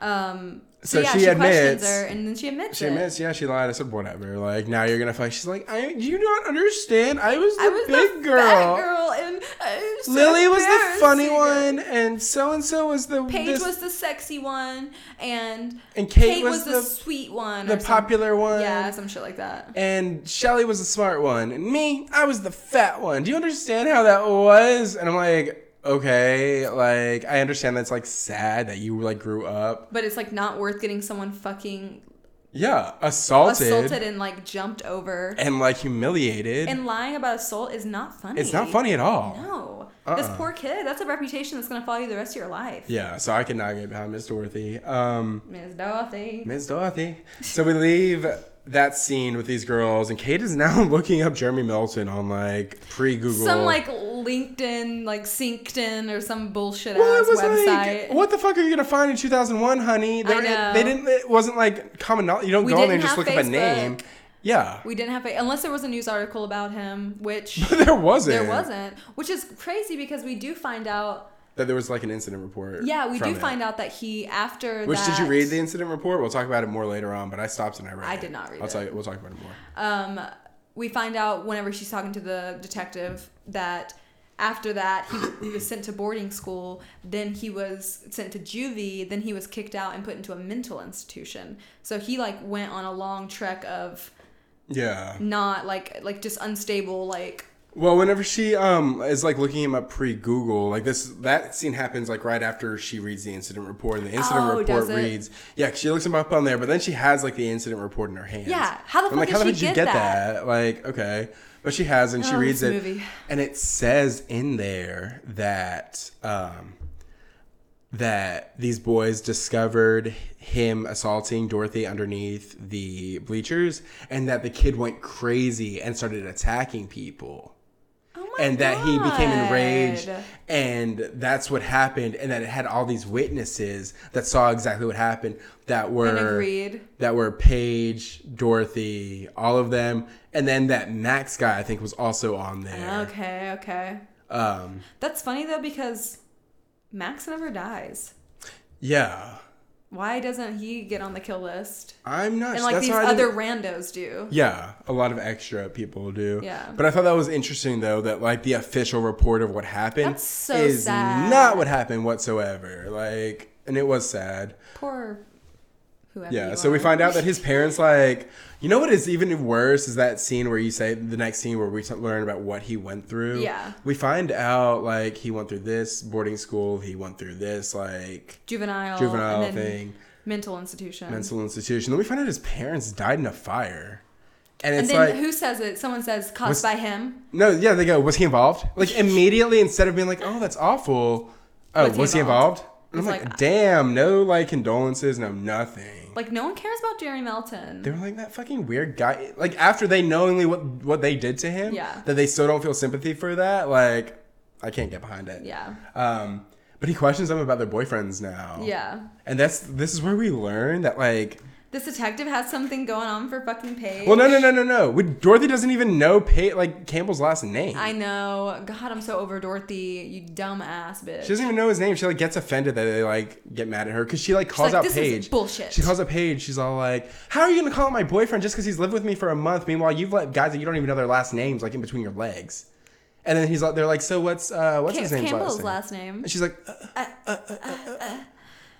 B: Um, so,
C: So
B: yeah,
C: she
B: she,
C: admits-
B: questions her, and then she admits
C: She
B: it.
C: admits, yeah, she lied. I said, whatever. Like, now you're gonna fight. She's like, I, do you not understand? I was the
B: I was
C: big
B: the
C: girl.
B: fat girl, uh, and I was so
C: Lily was the funny
B: embarrassing.
C: one, and so and so was the
B: Paige
C: this-
B: was the sexy one, and
C: And Kate
B: Kate, was,
C: was
B: the,
C: the-
B: sweet one,
C: the
B: or some-
C: popular one.
B: Yeah, some shit like that.
C: and Shelly was the smart one, and me, I was the fat one. Do you understand how that was? And I'm like, okay, like I understand that's like sad that you like grew up,
B: But it's like not worth getting someone fucking
C: yeah, assaulted,
B: assaulted and like jumped over.
C: and like humiliated.
B: And lying about assault is not funny.
C: it's not funny at all.
B: No, this
C: Uh-uh.
B: poor kid. That's a reputation that's gonna follow you the rest of your life.
C: Yeah, so I cannot get behind Miss Dorothy. Um,
B: Miss Dorothy.
C: Miss Dorothy. So we leave that scene with these girls, and Kate is now (laughs) looking up Jeremy Milton on like pre Google.
B: Some like LinkedIn, like Syncton or some bullshit
C: Well,
B: ass
C: it was
B: website.
C: like, what the fuck are you gonna find in 2001, honey? They,
B: I know.
C: they didn't. It wasn't like common knowledge. You don't
B: We
C: go on there and
B: didn't
C: just
B: have
C: look up a name.
B: Facebook.
C: Yeah, (laughs)
B: We didn't have a, unless there was a news article about him, which
C: there wasn't.
B: there wasn't, which is crazy because we do find out.
C: that there was like an incident report.
B: Yeah, we do find out that he after
C: Which
B: that,
C: did you read the incident report? We'll talk about it more later on, but I stopped and I read.
B: I
C: it.
B: did not read
C: I'll
B: it.
C: tell you. We'll talk about it more.
B: Um, we find out whenever she's talking to the detective that after that he, he was sent to boarding school, then he was sent to juvie, then he was kicked out and put into a mental institution. So he like went on a long trek of
C: Yeah.
B: not like like just unstable like
C: Well, whenever she um is like looking him up pre Google, like this that scene happens like right after she reads the incident report, and the incident
B: Oh,
C: report
B: does it?
C: reads, yeah, 'cause she looks him up on there, but then she has like the incident report in her hand.
B: Yeah, how the
C: I'm
B: fuck
C: like,
B: did
C: how the
B: she
C: fuck did you
B: get
C: get
B: that?
C: that? Like, okay, but she has, and she
B: Oh,
C: reads
B: this
C: it,
B: movie.
C: and it says in there that um that these boys discovered him assaulting Dorothy underneath the bleachers, and that the kid went crazy and started attacking people
B: Oh my
C: and that he became enraged
B: God.
C: and that's what happened and that it had all these witnesses that saw exactly what happened that were
B: agreed.
C: that were Paige, Dorothy, all of them and then that Max guy I think was also on there.
B: Okay, okay. Uh-huh.
C: Um
B: That's funny though because Max never dies.
C: yeah.
B: Why doesn't he get on the kill list?
C: I'm not
B: And
C: sure.
B: like
C: that's
B: these
C: why I didn't-
B: other randos do.
C: Yeah, a lot of extra people do.
B: Yeah.
C: But I thought that was interesting though that like the official report of what happened
B: That's so
C: is
B: sad.
C: not what happened whatsoever. Like and it was sad.
B: Poor whoever.
C: Yeah,
B: you
C: so we
B: are.
C: find out that his parents like you know what is even worse is that scene where you say the next scene where we t- learn about what he went through.
B: Yeah.
C: We find out like he went through this boarding school, he went through this like
B: juvenile,
C: juvenile
B: and then
C: thing,
B: mental institution.
C: mental institution. Then we find out his parents died in a fire. And
B: and
C: it's
B: then
C: like
B: who says it? Someone says caused
C: Was-
B: by him.
C: No, yeah, they go, was he involved?
B: (laughs)
C: Like immediately instead of being like, "Oh, that's awful." Oh,
B: Was
C: was,
B: he
C: he
B: involved?
C: involved? And I'm
B: It's
C: like,
B: like- uh,
C: "Damn, no like condolences, no nothing."
B: Like no one cares about Jerry Melton.
C: They were like that fucking weird guy. Like after they knowingly what what they did to him,
B: Yeah.
C: that they still don't feel sympathy for that. Like I can't get behind it.
B: yeah.
C: Um, but he questions them about their boyfriends now.
B: Yeah.
C: And that's this is where we learn that like
B: This detective has something going on for fucking Paige.
C: well no no no no no We- Dorothy doesn't even know Pay, like Campbell's last name.
B: I know. God, I'm so over Dorothy, you dumbass bitch.
C: she doesn't even know his name. She like gets offended that they like get mad at her because she like calls
B: like,
C: out
B: "This is
C: Paige.
B: bullshit."
C: She calls out Paige. She's all like, "How are you gonna call out my boyfriend just because he's lived with me for a month? Meanwhile, you've let guys that you don't even know their last names like in between your legs." And then he's like, "They're like, so what's uh what's
B: Cam-
C: his name?"
B: Campbell's
C: name?
B: last name.
C: And she's like, uh, uh, uh, uh, uh, uh."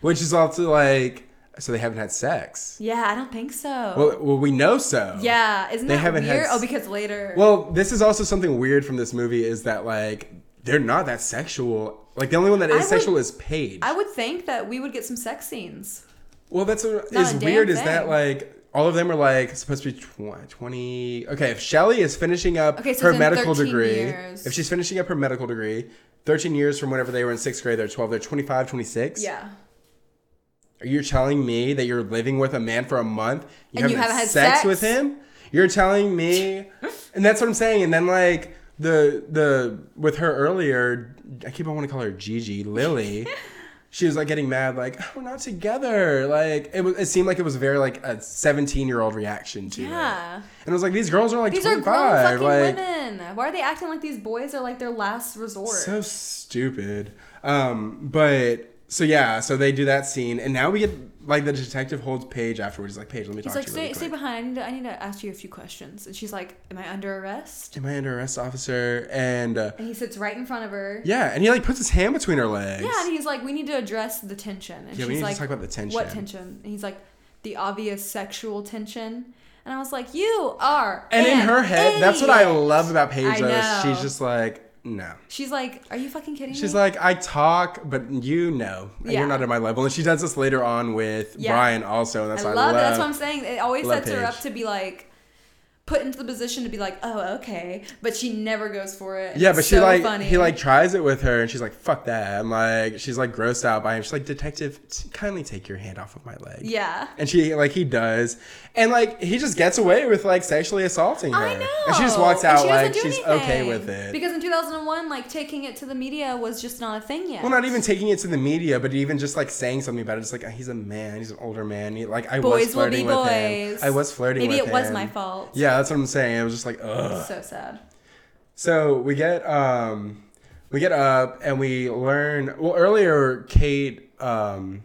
C: which is also like, so they haven't had sex.
B: Yeah, I don't think so.
C: Well, well, we know so.
B: yeah, isn't
C: they
B: that
C: haven't had
B: weird?
C: s-
B: oh, because later.
C: Well, this is also something weird from this movie is that like they're not that sexual. Like the only one that is
B: I would-
C: sexual is Paige.
B: I would think that we would get some sex scenes.
C: Well, that's what
B: Not
C: is
B: a damn
C: weird is that
B: thing.
C: like all of them are like supposed to be tw- 20. Okay, if Shelly is finishing up
B: Okay, so
C: her
B: then
C: medical
B: 13
C: degree,
B: years.
C: if she's finishing up her medical degree, 13 years from whenever they were in sixth grade, they're 12, they're 25, 26.
B: Yeah.
C: Are you telling me that you're living with a man for a month?
B: And you haven't had sex?
C: with him? You're telling
B: (laughs)
C: me, and that's what I'm saying. And then like the the with her earlier, I keep on want to call her
B: (laughs)
C: Gigi Lily. she was like getting mad, like "Oh, we're not together. Like it was, it seemed like it was very like a 17 year old reaction to it.
B: Yeah.
C: And I was like, these girls are like
B: These are
C: 25.
B: grown fucking
C: like,
B: women. Why are they acting like these boys are like their last resort?
C: so stupid. Um, but so yeah, so they do that scene, and now we get like the detective holds Paige afterwards. He's like, Paige, let me
B: He's like,
C: talk to you.
B: stay,
C: really
B: stay
C: quick.
B: behind. I need, to, I need to ask you a few questions. And she's like, Am I under arrest?
C: Am I under arrest, officer? And uh,
B: And he sits right in front of her.
C: yeah, and he like puts his hand between her legs.
B: Yeah, and he's like, we need to address the tension. And
C: Yeah,
B: she's
C: we need to
B: like,
C: talk about the
B: What
C: tension."
B: tension? And he's like, the obvious sexual tension. And I was like, you are.
C: and in
B: an
C: her head, that's what I
B: idiot."
C: love about Paige.
B: I
C: Though is
B: know.
C: she's just like, no.
B: She's like, are you fucking kidding me?
C: She's like, I talk, but you know, and
B: Yeah.
C: you're not at my level. And she does this later on with
B: Yeah.
C: Brian also, and that's
B: I
C: why
B: love,
C: I
B: it.
C: love.
B: That's what I'm saying. It always
C: love
B: sets her up
C: Paige.
B: to be like put into the position to be like, oh, okay, but she never goes for it.
C: Yeah, but
B: It's
C: she
B: so
C: like
B: funny.
C: he like tries it with her, and she's like, "Fuck that!" And like she's like grossed out by him. She's like, "Detective, t- kindly take your hand off of my leg."
B: yeah.
C: And she like he does, and like he just gets away with like sexually assaulting her.
B: I know.
C: And she just walks
B: And
C: out
B: she doesn't
C: like
B: do
C: she's okay
B: anything.
C: with it.
B: Because in 2001, like taking it to the media was just not a thing yet.
C: well, not even taking it to the media, but even just like saying something about it. Just like "Oh, he's a man, he's an older man. He, like I was
B: Boys will be
C: flirting with him.
B: boys.
C: I was flirting.
B: Maybe
C: with
B: it was
C: him.
B: my fault.
C: Yeah, that's what I'm saying. I was just like, ugh.
B: So sad.
C: So we get um we get up and we learn well earlier Kate um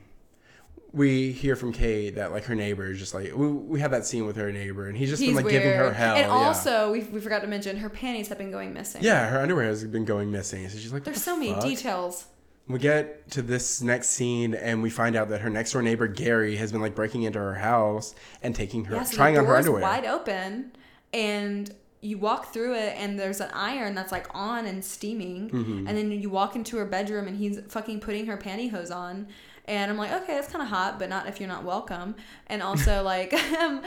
C: we hear from Kate that like her neighbor is just like we, we have that scene with her neighbor and he's just
B: He's
C: been like
B: weird.
C: giving her hell.
B: and
C: yeah.
B: also, we, we forgot to mention her panties have been going missing.
C: Yeah, her underwear has been going missing. So she's like,
B: There's
C: "What
B: so
C: the
B: many
C: fuck?"
B: details.
C: We get to this next scene, and we find out that her next door neighbor Gary has been like breaking into her house and taking her,
B: Yeah, so
C: trying
B: the
C: on her
B: door's
C: underwear.
B: wide open, and you walk through it and there's an iron that's like on and steaming
C: Mm-hmm.
B: and then you walk into her bedroom and he's fucking putting her pantyhose on and i'm like okay that's kind of hot but not if you're not welcome and
C: (laughs)
B: also like um,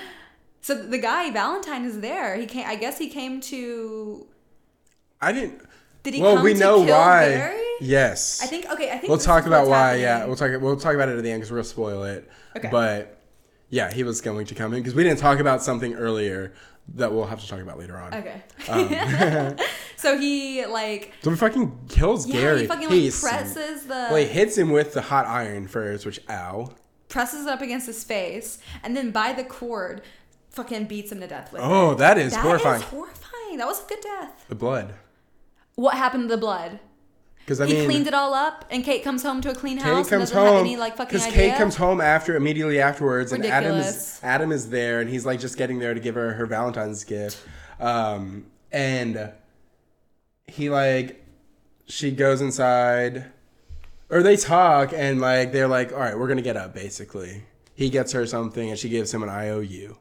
B: so the guy valentine is there he came i guess he came to
C: I didn't.
B: did he
C: well,
B: come
C: we
B: to
C: know
B: kill
C: why.
B: Barry?
C: Yes.
B: i think okay i think
C: we'll
B: this
C: talk
B: is
C: about
B: what's
C: why.
B: happening.
C: Yeah, we'll talk. We'll talk about it at the end because we're gonna spoil it.
B: Okay.
C: But yeah, he was going to come in because we didn't talk about something earlier that we'll have to talk about later on.
B: okay
C: Um.
B: (laughs)
C: (laughs)
B: so he like
C: So he fucking kills
B: yeah
C: Gary.
B: he fucking like
C: He's-
B: presses the
C: Well, he hits him with the hot iron first, which ow.
B: presses it up against his face, and then by the cord, fucking beats him to death with it.
C: Oh, that is
B: That is
C: horrifying.
B: horrifying. That was a good death.
C: the blood.
B: What happened to the blood?
C: Because I
B: he
C: mean,
B: cleaned it all up, and Kate comes home to a clean
C: Kate
B: house and
C: comes
B: doesn't have
C: home
B: any like fucking
C: because
B: idea. (laughs)
C: Kate comes home after immediately afterwards, and Adam is
B: Ridiculous.
C: Adam is there, and he's like just getting there to give her her Valentine's gift, um, and he like she goes inside, or they talk, and like they're like, all right, we're gonna get up. Basically, he gets her something, and she gives him an IOU.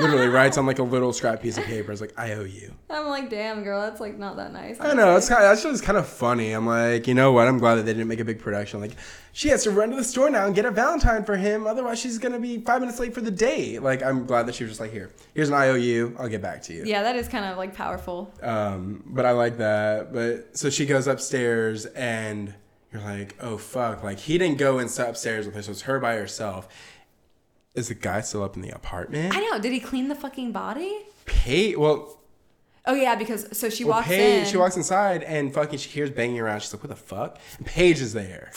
C: Literally writes on like a little scrap piece of paper. It's like I owe you.
B: I'm like, damn, girl, that's like not that nice.
C: I know it's kind of, that's just kind of funny. I'm like, you know what? I'm glad that they didn't make a big production. Like, she has to run to the store now and get a Valentine for him. Otherwise, she's gonna be five minutes late for the date. Like, I'm glad that she was just like, here, here's an IOU. I'll get back to you.
B: Yeah, that is kind of like powerful.
C: Um, but I like that. But so she goes upstairs and you're like, oh fuck! Like he didn't go and sit upstairs with her, so it's her by herself. Is the guy still up in the apartment?
B: I know. Did he clean the fucking body?
C: Pay well.
B: Oh yeah, because so she
C: Well,
B: walks
C: Paige,
B: in.
C: she walks inside and fucking she hears banging around. She's like, "What the fuck?" And Paige is there,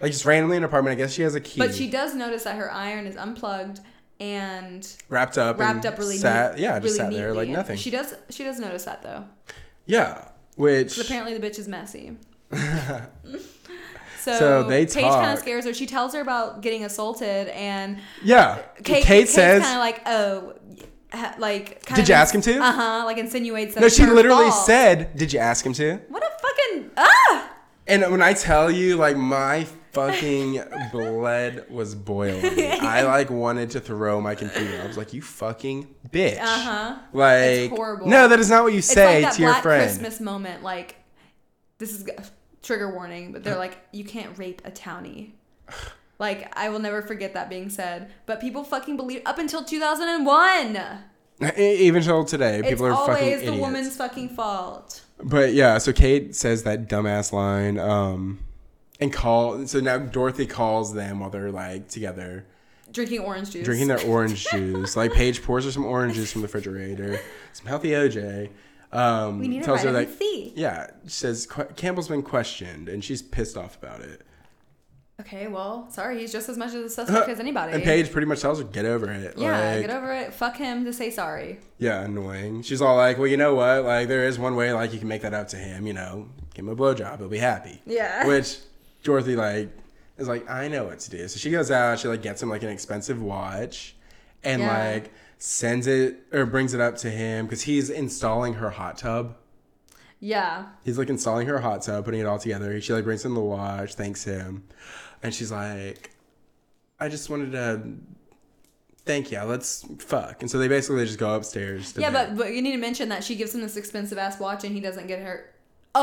C: like just randomly in an apartment. I guess she has a key,
B: but she does notice that her iron is unplugged and
C: wrapped up,
B: wrapped
C: and
B: up really
C: sat,
B: neat-
C: yeah, just
B: really
C: sat there like
B: neatly.
C: nothing.
B: She does. She does notice that though.
C: yeah, which
B: Apparently, the bitch is
C: (laughs)
B: messy. so,
C: So they
B: Paige kind
C: talk.
B: of scares her. She tells her about getting assaulted, and
C: yeah, Kate,
B: Kate, Kate's
C: says,
B: kind of like, "Oh, ha- like." Kind
C: Did you ask him to?
B: Uh huh. Like insinuates that.
C: "No,
B: it's
C: she
B: her
C: literally
B: fault.
C: said, did you ask him to?"
B: "What a fucking ah!"
C: And when I tell you, like my
B: (laughs)
C: fucking blood was boiling. I like wanted to throw my computer. I was like, "You fucking bitch!"
B: Uh-huh.
C: Like
B: horrible.
C: No, that is not what you
B: It's
C: say
B: like that
C: to your
B: Black
C: friend.
B: Christmas moment. Like, this is g- trigger warning, but they're like, "You can't rape a
C: (sighs)
B: townie." Like I will never forget that being said, but people fucking believe up until 2001.
C: E, Even till today,
B: It's
C: people are fucking
B: always
C: idiots.
B: the woman's fucking fault.
C: But yeah, so Kate says that dumbass line, um, and call. So now Dorothy calls them while they're like together,
B: drinking orange juice.
C: drinking their
B: (laughs)
C: orange juice. Like Paige pours her some orange juice from the refrigerator, some healthy OJ. Um,
B: need a vitamin C.
C: yeah, she says "Qu- Campbell's been questioned, and she's pissed off about it.
B: okay, well, sorry, he's just as much of
C: (laughs)
B: a suspect as anybody.
C: And Paige pretty much tells her, "Get over it."
B: yeah,
C: Like,
B: get over it. Fuck him to say sorry.
C: Yeah, annoying. She's all like, "Well, you know what? Like, there is one way. Like, you can make that up to him. You know, give him a blowjob. He'll be happy."
B: Yeah. (laughs)
C: Which Dorothy like is like, "I know what to do." So she goes out. She like gets him like an expensive watch, and
B: Yeah.
C: like sends it or brings it up to him because he's installing her hot tub.
B: Yeah.
C: He's like installing her hot tub, putting it all together. She like brings him the watch, thanks him, and she's like, "I just wanted to." Thank you. Let's fuck. And so they basically just go upstairs. To
B: Yeah,
C: bed.
B: but, but you need to mention that she gives him this expensive ass watch and he doesn't get her.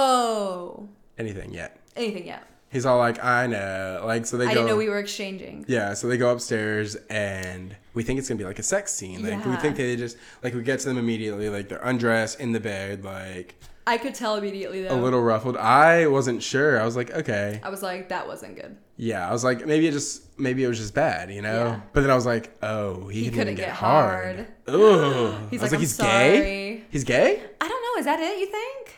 B: Oh,
C: anything yet.
B: anything yet.
C: He's all like, I know. Like, so they
B: I
C: go.
B: didn't know we were exchanging.
C: yeah, so they go upstairs and we think it's gonna be like a sex scene. Like, we
B: Yeah.
C: think they just, like, we get to them immediately. Like, they're undressed in the bed, like,
B: I could tell immediately though.
C: a little ruffled. I wasn't sure. I was like, okay.
B: I was like, that wasn't good.
C: Yeah, I was like, maybe it just, maybe it was just bad, you know?
B: Yeah.
C: But then I was like, oh, he, didn't
B: couldn't
C: even get,
B: get
C: hard.
B: hard.
C: Ugh.
B: He's
C: I was like,
B: like, "I'm
C: he's gay?
B: sorry."
C: He's gay?
B: I don't know. Is that it? You think?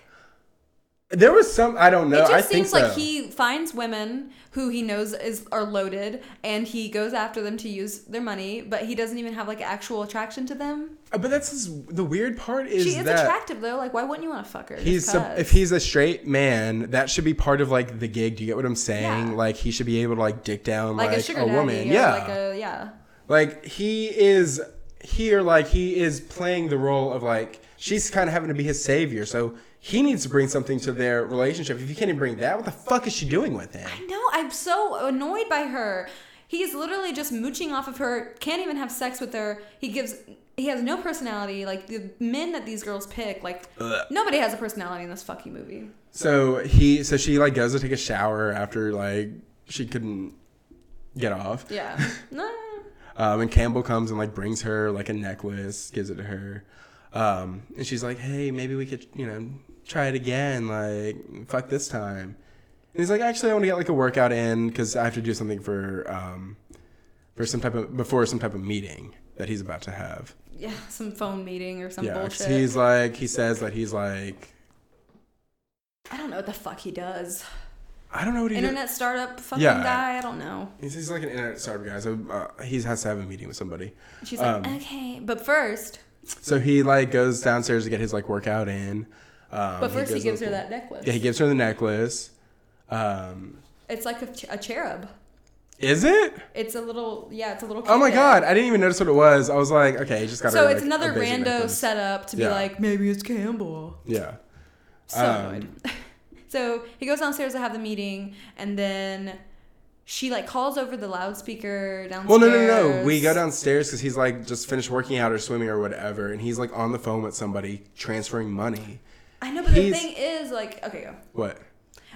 C: There was some, I don't know.
B: It just
C: I think
B: seems like
C: so.
B: he finds women who he knows is are loaded, and he goes after them to use their money, but he doesn't even have like actual attraction to them.
C: But that's the weird part is
B: She is
C: that
B: attractive though. Like, why wouldn't you want to fuck her? just
C: he's sub-
B: 'cause?
C: if he's a straight man, that should be part of like the gig. Do you get what I'm saying?
B: Yeah.
C: Like he should be able to like dick down like,
B: like, a sugar daddy
C: woman.
B: or
C: Yeah,
B: like a yeah.
C: like he is here. Like he is playing the role of like she's kind of having to be his savior. So he needs to bring something to their relationship. If you can't even bring that, what the fuck is she doing with him?
B: No, I'm so annoyed by her. He's literally just mooching off of her. Can't even have sex with her. He gives he has no personality. Like the men that these girls pick, like
C: Ugh.
B: nobody has a personality in this fucking movie.
C: So he, so she like goes to take a shower after like she couldn't get off.
B: Yeah. (laughs) no.
C: Um, and Campbell comes and like brings her like a necklace, gives it to her, um, and she's like, "Hey, maybe we could, you know, try it again. Like, fuck this time." And he's like, "Actually, I want to get like a workout in because I have to do something for um, for some type of before some type of meeting that he's about to have."
B: Yeah, some phone meeting or some
C: Yeah, 'cause
B: Oh, bullshit.
C: he's like, he says that he's like,
B: I don't know what the fuck he does.
C: I don't know what he did.
B: Internet startup fucking
C: Yeah.
B: guy. I don't know.
C: He's, he's like an internet startup guy, so uh, he has to have a meeting with somebody.
B: She's like,
C: Um,
B: okay, but first,
C: So he like goes downstairs to get his like workout in. Um,
B: but first he,
C: goes
B: gives her
C: looking-
B: that necklace.
C: Yeah, he gives her the necklace. Um,
B: it's like a, ch- a cherub.
C: is it?
B: It's a little, yeah, it's a little.
C: Oh my
B: cupid.
C: god, I didn't even notice what it was. I was like, okay, he just got.
B: So
C: her,
B: it's
C: like,
B: another
C: a basic
B: rando
C: necklace.
B: setup to be
C: Yeah.
B: like, maybe it's Campbell.
C: Yeah.
B: So
C: Um,
B: annoyed. (laughs) so he goes downstairs to have the meeting, and then she like calls over the loudspeaker downstairs.
C: Well, no, no, no, no. We go downstairs because he's like just finished working out or swimming or whatever, and he's like on the phone with somebody transferring money.
B: I know, but the
C: He's-
B: thing is, like, okay, go.
C: What?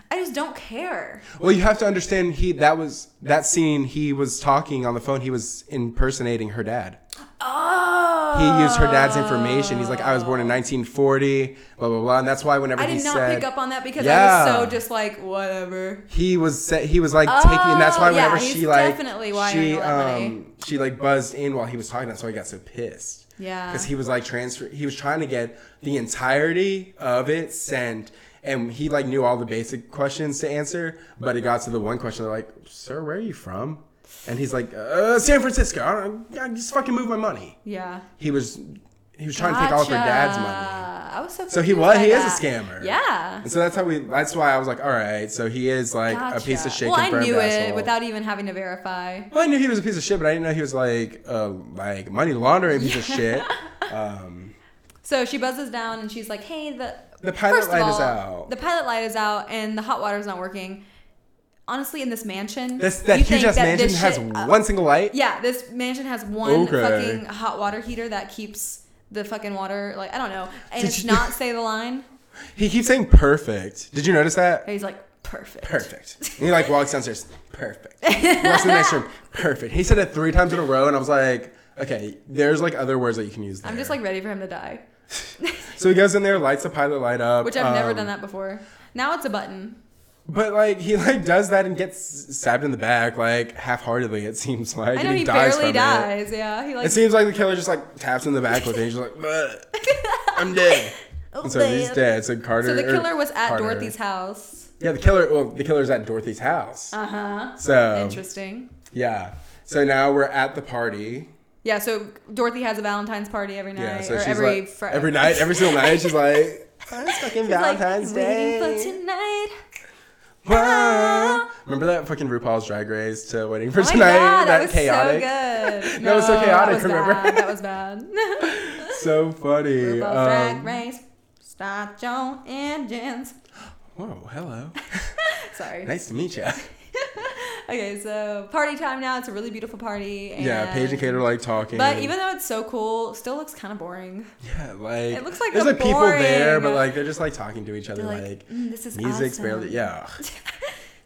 B: I just don't care.
C: Well, you have to understand. He that was that scene. He was talking on the phone. He was impersonating her dad.
B: Oh.
C: he used her dad's information. He's like, I was born in 1940, blah blah blah, and that's why whenever
B: I
C: he
B: did not
C: said,
B: pick up on that because I
C: Yeah.
B: was so just like whatever.
C: he was sa- he was like taking, and that's
B: Oh,
C: why
B: yeah,
C: whenever
B: he's
C: she like
B: definitely wiring
C: she um,
B: all that money.
C: she like buzzed in while he was talking, that's why he got so pissed.
B: Yeah.
C: because he was like transfer. He was trying to get the entirety of it sent, and he like knew all the basic questions to answer, but it got to the one question. They're like, "Sir, where are you from?" And he's like, uh, "San Francisco." I don't, I just fucking move my money.
B: Yeah.
C: He was he was trying to take all of her dad's money.
B: I was so.
C: So he
B: confused
C: was
B: by
C: he
B: that.
C: is a scammer.
B: Yeah.
C: And so that's how we that's why I was like, all right, so he is like a piece
B: Gotcha.
C: of shit
B: Well, I
C: confirmed
B: knew it
C: asshole.
B: without even having to verify.
C: Well, I knew he was a piece of shit, but I didn't know he was like a like money laundering piece of
B: (laughs)
C: shit.
B: So she buzzes down and she's like, "Hey, the
C: The pilot
B: first of
C: light is
B: all,
C: out.
B: The pilot light is out and the hot water's not working. Honestly, in this mansion,
C: This that
B: you
C: huge
B: think
C: ass
B: that
C: mansion
B: this
C: has
B: shit- uh,
C: one single light.
B: Yeah, this mansion has one
C: Okay.
B: fucking hot water heater that keeps the fucking water like I don't know, and
C: Did
B: it's
C: you-
B: not say the line.
C: He keeps saying perfect. Did you notice that?
B: And he's like, perfect.
C: Perfect. And he like walks downstairs. Perfect. walks in the next room. Perfect. He said it three times in a row, and I was like, okay, there's like other words that you can use.
B: (laughs)
C: There.
B: I'm just like ready for him to die,
C: so he goes in there, lights the pilot light up,
B: which I've never
C: um,
B: done that before. Now it's a button.
C: But like he like does that and gets stabbed in the back like half-heartedly. It seems like
B: I
C: and
B: know he,
C: from
B: barely
C: it.
B: dies. Yeah, he
C: It.
B: like
C: seems like the killer just like taps him in the back with it. He's just like, "Bleh,
B: (laughs)
C: I'm dead. And so he's
B: Oh, man.
C: dead. So Carter.
B: So the
C: or
B: killer was at
C: Carter.
B: Dorothy's house.
C: Yeah, the killer. Well, the killer's at Dorothy's house.
B: Uh huh.
C: so
B: Interesting.
C: yeah. So now we're at the party.
B: Yeah, so Dorothy has a Valentine's party every night
C: Yeah. So
B: or
C: she's
B: every
C: like
B: fr-
C: every night, every single
B: (laughs)
C: night, she's like, "Oh, it's fucking
B: She's like,
C: Valentine's
B: Waiting for
C: Day.
B: tonight.
C: Wow. Remember that fucking RuPaul's Drag Race to Waiting for
B: Oh my
C: Tonight?
B: god, that, was so
C: chaotic.
B: good.
C: (laughs) That was so chaotic, remember?
B: Bad. That was
C: (laughs)
B: bad. (laughs)
C: so funny.
B: RuPaul's
C: Um,
B: Drag Race. Start your engines.
C: Whoa, hello.
B: Sorry.
C: nice to
B: (laughs)
C: meet you.
B: Okay, so party time now. It's a really beautiful party. And,
C: Yeah, Paige and Kate are like talking.
B: But even though it's so cool, still looks kind of boring.
C: yeah, like
B: It looks like
C: there's
B: a
C: like people there,
B: boring-
C: but like they're just like talking to each other,
B: They're like,
C: like,
B: "Mm, this is
C: music's
B: awesome."
C: barely yeah. (laughs)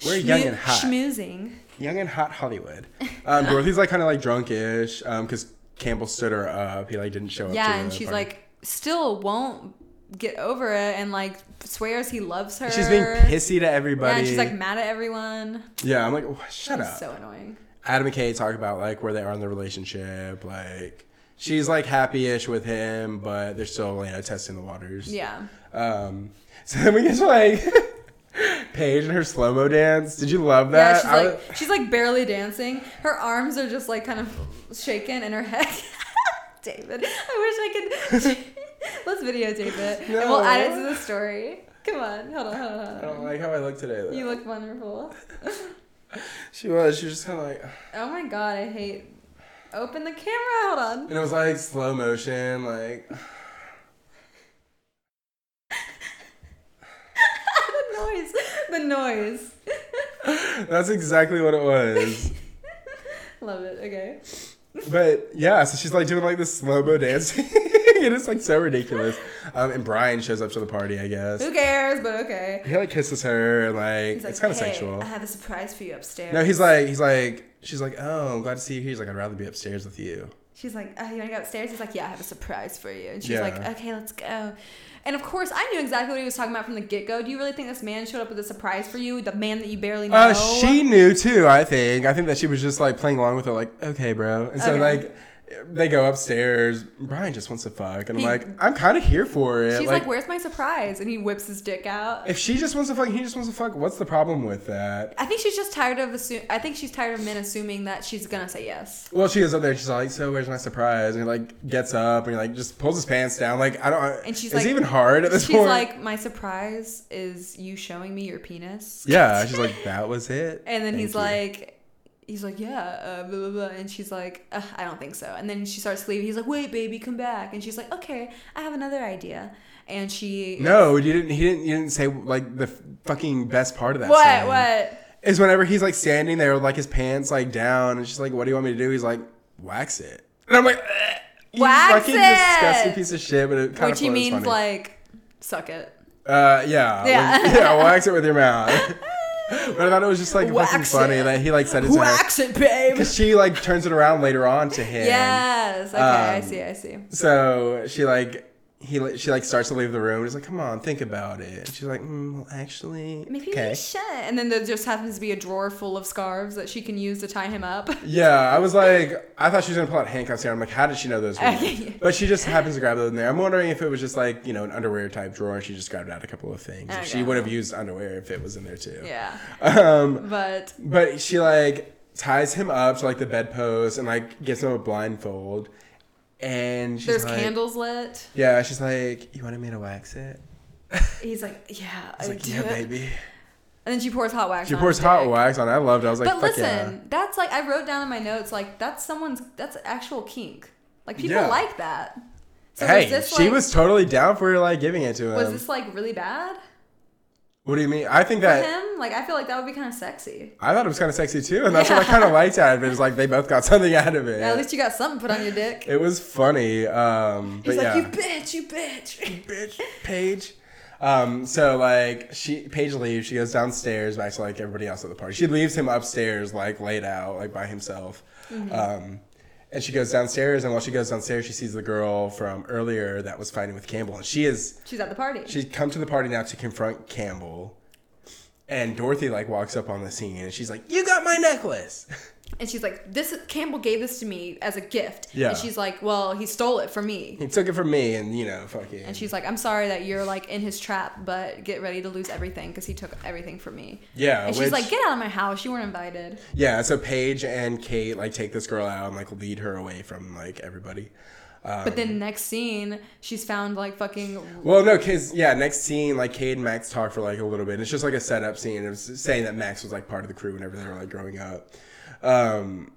C: We're young and hot.
B: Schmoozing.
C: young and
B: (laughs)
C: hot Hollywood. Um, Dorothy's like kind of like drunkish um, because Campbell stood her up. He like didn't show up. to
B: Yeah, and
C: the
B: she's
C: party.
B: like still won't get over it and like swears he loves her.
C: she's being pissy to
B: Yeah,
C: everybody.
B: and she's like mad at everyone.
C: yeah. I'm like, "Oh, shut
B: It's
C: up.
B: so annoying.
C: Adam and Kay talk about like where they are in their relationship. Like she's like happy-ish with him, but they're still you know testing the waters.
B: Yeah.
C: Um, (laughs) so then we get to like (laughs) Paige and her slow mo dance. Did you love
B: Yeah,
C: that?
B: she's
C: I
B: like
C: was-
B: she's like barely dancing. Her arms are just like kind of shaken and her head (laughs) David. I wish I could (laughs) let's videotape it. And we'll add it to the story. Come on, hold on, hold on,
C: I
B: hold on.
C: don't like how I look today. Though.
B: You look wonderful.
C: she was. She was just kind of like,
B: Oh my god, I hate open the camera, hold on. (laughs)
C: and it was like slow motion. Like
B: the noise. The noise. (laughs)
C: that's exactly what it was.
B: Love it. Okay.
C: But yeah, so she's like doing like this slow mo dancing. (laughs) and it's like so ridiculous. Um, and Brian shows up to the party, I guess.
B: Who cares? But okay.
C: He like kisses her and like,
B: He's like,
C: it's kind of
B: "Hey,
C: sexual.
B: I have a surprise for you upstairs.
C: No, he's like he's like she's like oh I'm glad to see you here. He's like I'd rather be upstairs with you.
B: She's like, oh, you want to go upstairs? He's like, yeah, I have a surprise for you. And she's
C: Yeah.
B: like, okay, let's go. And of course, I knew exactly what he was talking about from the get go. Do you really think this man showed up with a surprise for you? The man that you barely know?
C: Uh, she knew too. I think I think that she was just like playing along with it. Like okay, bro. And so
B: Okay.
C: like they go upstairs. Brian just wants to fuck, and I'm
B: He-
C: like I'm kind of here for it.
B: She's like, where's my surprise? And he whips his dick out.
C: if she just wants to fuck, he just wants to fuck. What's the problem with that?
B: I think she's just tired of assu- I think she's tired of men assuming that she's gonna say yes.
C: Well, she is up there. and She's like, so where's my surprise? And he like gets up and he like just pulls his pants down. Like I don't.
B: And she's
C: it's
B: like,
C: even hard at this
B: She's
C: point.
B: like, my surprise is you showing me your penis.
C: yeah. She's like, that was it.
B: (laughs) And then
C: Thank
B: he's
C: you."
B: like, he's like, yeah, uh, blah, blah, blah. And she's like, Ugh, I don't think so. And then she starts leaving. He's like, wait, baby, come back. And she's like, okay, I have another idea. And she.
C: No, you didn't. He didn't. You didn't say like the f- fucking best part of that.
B: What?
C: scene.
B: What?
C: Is whenever he's like standing there with like his pants like down, and she's like, "What do you want me to do?" He's like, "Wax it," and I'm like, "Ugh." "You
B: Wax
C: fucking
B: it!"
C: disgusting piece of shit." But it kind
B: Which he
C: of
B: means
C: funny.
B: like, suck it.
C: uh, yeah,
B: Yeah.
C: like- (laughs) yeah, wax it with your mouth.
B: (laughs)
C: but I thought it was just like fucking
B: Wax
C: funny
B: it.
C: that he like said it to her
B: Wax it, babe.
C: because she like turns it around later on to him.
B: Yes. Okay, I
C: Um,
B: see. I see.
C: So she like. He, like- she like starts to leave the room. He's like, "Come on, think about it." She's like, mm, "Well, actually,
B: Maybe
C: okay."
B: we should. And then there just happens to be a drawer full of scarves that she can use to tie him
C: (laughs)
B: up.
C: Yeah, I was like, I thought she was gonna pull out handcuffs here. I'm like, how did she know those? were
B: (laughs) Okay,
C: there?
B: yeah.
C: But she just happens to grab those in there. I'm wondering if it was just like you know an underwear type drawer, and she just grabbed out a couple of things.
B: Okay.
C: She would have used underwear if it was in there too.
B: yeah.
C: Um,
B: But
C: but she like ties him up to like the bedpost and like gives him a blindfold, and she's
B: there's
C: like,
B: candles lit.
C: Yeah, she's like, you wanted me to wax it.
B: He's like, yeah, I
C: It's like,
B: do. (laughs)
C: yeah, baby.
B: And then she pours hot wax.
C: She
B: on
C: pours
B: his
C: hot
B: dick.
C: wax on. it. I loved. it. I was like,
B: Oh, But
C: fuck
B: listen,
C: yeah.
B: that's like I wrote down in my notes like that's someone's that's actual kink. Like people
C: Yeah.
B: like that. So
C: hey,
B: was this,
C: she
B: like-
C: was um, totally down for like giving it to him.
B: Was this like really bad
C: what do you mean? I think
B: for
C: that
B: him? Like I feel like that would be kind of sexy.
C: I thought it was kind of sexy too, and that's what I
B: Yeah.
C: kind of liked out of it. Is like they both got something out of it.
B: At least you got something put on your dick.
C: it was funny. Um, (laughs) but
B: He's
C: yeah,
B: like, you bitch, you bitch.
C: bitch, Paige. Um, so like she Paige leaves. She goes downstairs back to like everybody else at the party. She leaves him upstairs like laid out like by himself.
B: Mm-hmm.
C: Um, and she goes downstairs, and while she goes downstairs, she sees the girl from earlier that was fighting with Campbell, and she is
B: (laughs) She's at the party.
C: she's come to the party now to confront Campbell. And Dorothy like walks up on the scene, and she's like, "You got my necklace."
B: and she's like, this is- Campbell gave this to me as a gift.
C: Yeah.
B: And she's like, well, he stole it from me.
C: He took it from me, and you know, fucking.
B: And she's like, I'm sorry that you're like in his trap, but get ready to lose everything because he took everything from me.
C: yeah,
B: And
C: which,
B: she's like, get out of my house. You weren't invited.
C: yeah. So Paige and Kate like take this girl out and like lead her away from like everybody.
B: But then next scene, she's found like fucking.
C: Well, no, cause yeah, next scene like Kate and Max talk for like a little bit. And it's just like a setup scene. It was saying that Max was like part of the crew whenever they were like growing up. Um,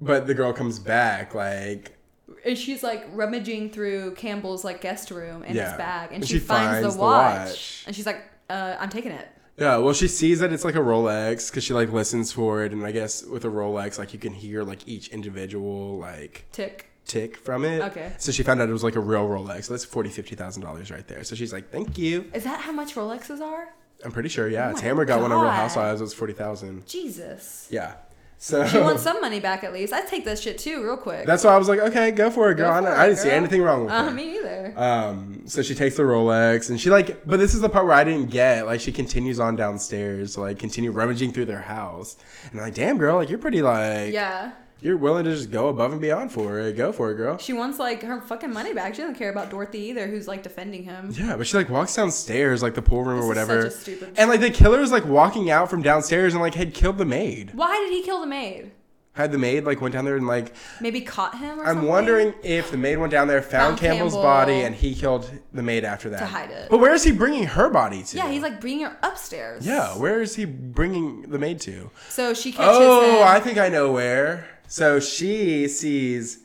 C: but the girl comes back like
B: And she's like rummaging through Campbell's like guest room and
C: Yeah.
B: his bag, and,
C: And
B: she,
C: she
B: finds,
C: finds
B: the
C: the
B: watch.
C: watch.
B: And she's like, uh, "I'm taking it."
C: Yeah, well, she sees that it's like a Rolex because she like listens for it, and I guess with a Rolex, like you can hear like each individual like
B: Tick.
C: tick from it.
B: Okay.
C: So she found out it was like a real Rolex. So that's forty fifty thousand dollars right there. So she's like, "Thank you."
B: Is that how much Rolexes are?
C: I'm pretty sure. Yeah,
B: Oh my
C: Tamara got one on Real
B: God.
C: Housewives. It was forty thousand.
B: Jesus.
C: Yeah. So
B: She wants some money back at least. I'd take that shit too, real quick.
C: (laughs) that's why I was like, "Okay, go for it, girl." I,
B: for
C: I
B: it,
C: didn't see
B: girl.
C: anything wrong with
B: uh,
C: it.
B: me either.
C: Um, so she takes the Rolex and she like, but this is the part where I didn't get. Like, she continues on downstairs to like continue rummaging through their house, and I'm like, damn girl, like you're pretty like,
B: yeah.
C: you're willing to just go above and beyond for it. Go for it, girl.
B: She wants like her fucking money back. She doesn't care about Dorothy either, who's like defending him.
C: Yeah, but she like walks downstairs, like the pool room or
B: This is such
C: whatever,
B: a stupid-
C: and like the killer is like walking out from downstairs and like had killed the maid.
B: Why did he kill the maid?
C: Had the maid like went down there and like
B: Maybe caught him. or
C: I'm
B: something?
C: wondering if the maid went down there, found,
B: Found
C: Campbell's
B: Campbell.
C: body, and he killed the maid after that.
B: hide it.
C: But where is he bringing her body to?
B: Yeah, he's like bringing her upstairs.
C: Yeah, where is he bringing the maid to?
B: So she catches
C: Oh,
B: him.
C: I think I know where. So she sees,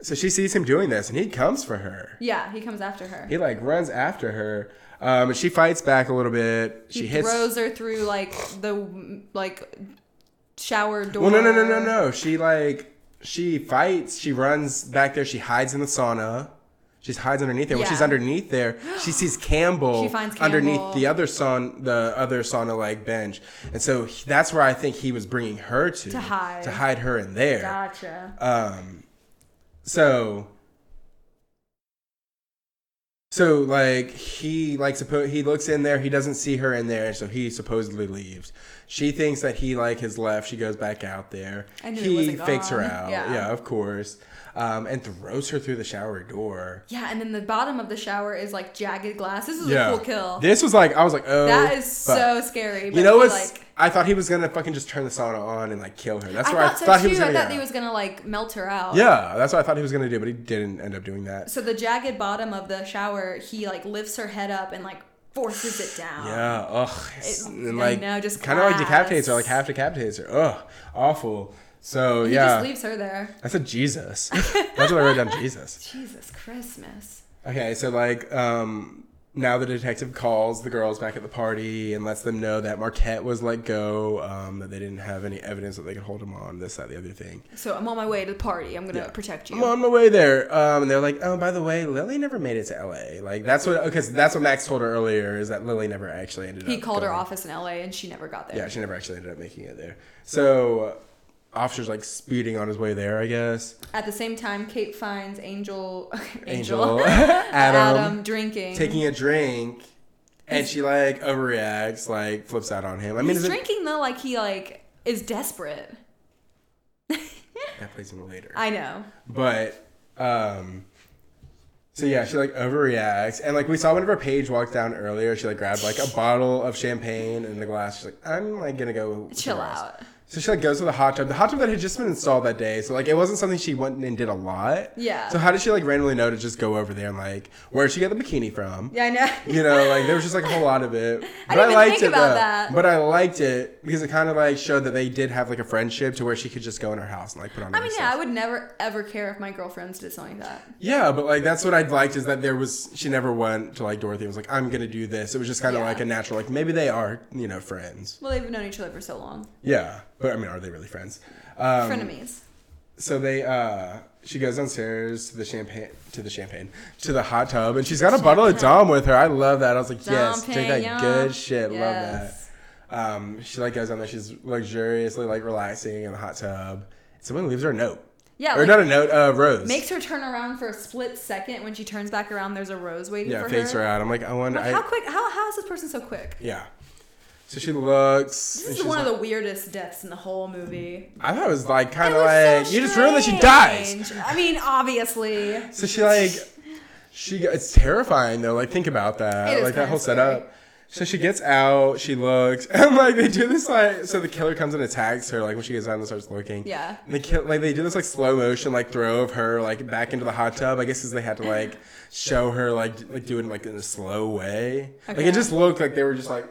C: so she sees him doing this, and he comes for her.
B: yeah, he comes after her.
C: He like runs after her. Um, and she fights back a little bit. She
B: he
C: hits.
B: throws her through like the like shower door.
C: well, no, no, no, no, no. She like she fights. She runs back there. She hides in the sauna. She hides underneath there. When she's
B: Yeah.
C: underneath there, she sees Campbell,
B: She finds
C: underneath
B: Campbell.
C: the other sauna, the other sauna like bench, and so he- that's where I think he was bringing her to
B: To hide.
C: to hide her in there.
B: Gotcha.
C: Um, so, so like he like suppo- he looks in there. He doesn't see her in there, so he supposedly leaves. She thinks that he like has left. She goes back out there.
B: I knew he
C: he
B: wasn't
C: fakes her
B: gone.
C: out. Yeah.
B: Yeah.
C: of course. Um, and throws her through the shower door.
B: yeah, and then the bottom of the shower is like jagged glass. This is a cool kill.
C: This was like I was like, oh,
B: that is
C: fuck.
B: so scary. But
C: You know
B: he,
C: what's?
B: like,
C: I thought he was gonna fucking just turn the sauna on and like kill her. That's
B: I
C: where
B: thought so
C: I thought
B: too.
C: he was
B: I
C: gonna.
B: thought
C: go.
B: he was gonna like melt her out.
C: yeah, that's what I thought he was gonna do, but he didn't end up doing that.
B: So the jagged bottom of the shower, he like lifts her head up and like forces it down.
C: Yeah, ugh. it's- and
B: I
C: like,
B: know, just
C: kind of like
B: glass.
C: decapitates her, like half decapitates her. Ugh, awful. So
B: He
C: yeah,
B: just leaves her there.
C: that's a
B: (laughs)
C: Jesus. that's what I wrote down. Jesus.
B: Jesus Christmas.
C: Okay, so like, um, now the detective calls the girls back at the party and lets them know that Marquette was let go, um, that they didn't have any evidence that they could hold him on this, that, the other thing.
B: So I'm on my way to the party. I'm gonna
C: Yeah.
B: protect
C: I'm
B: you.
C: on my way there. Um, and they're like, oh, by the way, Lily never made it to L.A. Like that's what, because that's what Max told her earlier is that Lily never actually ended up.
B: He called her
C: going.
B: office in LA and she never got there.
C: Yeah, she never actually ended up making it there. So, uh, officer's like speeding on his way there, I guess.
B: At the same time, Kate finds Angel (laughs) Angel,
C: Angel, Adam,
B: drinking.
C: taking a drink, and she like overreacts, like flips out on him. I mean,
B: He's
C: is it-
B: drinking though like he like is desperate. (laughs)
C: that plays in later.
B: I know.
C: But um so yeah, she like overreacts, and like we saw whenever Paige walked down earlier, she like grabbed like a bottle of champagne and the glass. She's like, I'm like gonna go with
B: Chill
C: the rest."
B: out.
C: So she like goes to the hot tub. The hot tub that had just been installed that day, so like it wasn't something she went and did a lot.
B: Yeah.
C: So how did she like randomly know to just go over there and like where would she get the bikini from?
B: Yeah, (laughs) I know.
C: You know, like there was just like a whole lot
B: (laughs)
C: of it. But
B: didn't even think about that.
C: But I liked it because it kind of like showed that they did have like a friendship to where she could just go in her house and like put on.
B: I
C: her
B: mean,
C: stuff.
B: yeah, I would never ever care if my girlfriends did something like that.
C: Yeah, but like that's what I liked is that there was she never went to like Dorothy was like I'm gonna do this. It was just kind of
B: Yeah.
C: like a natural like maybe they are you know friends.
B: Well, they've known each other for so long.
C: Yeah, but I mean are they really friends? Um,
B: Frenemies.
C: So they uh she goes downstairs to the champagne to the champagne to the hot tub and she's got a bottle of Dom with her. I love that. I was like yes, drink that
B: Champagne.
C: good shit.
B: Yes.
C: Love that. Um, she like goes down there. She's luxuriously like relaxing in the hot tub. Someone leaves her a note.
B: Yeah,
C: or
B: like-
C: not a note. Uh, rose.
B: Makes her turn around for a split second. When she turns back around, there's a rose waiting
C: yeah,
B: for
C: fakes her.
B: her.
C: out. I'm like I wonder.
B: Like,
C: I-
B: how quick? How how is this person so quick?
C: Yeah. So she looks. and
B: This is
C: she's
B: one
C: like,
B: of the weirdest deaths in the whole movie.
C: I thought it was like kind
B: It
C: of
B: was so
C: like you just ruined that she dies.
B: strange. I mean, obviously.
C: So she like she it's terrifying though. Like think about that.
B: It is
C: like that
B: kinda
C: whole
B: scary.
C: setup. So she gets out. She looks (laughs) and like they do this like so the killer comes and attacks her like when she gets out and starts looking.
B: Yeah.
C: And the kill like they do this like slow motion like throw of her like back into the hot tub. I guess because they had to like show her like d- like doing like in a slow way. Like
B: Okay.
C: it just looked like they were just like.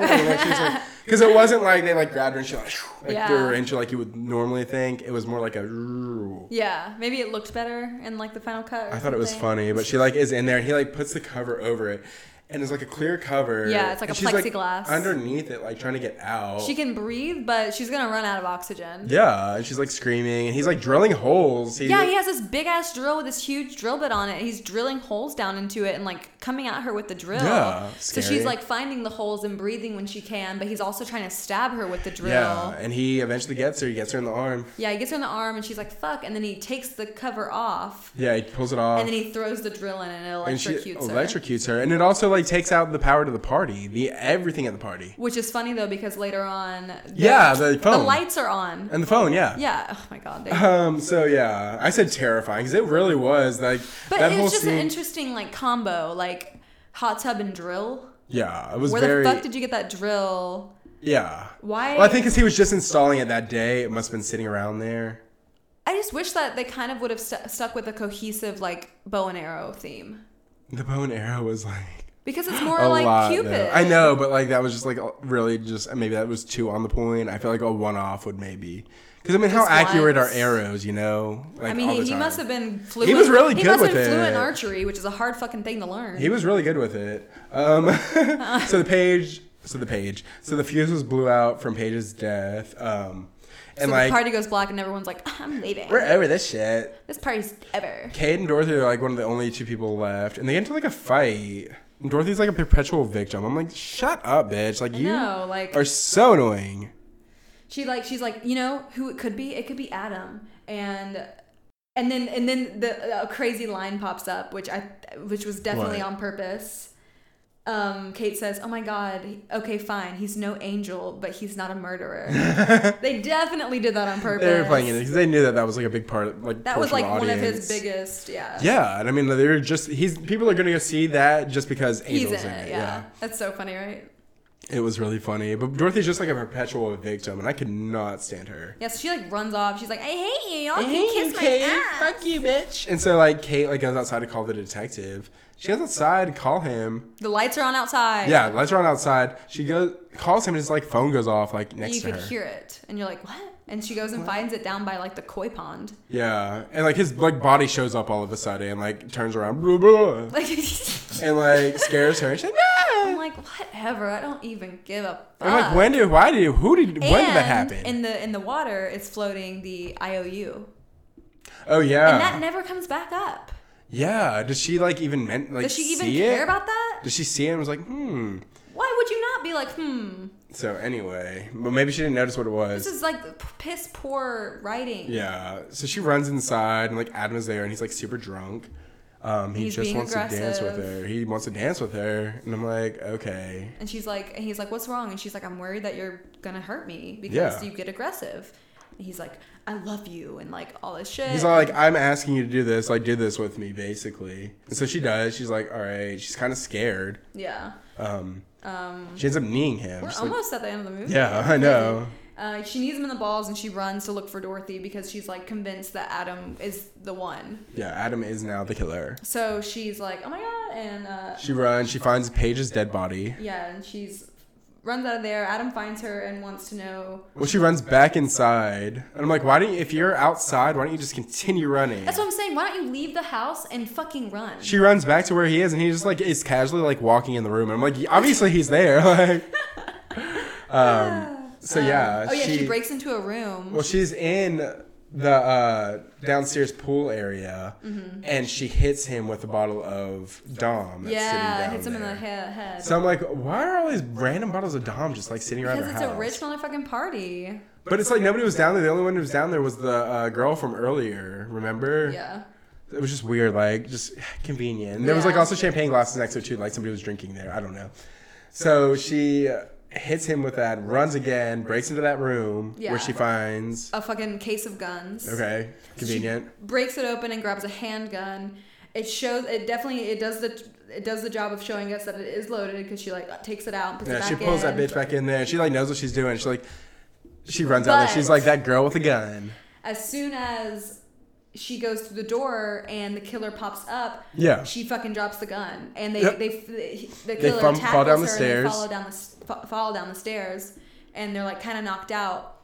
B: (laughs)
C: Because it wasn't like they like grabbed her and she like, like
B: Yeah.
C: threw her into like you would normally think. It was more like a.
B: Yeah, maybe it looked better in like the final cut. or
C: I thought it was
B: something.
C: funny, but she like is in there and he like puts the cover over it, and it's like a clear cover.
B: Yeah, it's like
C: and
B: a
C: she's,
B: plexiglass.
C: underneath it, like trying to get out.
B: She can breathe, but she's gonna run out of oxygen.
C: yeah, and she's like screaming, and he's like drilling holes. He's,
B: Yeah, he has this big ass drill with this huge drill bit on it. He's drilling holes down into it and like coming at her with the drill.
C: Yeah,
B: so
C: scary.
B: she's like finding the holes and breathing when she can, but he's also trying to stab her with the drill.
C: yeah,
B: Yeah,
C: and he eventually gets her. He gets her in the arm.
B: he gets her in the arm and she's like, fuck. And then he takes the cover off
C: Yeah, he pulls it off,
B: and then he throws the drill in and it
C: and she
B: electrocutes her.
C: electrocutes her, and it also like takes out the power to the party, the everything at the party.
B: Which is funny though because later on. the-
C: Yeah, the phone.
B: lights are on.
C: And the phone, yeah.
B: yeah, oh my god.
C: (laughs)
B: They,
C: Um. So yeah, I said terrifying because it really was like
B: but
C: that
B: it
C: whole
B: was just
C: scene.
B: an interesting like combo, like hot tub and drill.
C: yeah, it was
B: Where
C: very.
B: the fuck did you get that drill?
C: Yeah.
B: Why-
C: Well, I think because he was just installing it that day. It must have been sitting around there.
B: I just wish that they kind of would have stu- stuck with a cohesive like bow and arrow theme
C: The bow and arrow was like
B: because it's more
C: a
B: like
C: lot.
B: Cupid.
C: though. I know, but like that was just like really just maybe that was too on the point. I feel like a one off would maybe because I mean how
B: Just
C: accurate are
B: once.
C: arrows? You know, like
B: I mean,
C: all
B: he,
C: the
B: he
C: time.
B: must have been fluent.
C: was really
B: he
C: good
B: must have
C: with
B: been fluent
C: it.
B: in archery, which is a hard fucking thing to learn.
C: He was really good with it. Um, (laughs)
B: Uh.
C: so the page, so the page, so the fuse was blew out from Page's death. Um, And
B: so
C: like
B: the party goes black and everyone's like, I'm leaving.
C: we're over this shit.
B: This party's ever.
C: Cade and Dorothy are like one of the only two people left, and they get into like a fight. And Dorothy's like a perpetual victim. I'm like, shut up, bitch! Like you
B: know, like-
C: are so annoying.
B: She like she's like, you know who it could be? It could be Adam. And and then and then the a crazy line pops up, which I which was definitely
C: What?
B: on purpose. Um, Kate says, "Oh my God, okay, fine. He's no angel, but he's not a murderer."
C: (laughs)
B: they definitely did that on purpose.
C: They were playing it because they knew that that was like a big part. Of, like
B: That was like
C: portion
B: one of his
C: audience.
B: biggest, yeah.
C: Yeah, and I mean they're just he's people are gonna go see that just because
B: He's
C: Angel's
B: in it, yeah.
C: yeah.
B: That's so funny, right?
C: It was really funny. But Dorothy's just like a perpetual victim, and I could not stand her.
B: Yeah, so she like runs off. She's like, I hate you. Y'all can
C: Hey,
B: kiss
C: Kate.
B: my ass.
C: Fuck you, bitch. And so like Kate like goes outside to call the detective. She goes outside to call him.
B: The lights are on outside.
C: Yeah, lets her on outside. She goes calls him and his like phone goes off like next
B: You
C: to
B: could
C: her.
B: hear it. And you're like, what? And she goes and finds it down by like the koi pond. (laughs)
C: Yeah. And like his like body shows up all of a sudden and like turns around blah, blah,
B: Like,
C: and like scares her and she's like,
B: (laughs)
C: "Ah!"
B: I'm like, whatever. I don't even give a fuck.
C: I'm like, when did why did who did when did that
B: And
C: happen?
B: In the in the water, it's floating the IOU,
C: oh yeah.
B: and that never comes back up.
C: Yeah. Does she like even meant like
B: Does she even
C: see
B: care
C: it?
B: about that?
C: Does she see it and was like, hmm.
B: Why would you not be like, hmm?
C: So anyway, but maybe she didn't notice what it was.
B: This is like p- piss poor writing.
C: yeah. So she runs inside and like Adam is there and he's like super drunk. Um, he
B: He's
C: just
B: being
C: wants to dance with
B: aggressive.
C: her. He wants to dance with her, and I'm like, okay,
B: And she's like, and he's like, what's wrong? And she's like, I'm worried that you're gonna hurt me because
C: Yeah.
B: you get aggressive. And he's like, I love you, and like all this shit.
C: He's all like, I'm asking you to do this. Like, do this with me, basically. And so she does. She's like, all right. She's kind of scared.
B: yeah.
C: Um, she ends up kneeing him.
B: We're
C: She's like,
B: almost at the end of the movie.
C: yeah, I know.
B: Uh, she needs him in the balls, and she runs to look for Dorothy because she's like convinced that Adam is the one.
C: Yeah, Adam is now the killer.
B: So she's like, oh my god, and uh,
C: She runs. She finds Paige's dead body.
B: yeah, and she's runs out of there. Adam finds her and wants to know.
C: Well, she runs back inside, and I'm like, why don't you? If you're outside, why don't you just continue running?
B: That's what I'm saying. Why don't you leave the house and fucking run?
C: she runs back to where he is, and he just like is casually like walking in the room. And I'm like, obviously he's there. (laughs) Like, um, so yeah.
B: oh yeah, she, breaks into a room.
C: Well, she's in the uh, downstairs pool area,
B: Mm-hmm.
C: and she hits him with a bottle of Dom. That's sitting
B: yeah,
C: down
B: hits him in the
C: there.
B: he- head.
C: So I'm like, why are all these random bottles of Dom just like sitting around
B: because
C: her
B: it's
C: house?
B: a rich motherfucking party.
C: But it's like nobody was down there. The only one who was down there was the uh, girl from earlier. Remember?
B: Yeah.
C: It was just weird, like just (sighs) convenient. And there was
B: Yeah.
C: like also champagne glasses next to it too. Like somebody was drinking there. I don't know. So she uh, hits him with that, runs again, breaks into that room
B: Yeah.
C: where she finds.
B: A fucking case of guns.
C: Okay, convenient.
B: breaks it open and grabs a handgun. It shows it definitely it does the it does the job of showing us that it is loaded because she like takes it out and puts it
C: Yeah,
B: back
C: she pulls
B: in.
C: that bitch back in there. She like knows what she's doing. She like she runs out there. She's
B: But-
C: like that girl with a gun.
B: As soon as she goes through the door and the killer pops up,
C: Yeah.
B: she fucking drops the gun and they
C: Yep.
B: they f- the killer
C: fum-
B: tackles
C: fall down
B: her
C: the
B: and
C: stairs.
B: they follow down the s- fo- fall down the stairs and they're like kind of knocked out.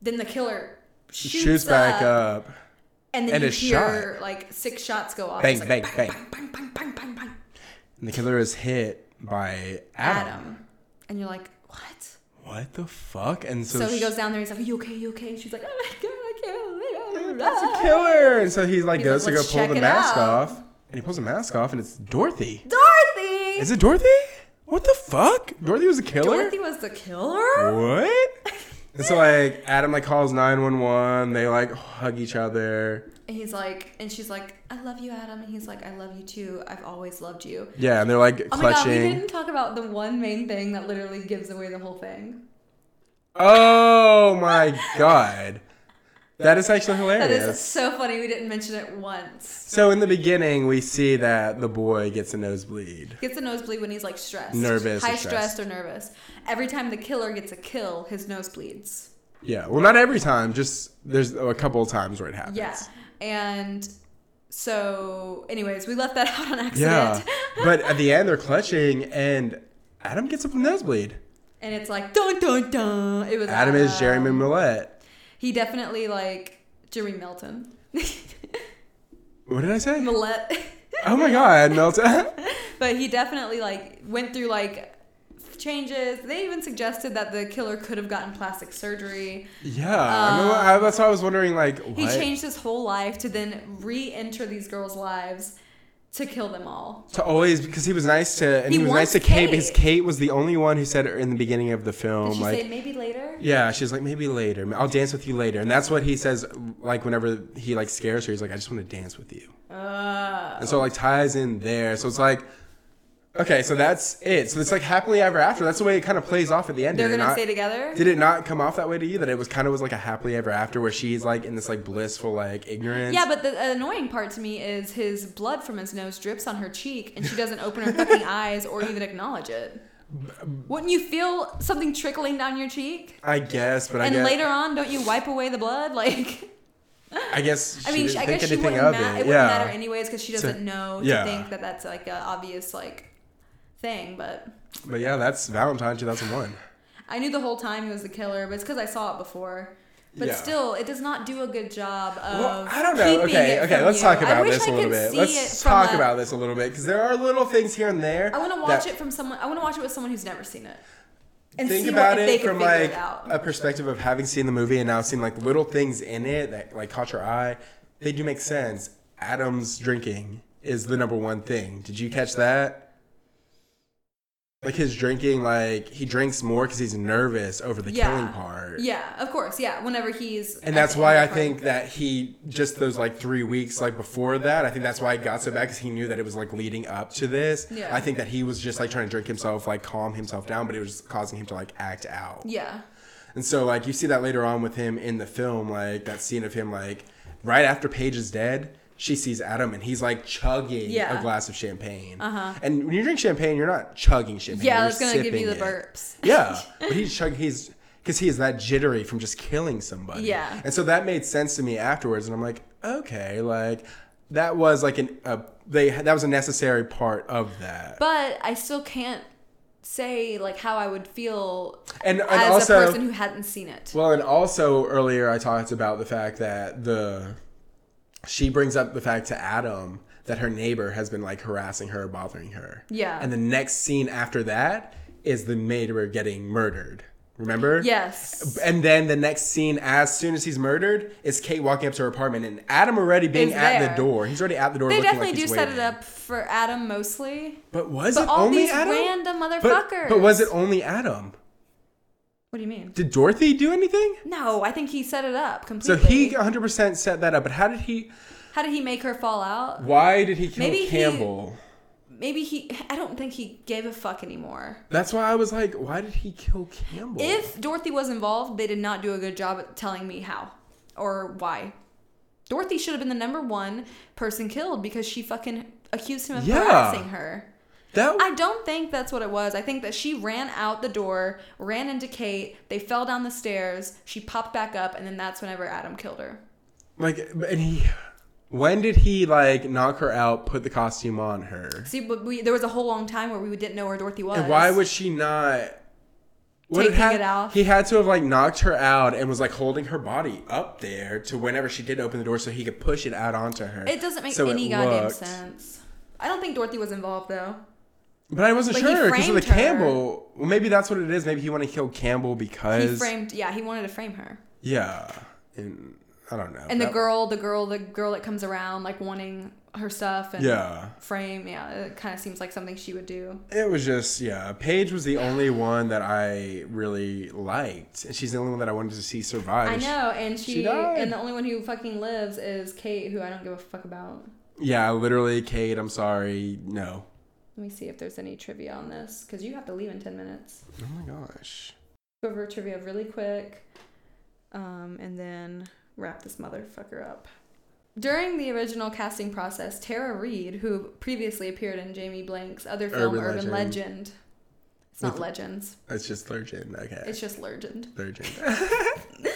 B: Then the killer
C: She
B: shoots,
C: shoots back up.
B: and then
C: and
B: you
C: is
B: hear like six shots go off.
C: Bang,
B: It's like,
C: bang, bang,
B: bang, bang, bang, bang, bang.
C: And the killer is hit by Adam.
B: Adam. And you're like, what?
C: What the fuck? And so,
B: So he
C: she-
B: goes down there. He's like, "You okay? You okay?" And she's like, "Oh my god, I can't believe it."
C: That's a killer. And so he like
B: He's
C: goes
B: like,
C: to
B: "Let's
C: go pull
B: check
C: the
B: it
C: mask
B: out."
C: off, and he pulls the mask off, and it's Dorothy.
B: Dorothy.
C: Is it Dorothy? What the fuck? Dorothy was a killer.
B: Dorothy was the killer.
C: What? and so like Adam like calls nine one one. They like hug each other.
B: And he's like, and she's like, "I love you, Adam." And he's like, "I love you too. I've always loved you."
C: Yeah, and they're like
B: Oh my god, we
C: clutching.
B: didn't talk about the one main thing that literally gives away the whole thing.
C: Oh my god. That is actually
B: That is
C: hilarious.
B: so funny. We didn't mention it once.
C: So in the beginning, we see that the boy gets a nosebleed.
B: Gets a nosebleed when he's like stressed,
C: Nervous or
B: high
C: stressed.
B: stressed or nervous. Every time the killer gets a kill, his nose bleeds.
C: Yeah, well, not every time. Just there's a couple of times where it happens.
B: Yeah. And so, anyways, we left that (laughs) out on
C: Yeah.
B: accident. (laughs)
C: but at the end, they're clutching, and Adam gets a nosebleed.
B: and it's like, dun dun dun. It was uh,
C: Adam is Jeremy Millette.
B: He definitely, like, Jimmy Melton.
C: What did I say?
B: (laughs) Millette. (laughs)
C: oh my god, Melton.
B: but he definitely, like, went through, like, changes. They even suggested that the killer could have gotten plastic surgery.
C: (laughs) Yeah, I remember- I- that's why I was wondering, like, what?
B: Um, He changed his whole life to then re-enter these girls' lives to kill them all.
C: to always because he was nice to and
B: He
C: he, was nice
B: wants
C: to Kate.
B: Kate.
C: because Kate was the only one who said in the beginning of the film,
B: Did she
C: like,
B: say maybe later?
C: Oh Yeah, she's like, maybe later. I'll dance with you later. And that's what he says, like, whenever he, like, scares her. He's like, I just want to dance with you.
B: Uh,
C: And so, like, ties in there. So it's like, okay, so that's it. So it's like happily ever after. That's the way it kind of plays off at the end.
B: they're
C: Did it
B: gonna
C: not-
B: stay together.
C: Did it not come off that way to you? That it was kind of was like a happily ever after where she's, like, in this, like, blissful, like, ignorance?
B: Yeah, but the annoying part to me is his blood from his nose drips on her cheek and she doesn't open her
C: (laughs)
B: fucking eyes or even acknowledge it. Wouldn't you feel something trickling down your cheek?
C: I guess, but I
B: And
C: guess.
B: later on, don't you wipe away the blood? (laughs) Like,
C: I guess she
B: I mean,
C: didn't
B: I
C: think
B: guess she
C: anything
B: wouldn't, ma-
C: of
B: it
C: it.
B: wouldn't
C: yeah.
B: matter anyways because she doesn't know to
C: yeah.
B: think that that's like an obvious like thing. But
C: But yeah, that's Valentine 2001.
B: I knew the whole time he was the killer, but it's because I saw it before. But
C: Yeah.
B: still, it does not do a good job of.
C: Well, I don't know.
B: keeping
C: Okay,
B: it
C: okay,
B: from
C: let's
B: you.
C: talk
B: I
C: about
B: wish
C: this
B: I
C: a little
B: could
C: bit.
B: see
C: Let's
B: it from
C: talk
B: a-
C: about this a little bit because there are little things here and there.
B: I want to watch
C: that-
B: it from someone. I want to watch it with someone who's never seen it. And
C: think
B: see
C: about
B: what, if they
C: it from
B: can figure
C: like
B: it out.
C: a perspective of having seen the movie and now seeing like little things in it that like caught your eye. They do make sense. Adam's drinking is the number one thing. Did you catch that? Like his drinking, like he drinks more because he's nervous over the
B: yeah.
C: killing part.
B: Yeah, of course. Yeah, whenever he's
C: And that's why I think that he just those like three weeks like before that, I think that's why it got so bad because he knew that it was like leading up to this.
B: Yeah.
C: I think that he was just like trying to drink himself, like calm himself down, but it was causing him to like act out.
B: Yeah,
C: And so like you see that later on with him in the film, like that scene of him like right after Paige is dead, she sees Adam and he's like chugging
B: Yeah.
C: a glass of champagne. Uh-huh. And when you drink champagne, you're not chugging champagne.
B: yeah.
C: you're
B: That's gonna give you the
C: sipping it.
B: burps.
C: Yeah, (laughs) but he's chug- he's because he is that jittery from just killing somebody.
B: Yeah.
C: and so that made sense to me afterwards, and I'm like, okay, like that was like an a they that was a necessary part of that.
B: But I still can't say like how I would feel
C: and and
B: as
C: also,
B: a person who hadn't seen it.
C: well, and also earlier I talked about the fact that the she brings up the fact to Adam that her neighbor has been like harassing her, bothering her.
B: Yeah.
C: and the next scene after that is the neighbor getting murdered. Remember?
B: yes.
C: And then the next scene, as soon as he's murdered, is Kate walking up to her apartment and Adam already being
B: Is
C: at
B: there.
C: the door. He's already at the door.
B: They
C: looking
B: definitely
C: like
B: do
C: he's
B: set it
C: waiting.
B: up for Adam mostly.
C: But was
B: But
C: it
B: all
C: only
B: these
C: Adam?
B: random
C: But-
B: motherfuckers.
C: But, was it only Adam?
B: What do you mean?
C: Did Dorothy do anything?
B: No, I think he set it up
C: So
B: completely.
C: he 100% set that up. But how did he?
B: How did he make her fall out?
C: Why did he kill
B: Maybe he-
C: Campbell?
B: Maybe he. I don't think he gave a fuck anymore.
C: That's why I was like, why did he kill Campbell?
B: If Dorothy was involved, they did not do a good job at telling me how or why. Dorothy should have been the number one person killed because she fucking accused him of
C: Yeah.
B: harassing her.
C: that
B: I don't think that's what it was. I think that she ran out the door, ran into Kate, they fell down the stairs, she popped back up, and then that's whenever Adam killed her.
C: like, and he. When did he like knock her out? Put the costume on her.
B: See, but we, there was a whole long time where we didn't know where Dorothy was.
C: And why was she not? What
B: Taking
C: had-
B: it off?
C: He had to have like knocked her out and was like holding her body up there to whenever she did open the door, so he could push it out onto her.
B: It doesn't make
C: So
B: any
C: it
B: goddamn
C: looked-
B: sense. I don't think Dorothy was involved though.
C: But I wasn't
B: Like, he
C: sure because of the
B: framed her.
C: Campbell. Well, maybe that's what it is. Maybe he wanted to kill Campbell
B: He
C: because
B: framed, yeah, he wanted to frame her.
C: yeah, and I don't know.
B: And the
C: That-
B: girl, the girl, the girl that comes around like wanting her stuff and
C: Yeah.
B: frame, yeah, it kind of seems like something she would do.
C: It was just yeah. Paige was the only one that I really liked, and she's the only one that I wanted to see survive.
B: I know, and she,
C: she died.
B: and the only one who fucking lives is Kate, who I don't give a fuck about.
C: Yeah, literally, Kate. I'm sorry. No.
B: Let me see if there's any trivia on this because you have to leave in ten minutes.
C: Oh my gosh.
B: Go over trivia really quick, um, and then wrap this motherfucker up. During the original casting process, Tara Reid, who previously appeared in Jamie Blank's other film
C: Urban
B: Urban, Legend.
C: Legend.
B: it's not
C: With-
B: Legends,
C: It's just Lurgin. Okay.
B: it's just Legend,
C: Lurgin.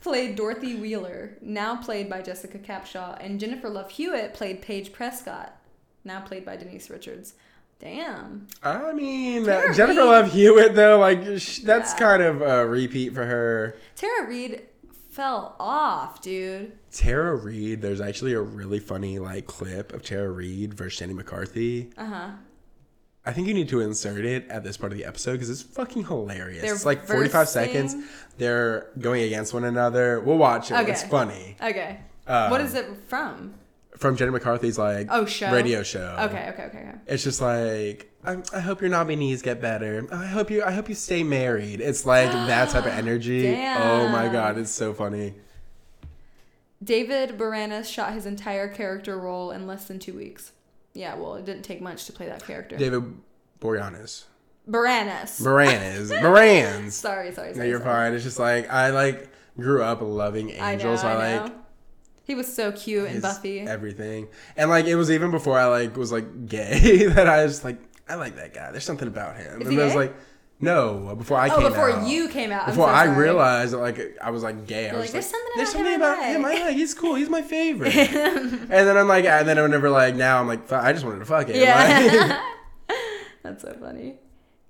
B: played Dorothy Wheeler, now played by Jessica Capshaw, and Jennifer Love Hewitt played Paige Prescott, now played by Denise Richards. Damn.
C: I mean,
B: Tara
C: Jennifer
B: Reid.
C: Love Hewitt, though, like, sh- that's
B: Yeah.
C: kind of a repeat for her.
B: Tara Reid fell off, dude.
C: Tara Reid, there's actually a really funny, like, clip of Tara Reid versus Jenny McCarthy.
B: Uh huh.
C: I think you need to insert it at this part of the episode because it's fucking hilarious.
B: They're
C: it's like 45 seconds.
B: versing?
C: They're going against one another. We'll watch it.
B: Okay.
C: It's funny.
B: Okay.
C: Um,
B: what is it from?
C: From Jenny McCarthy's like
B: Oh, show?
C: radio show.
B: Okay, okay, okay, okay.
C: It's just like I, I hope your nominees get better. I hope you I hope you stay married. It's like that
B: (gasps)
C: type of energy. Oh my
B: Damn.
C: god, it's so funny.
B: David Boreanaz shot his entire character role in less than two weeks. Yeah, well, it didn't take much to play that character.
C: David Boreanaz.
B: Boreanaz. (laughs)
C: Moranis. Morans.
B: sorry, sorry, sorry.
C: No, you're
B: sorry.
C: fine. It's just like I like grew up loving
B: I know,
C: Angel, so
B: I
C: I
B: know.
C: like
B: He was so cute and
C: his
B: Buffy.
C: everything. And like it was even before I like was like gay (laughs) that I was like I like that guy. There's something about him.
B: Is
C: and
B: he
C: I was
B: gay?
C: like no, before I
B: oh,
C: came
B: before
C: out.
B: you came out. I'm
C: Before
B: so
C: I
B: sorry.
C: realized that like I was like gay, I
B: You're
C: was
B: like, "There's something
C: there's
B: about
C: something
B: him I
C: about him. I
B: like."
C: like. He's cool. He's
B: (laughs)
C: my favorite. and then I'm like, and then I'm never like. Now I'm like, "Fuck, I just wanted to fuck it.
B: Yeah. (laughs) That's so funny.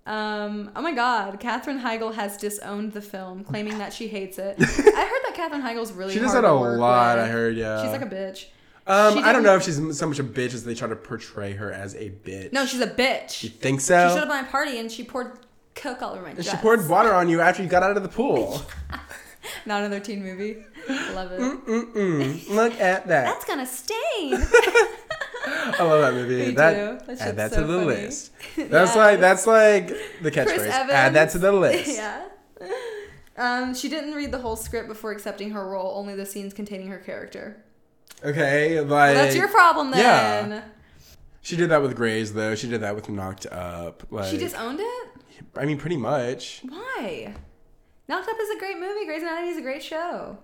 B: Um, oh my God, Katherine Heigl has disowned the film, claiming that she hates
C: (laughs)
B: it. I heard that Katherine Heigl's really
C: She does
B: hard
C: that
B: to
C: a
B: work
C: lot,
B: with.
C: I heard, yeah.
B: she's like a bitch.
C: (laughs) um,
B: She
C: I don't
B: didn't-
C: know if she's so much a bitch as they try to portray her as a bitch.
B: No, she's a bitch.
C: You think
B: She
C: so?
B: showed up at my party and she poured coke all over my dress.
C: She poured water on you after you got out of the
B: (laughs)
C: pool.
B: Not another teen movie. Love it.
C: Mm. Mm-mm. Look at that.
B: That's gonna stain.
C: I love that
B: (laughs)
C: movie.
B: Me
C: that,
B: too. That shit's
C: add that
B: so
C: to the
B: funny. (laughs)
C: list. That's
B: Yeah.
C: like that's like the catchphrase. Add that
B: Evans.
C: to the list.
B: (laughs) yeah. Um, she didn't read the whole script before accepting her role, only the scenes containing her character.
C: Okay, like
B: Well, that's your problem
C: yeah.
B: then.
C: She did that with Grays though. She did that with Knocked Up. Like
B: She disowned it?
C: I mean, pretty much.
B: Why? Knocked Up is a great movie. Grey's Anatomy is a great show.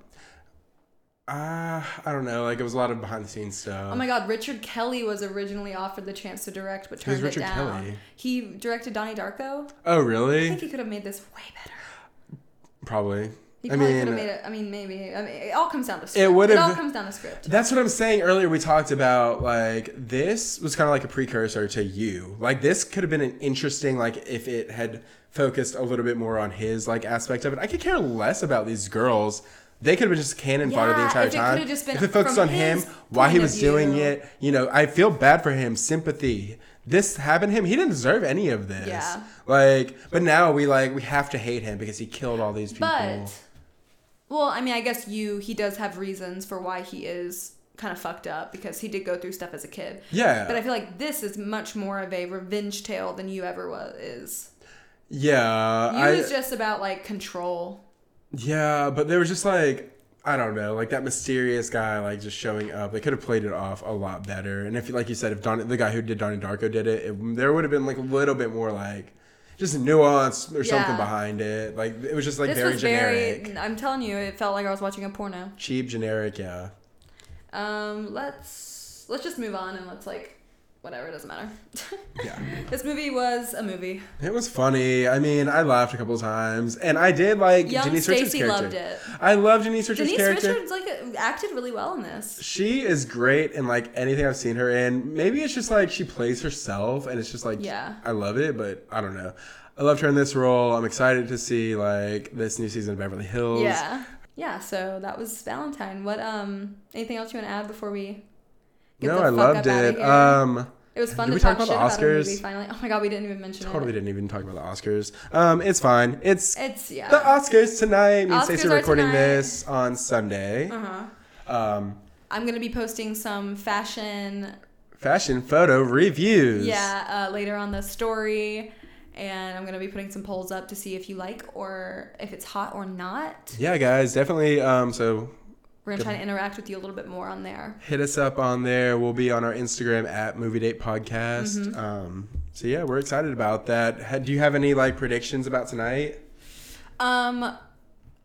C: Uh, I don't know. Like it was a lot of behind the scenes stuff.
B: Oh my God, Richard Kelly was originally offered the chance to direct, but
C: Who's
B: turned
C: Richard
B: it down.
C: Kelly?
B: He directed Donnie Darko. I
C: oh
B: think
C: really?
B: he could have made this way better.
C: Probably.
B: He
C: I
B: probably could have made
C: mean,
B: it. I mean, maybe. I mean, it all comes down to script.
C: It
B: It,
C: would have-
B: all comes down to script.
C: that's what I'm saying. Earlier we talked about like this was kind of like a precursor to you. Like this could have been an interesting like if it had focused a little bit more on his like aspect of it. I could care less about these girls. They could have been just cannon fodder the
B: Yeah,
C: entire
B: if it
C: time.
B: could've just been
C: if it focused
B: from
C: on him,
B: his
C: why he
B: point
C: was
B: of
C: doing
B: view.
C: it, you know, I feel bad for him. Sympathy. This happened to him. He didn't deserve any of this.
B: Yeah.
C: Like, but now we like we have to hate him because he killed all these people.
B: But, well, I mean, I guess you, he does have reasons for why he is kind of fucked up because he did go through stuff as a kid.
C: Yeah.
B: But I feel like this is much more of a revenge tale than you ever was. Is.
C: yeah,
B: You
C: I,
B: was just about like control.
C: yeah, but they were just like I don't know, like that mysterious guy, like just showing up. They could have played it off a lot better. And if, like you said, if Don, the guy who did Donnie Darko did it, it there would have been like a little bit more like just nuance or something
B: Yeah.
C: behind it. Like it was just like
B: This
C: very
B: was
C: generic,
B: very. I'm telling you, it felt like I was watching a porno.
C: cheap, generic. Yeah.
B: Um, let's let's just move on and let's like whatever. It doesn't matter.
C: Yeah.
B: (laughs) this movie was a movie.
C: It was funny. I mean, I laughed a couple times, and I did like
B: Young
C: Janice Richards'
B: Stacy
C: character.
B: loved it.
C: I love Janice Richards'
B: Denise
C: character.
B: Richards like uh, acted really well in this.
C: She is great in like anything I've seen her in. Maybe it's just like she plays herself, and it's just like
B: Yeah.
C: I love it, but I don't know. I loved her in this role. I'm excited to see like this new season of Beverly Hills.
B: Yeah. Yeah, so that was Valentine. What um anything else you want to add before we get
C: no,
B: the
C: I
B: fuck
C: loved
B: up outta
C: it.
B: here?
C: Um,
B: it was fun
C: did
B: to
C: we
B: talk,
C: talk
B: shit
C: about
B: about
C: the
B: a movie
C: Oscars?
B: finally. Oh my god, we didn't even mention
C: totally
B: it.
C: didn't even talk about the Oscars. Um, it's fine. It's
B: It's yeah.
C: the uh, Oscars tonight. Me and
B: Oscars
C: Stacey are
B: are
C: recording
B: tonight.
C: this on Sunday. Uh-huh. Um,
B: I'm gonna be posting some fashion
C: fashion photo reviews.
B: yeah, uh, later on the story. And I'm gonna be putting some polls up to see if you like or if it's hot or not.
C: Yeah, guys, definitely. Um, so
B: We're gonna try to interact with you a little bit more on there.
C: hit us up on there. We'll be on our Instagram at Movie Date Podcast.
B: Mm-hmm.
C: Um, so yeah, we're excited about that. Ha- Do you have any like predictions about tonight?
B: Um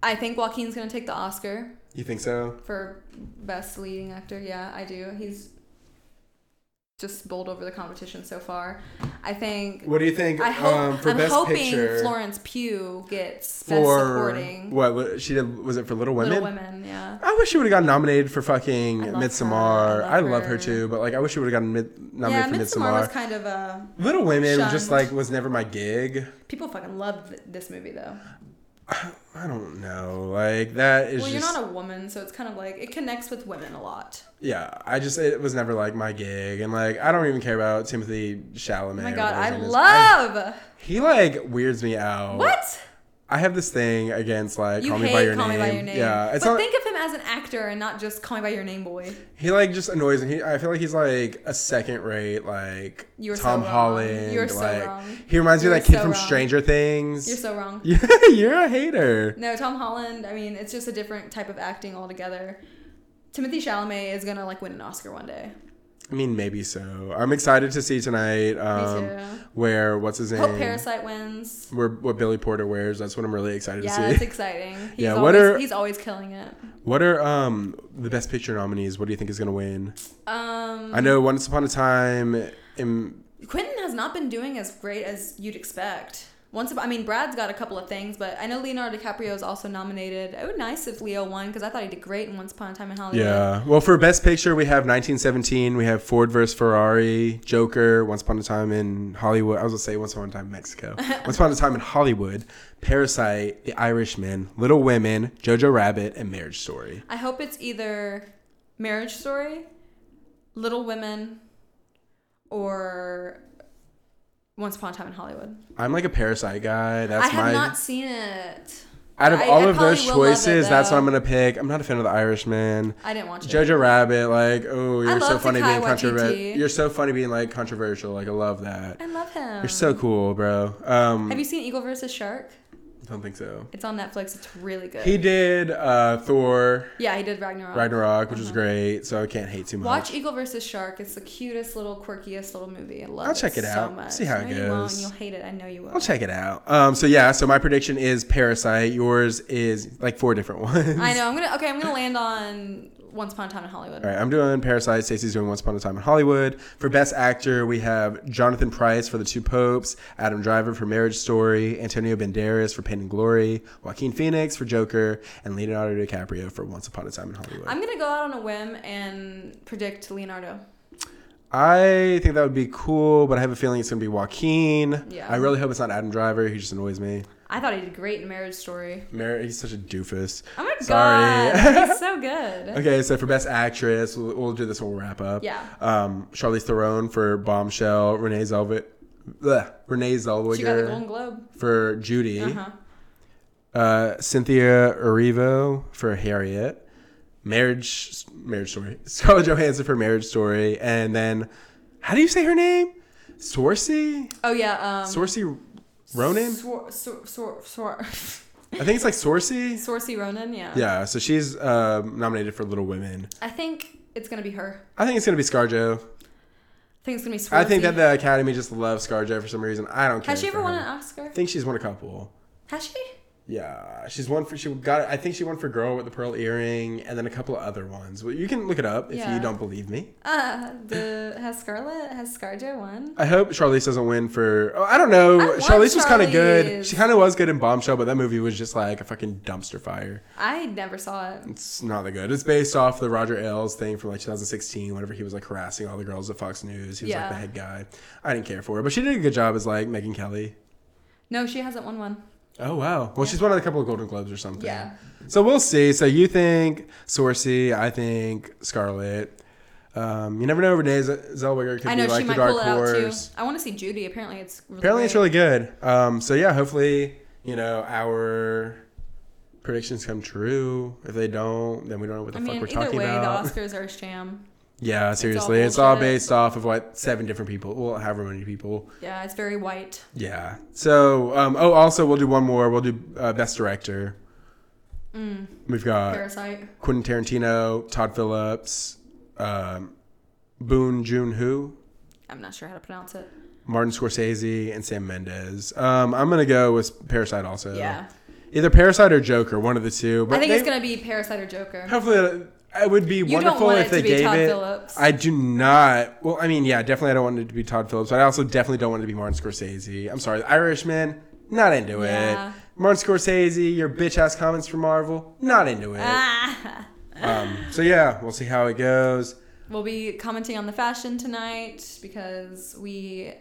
B: I think Joaquin's gonna take the Oscar.
C: You think so?
B: for best leading actor. Yeah, I do. He's just bowled over the competition so far. I think.
C: What do you think
B: I hope.
C: um, for
B: I'm
C: Best
B: hoping
C: Picture?
B: Florence Pugh gets best
C: for
B: supporting.
C: what li- she did? Was it for Little Women?
B: Little Women. Yeah.
C: I wish she would have gotten nominated for fucking
B: I love
C: Midsommar.
B: her. I
C: I
B: love
C: love her
B: her.
C: too, but like I wish she would have gotten mid-
B: Yeah,
C: nominated
B: Midsommar,
C: for Midsommar.
B: was kind of a.
C: Little Women
B: shunned.
C: just like was never my gig.
B: People fucking loved th- this movie though.
C: I don't know. Like that is
B: Well, you're
C: just
B: not a woman, so it's kind of like it connects with women a lot.
C: yeah. I just it was never like my gig, and like I don't even care about Timothy Chalamet.
B: Oh my god, I
C: love.
B: love
C: he like weirds me out.
B: what
C: I have this thing against like
B: you
C: Oh, call
B: hate.
C: me by your
B: call
C: name.
B: me by your name.
C: Yeah, it's
B: but
C: not.
B: think of him as an actor and not just call me by your name, boy.
C: he like just annoys me. He, I feel like he's like a second rate like
B: You are so
C: Tom
B: wrong.
C: Holland.
B: You are so
C: like,
B: wrong.
C: He reminds
B: You
C: me
B: are
C: of that kid
B: so
C: from
B: wrong.
C: Stranger Things.
B: You're so wrong.
C: yeah, (laughs) you're a hater.
B: No, Tom Holland. I mean, it's just a different type of acting altogether. Timothy Chalamet is gonna like win an Oscar one day.
C: I mean, maybe so. I'm excited to see tonight. Um,
B: too.
C: Where what's his name?
B: Hope Parasite wins.
C: Where what Billy Porter wears. That's what I'm really excited
B: Yeah,
C: to
B: that's
C: see. (laughs)
B: exciting. He's
C: Yeah,
B: always,
C: what are-
B: he's always killing it.
C: what are um the best picture nominees? What do you think is gonna win?
B: Um,
C: I know Once Upon a Time. In,
B: Quentin has not been doing as great as you'd expect. Once, upon- I mean, Brad's got a couple of things, but I know Leonardo DiCaprio is also nominated. It would be nice if Leo won because I thought he did great in Once Upon a Time in Hollywood.
C: Yeah. Well, for best picture, we have 1917. We have Ford versus Ferrari, Joker, Once Upon a Time in Hollywood. I was gonna say Once Upon a Time
B: (laughs)
C: in Mexico. Once Upon a Time in Hollywood, Parasite, The Irishman, Little Women, Jojo Rabbit, and Marriage Story.
B: I hope it's either Marriage Story, Little Women, or Once Upon a Time in Hollywood.
C: I'm like a Parasite guy. That's
B: I have
C: my.
B: not seen it.
C: out of
B: I-
C: all
B: I
C: of those
B: probably will love it,
C: choices, that's
B: though.
C: what I'm gonna pick. I'm not a fan of The Irishman.
B: I didn't watch it.
C: Jojo Rabbit, like, oh, you're so
B: love
C: funny being
B: Taika
C: controversial.
B: Waititi.
C: You're so funny being like controversial. Like, I love that.
B: I love him.
C: You're so cool, bro. Um,
B: Have you seen Eagle versus Shark?
C: don't think so.
B: It's on Netflix. It's really good.
C: He did uh, Thor
B: yeah, he did Ragnarok.
C: Ragnarok, which was great, so I can't hate too much.
B: Uh-huh. Watch Eagle versus Shark. It's the cutest little quirkiest little movie. I love
C: I'll check
B: it,
C: it
B: so
C: out.
B: much.
C: See how it
B: no, You won't.
C: goes.
B: You'll hate it. I know you will.
C: I'll check it out. Um, so yeah, so my prediction is Parasite. Yours is like four different (laughs) ones.
B: I know. I'm gonna. Okay, I'm gonna land on Once Upon a Time in Hollywood.
C: All right, I'm doing Parasite. Stacey's doing Once Upon a Time in Hollywood. For Best Actor, we have Jonathan Price for The Two Popes, Adam Driver for Marriage Story, Antonio Banderas for Pain and Glory, Joaquin Phoenix for Joker, and Leonardo DiCaprio for Once Upon a Time in Hollywood.
B: I'm gonna go out on a whim and predict Leonardo.
C: I think that would be cool, but I have a feeling it's going to be Joaquin.
B: Yeah.
C: I really hope it's not Adam Driver. He just annoys me.
B: I thought he did great in Marriage Story.
C: Mary, he's such a doofus.
B: Oh my
C: Sorry.
B: god, he's so good.
C: (laughs) Okay, so for Best Actress, we'll, we'll do this when we wrap up.
B: Yeah.
C: Um, Charlize Theron for Bombshell, Renee Zellwe- bleh, Renee
B: She got the Golden
C: Zellweger
B: Globe.
C: for Judy,
B: Uh
C: uh
B: huh.
C: Cynthia Erivo for Harriet, Marriage Marriage Story, (laughs) Scarlett Johansson for Marriage Story, and then how do you say her name? Sorcy,
B: Oh yeah. Um,
C: Sorcy Ronan.
B: Swor- Swor- Swor- Swor-
C: I think it's like
B: (laughs)
C: Sorcy.
B: Sorcy Ronan. Yeah.
C: Yeah, so she's um, nominated for Little Women.
B: I think it's gonna be her.
C: I think it's gonna be ScarJo.
B: I think it's gonna be. Swarzy.
C: I think that the Academy just loves ScarJo for some reason. I don't care.
B: Has she ever
C: for
B: won
C: her.
B: an Oscar?
C: I think she's won a couple.
B: Has she?
C: Yeah, she's won for she got. I think she won for Girl with the Pearl Earring, and then a couple of other ones. Well, you can look it up if
B: Yeah.
C: you don't believe me.
B: Uh,
C: (laughs)
B: the has Scarlett has ScarJo won?
C: I hope Charlize doesn't win for. Oh, I don't know.
B: I love
C: Charlize was kind of
B: Charlize.
C: good. She kind of was good in Bombshell, but that movie was just like a fucking dumpster fire.
B: I never saw it.
C: It's not that good. It's based off the Roger Ailes thing from like 2016, whenever he was like harassing all the girls at Fox News. He was
B: Yeah.
C: like the head guy. I didn't care for her, but she did a good job as like Megan Kelly.
B: No, she hasn't won one.
C: Oh wow! Well, she's won a couple of Golden Globes or something.
B: Yeah.
C: So we'll see. So you think Sorcy? I think Scarlett. Um, you never know. Renee Z- Zellweger could
B: I know
C: be like
B: she
C: the
B: might
C: dark
B: pull it
C: horse.
B: out too. I want to see Judy. Apparently, it's really
C: Apparently, it's
B: great.
C: really good. Um, so yeah, hopefully, you know our predictions come true. If they don't, then we don't know what the
B: I
C: fuck
B: mean,
C: we're
B: either
C: talking
B: way,
C: about.
B: the Oscars are a sham.
C: yeah, seriously, it's all,
B: bullshit.
C: based off of what seven different people, well, however many people.
B: Yeah, it's very white.
C: Yeah. So, um, oh, also, we'll do one more. We'll do uh, best director.
B: Mm.
C: We've got
B: Parasite.
C: Quentin Tarantino, Todd Phillips, um, Boon Joon Ho,
B: I'm not sure how to pronounce it.
C: Martin Scorsese, and Sam Mendes. Um, I'm gonna go with Parasite also.
B: Yeah.
C: Either Parasite or Joker, one of the two. But
B: I think it's
C: they-
B: gonna be Parasite or Joker.
C: Hopefully, it would be
B: don't
C: wonderful
B: want
C: if
B: it
C: they
B: to be
C: gave
B: Todd
C: it.
B: Phillips.
C: I do not. Well, I mean, yeah, definitely, I don't want it to be Todd Phillips, but I also definitely don't want it to be Martin Scorsese. I'm sorry, The Irishman, not into
B: Yeah.
C: it. Martin Scorsese, your bitch ass comments for Marvel, not into it.
B: Ah.
C: Um, so yeah, we'll see how it goes.
B: We'll be commenting on the fashion tonight because we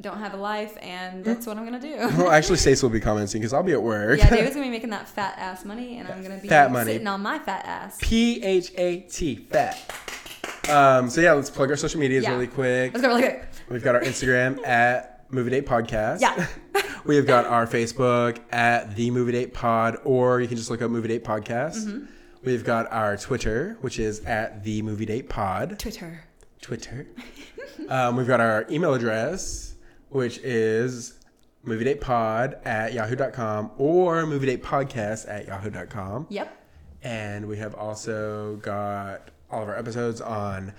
B: don't have a life, and that's what I'm gonna
C: (laughs)
B: do.
C: Well, actually, Stace will be commenting because I'll be at
B: (laughs)
C: work.
B: yeah, David's gonna be making that fat ass money, and I'm gonna be
C: fat money.
B: sitting on my fat ass.
C: (laughs) P H A T, fat. Um, so yeah, let's plug our social medias
B: Yeah.
C: really quick.
B: Let's go really quick.
C: We've got our Instagram at Movie Date Podcast.
B: Yeah.
C: (laughs) we have got our Facebook at The Movie Date Pod, or you can just look up Movie Date Podcast. We've got our Twitter, which is at The Movie Date Pod.
B: Twitter.
C: Twitter. um, we've got our email address, which is movie date pod at yahoo.com or movie date podcast at yahoo.com.
B: Yep.
C: And we have also got all of our episodes on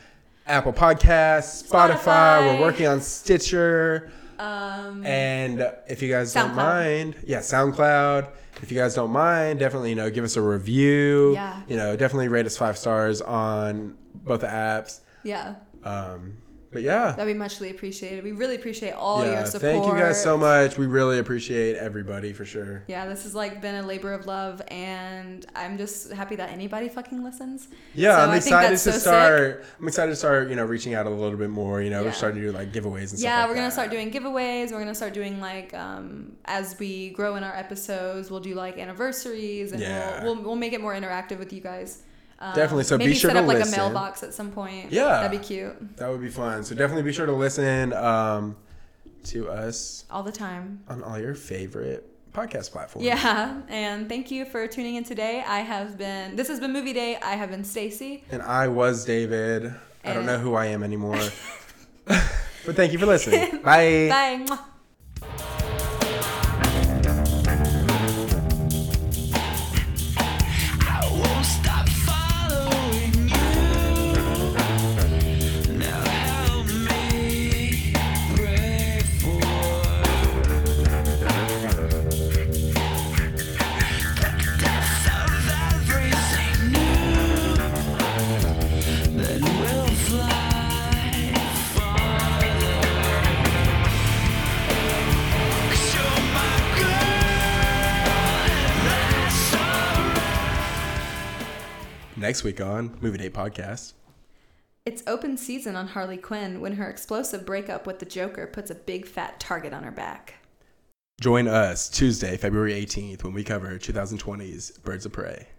C: Apple Podcasts, Spotify.
B: Spotify.
C: We're working on Stitcher.
B: Um,
C: And if you guys
B: SoundCloud.
C: don't mind, yeah, SoundCloud. If you guys don't mind, definitely, you know, give us a review.
B: Yeah.
C: You know, definitely rate us five stars on both the apps.
B: yeah,
C: Um, but yeah.
B: that'd be muchly appreciated. We really appreciate all
C: yeah,
B: your support.
C: thank you guys so much. We really appreciate everybody for sure.
B: Yeah, this has like been a labor of love, and I'm just happy that anybody fucking listens.
C: Yeah,
B: So
C: I'm
B: I think
C: excited to
B: that's so sick.
C: start. I'm excited to start, you know, reaching out a little bit more. You know,
B: Yeah.
C: we're starting to do like giveaways and stuff.
B: Yeah,
C: like
B: we're gonna
C: that.
B: start doing giveaways. We're gonna start doing like um, as we grow in our episodes, we'll do like anniversaries, and
C: Yeah.
B: we'll, we'll we'll make it more interactive with you guys. Um,
C: Definitely, so be
B: maybe
C: sure
B: set
C: to
B: up like
C: listen.
B: a mailbox at some point.
C: Yeah.
B: that'd be cute
C: That would be fun. So definitely be sure to listen um, to us
B: all the time.
C: on all your favorite podcast platforms.
B: Yeah, (laughs) and thank you for tuning in today. I have been. This has been Movie Day. I have been Stacy.
C: And I was David. I don't
B: And-
C: know who I am anymore.
B: (laughs)
C: but thank you for listening. Bye.
B: Bye. Mwah.
A: I won't stop following you. Now help me pray for death of everything new. Then we'll fly farther. You're my girl, and that's
C: Next week on Movie Date Podcast.
B: It's open season on Harley Quinn when her explosive breakup with the Joker puts a big fat target on her back.
C: Join us Tuesday, February 18th, when we cover 2020's Birds of Prey.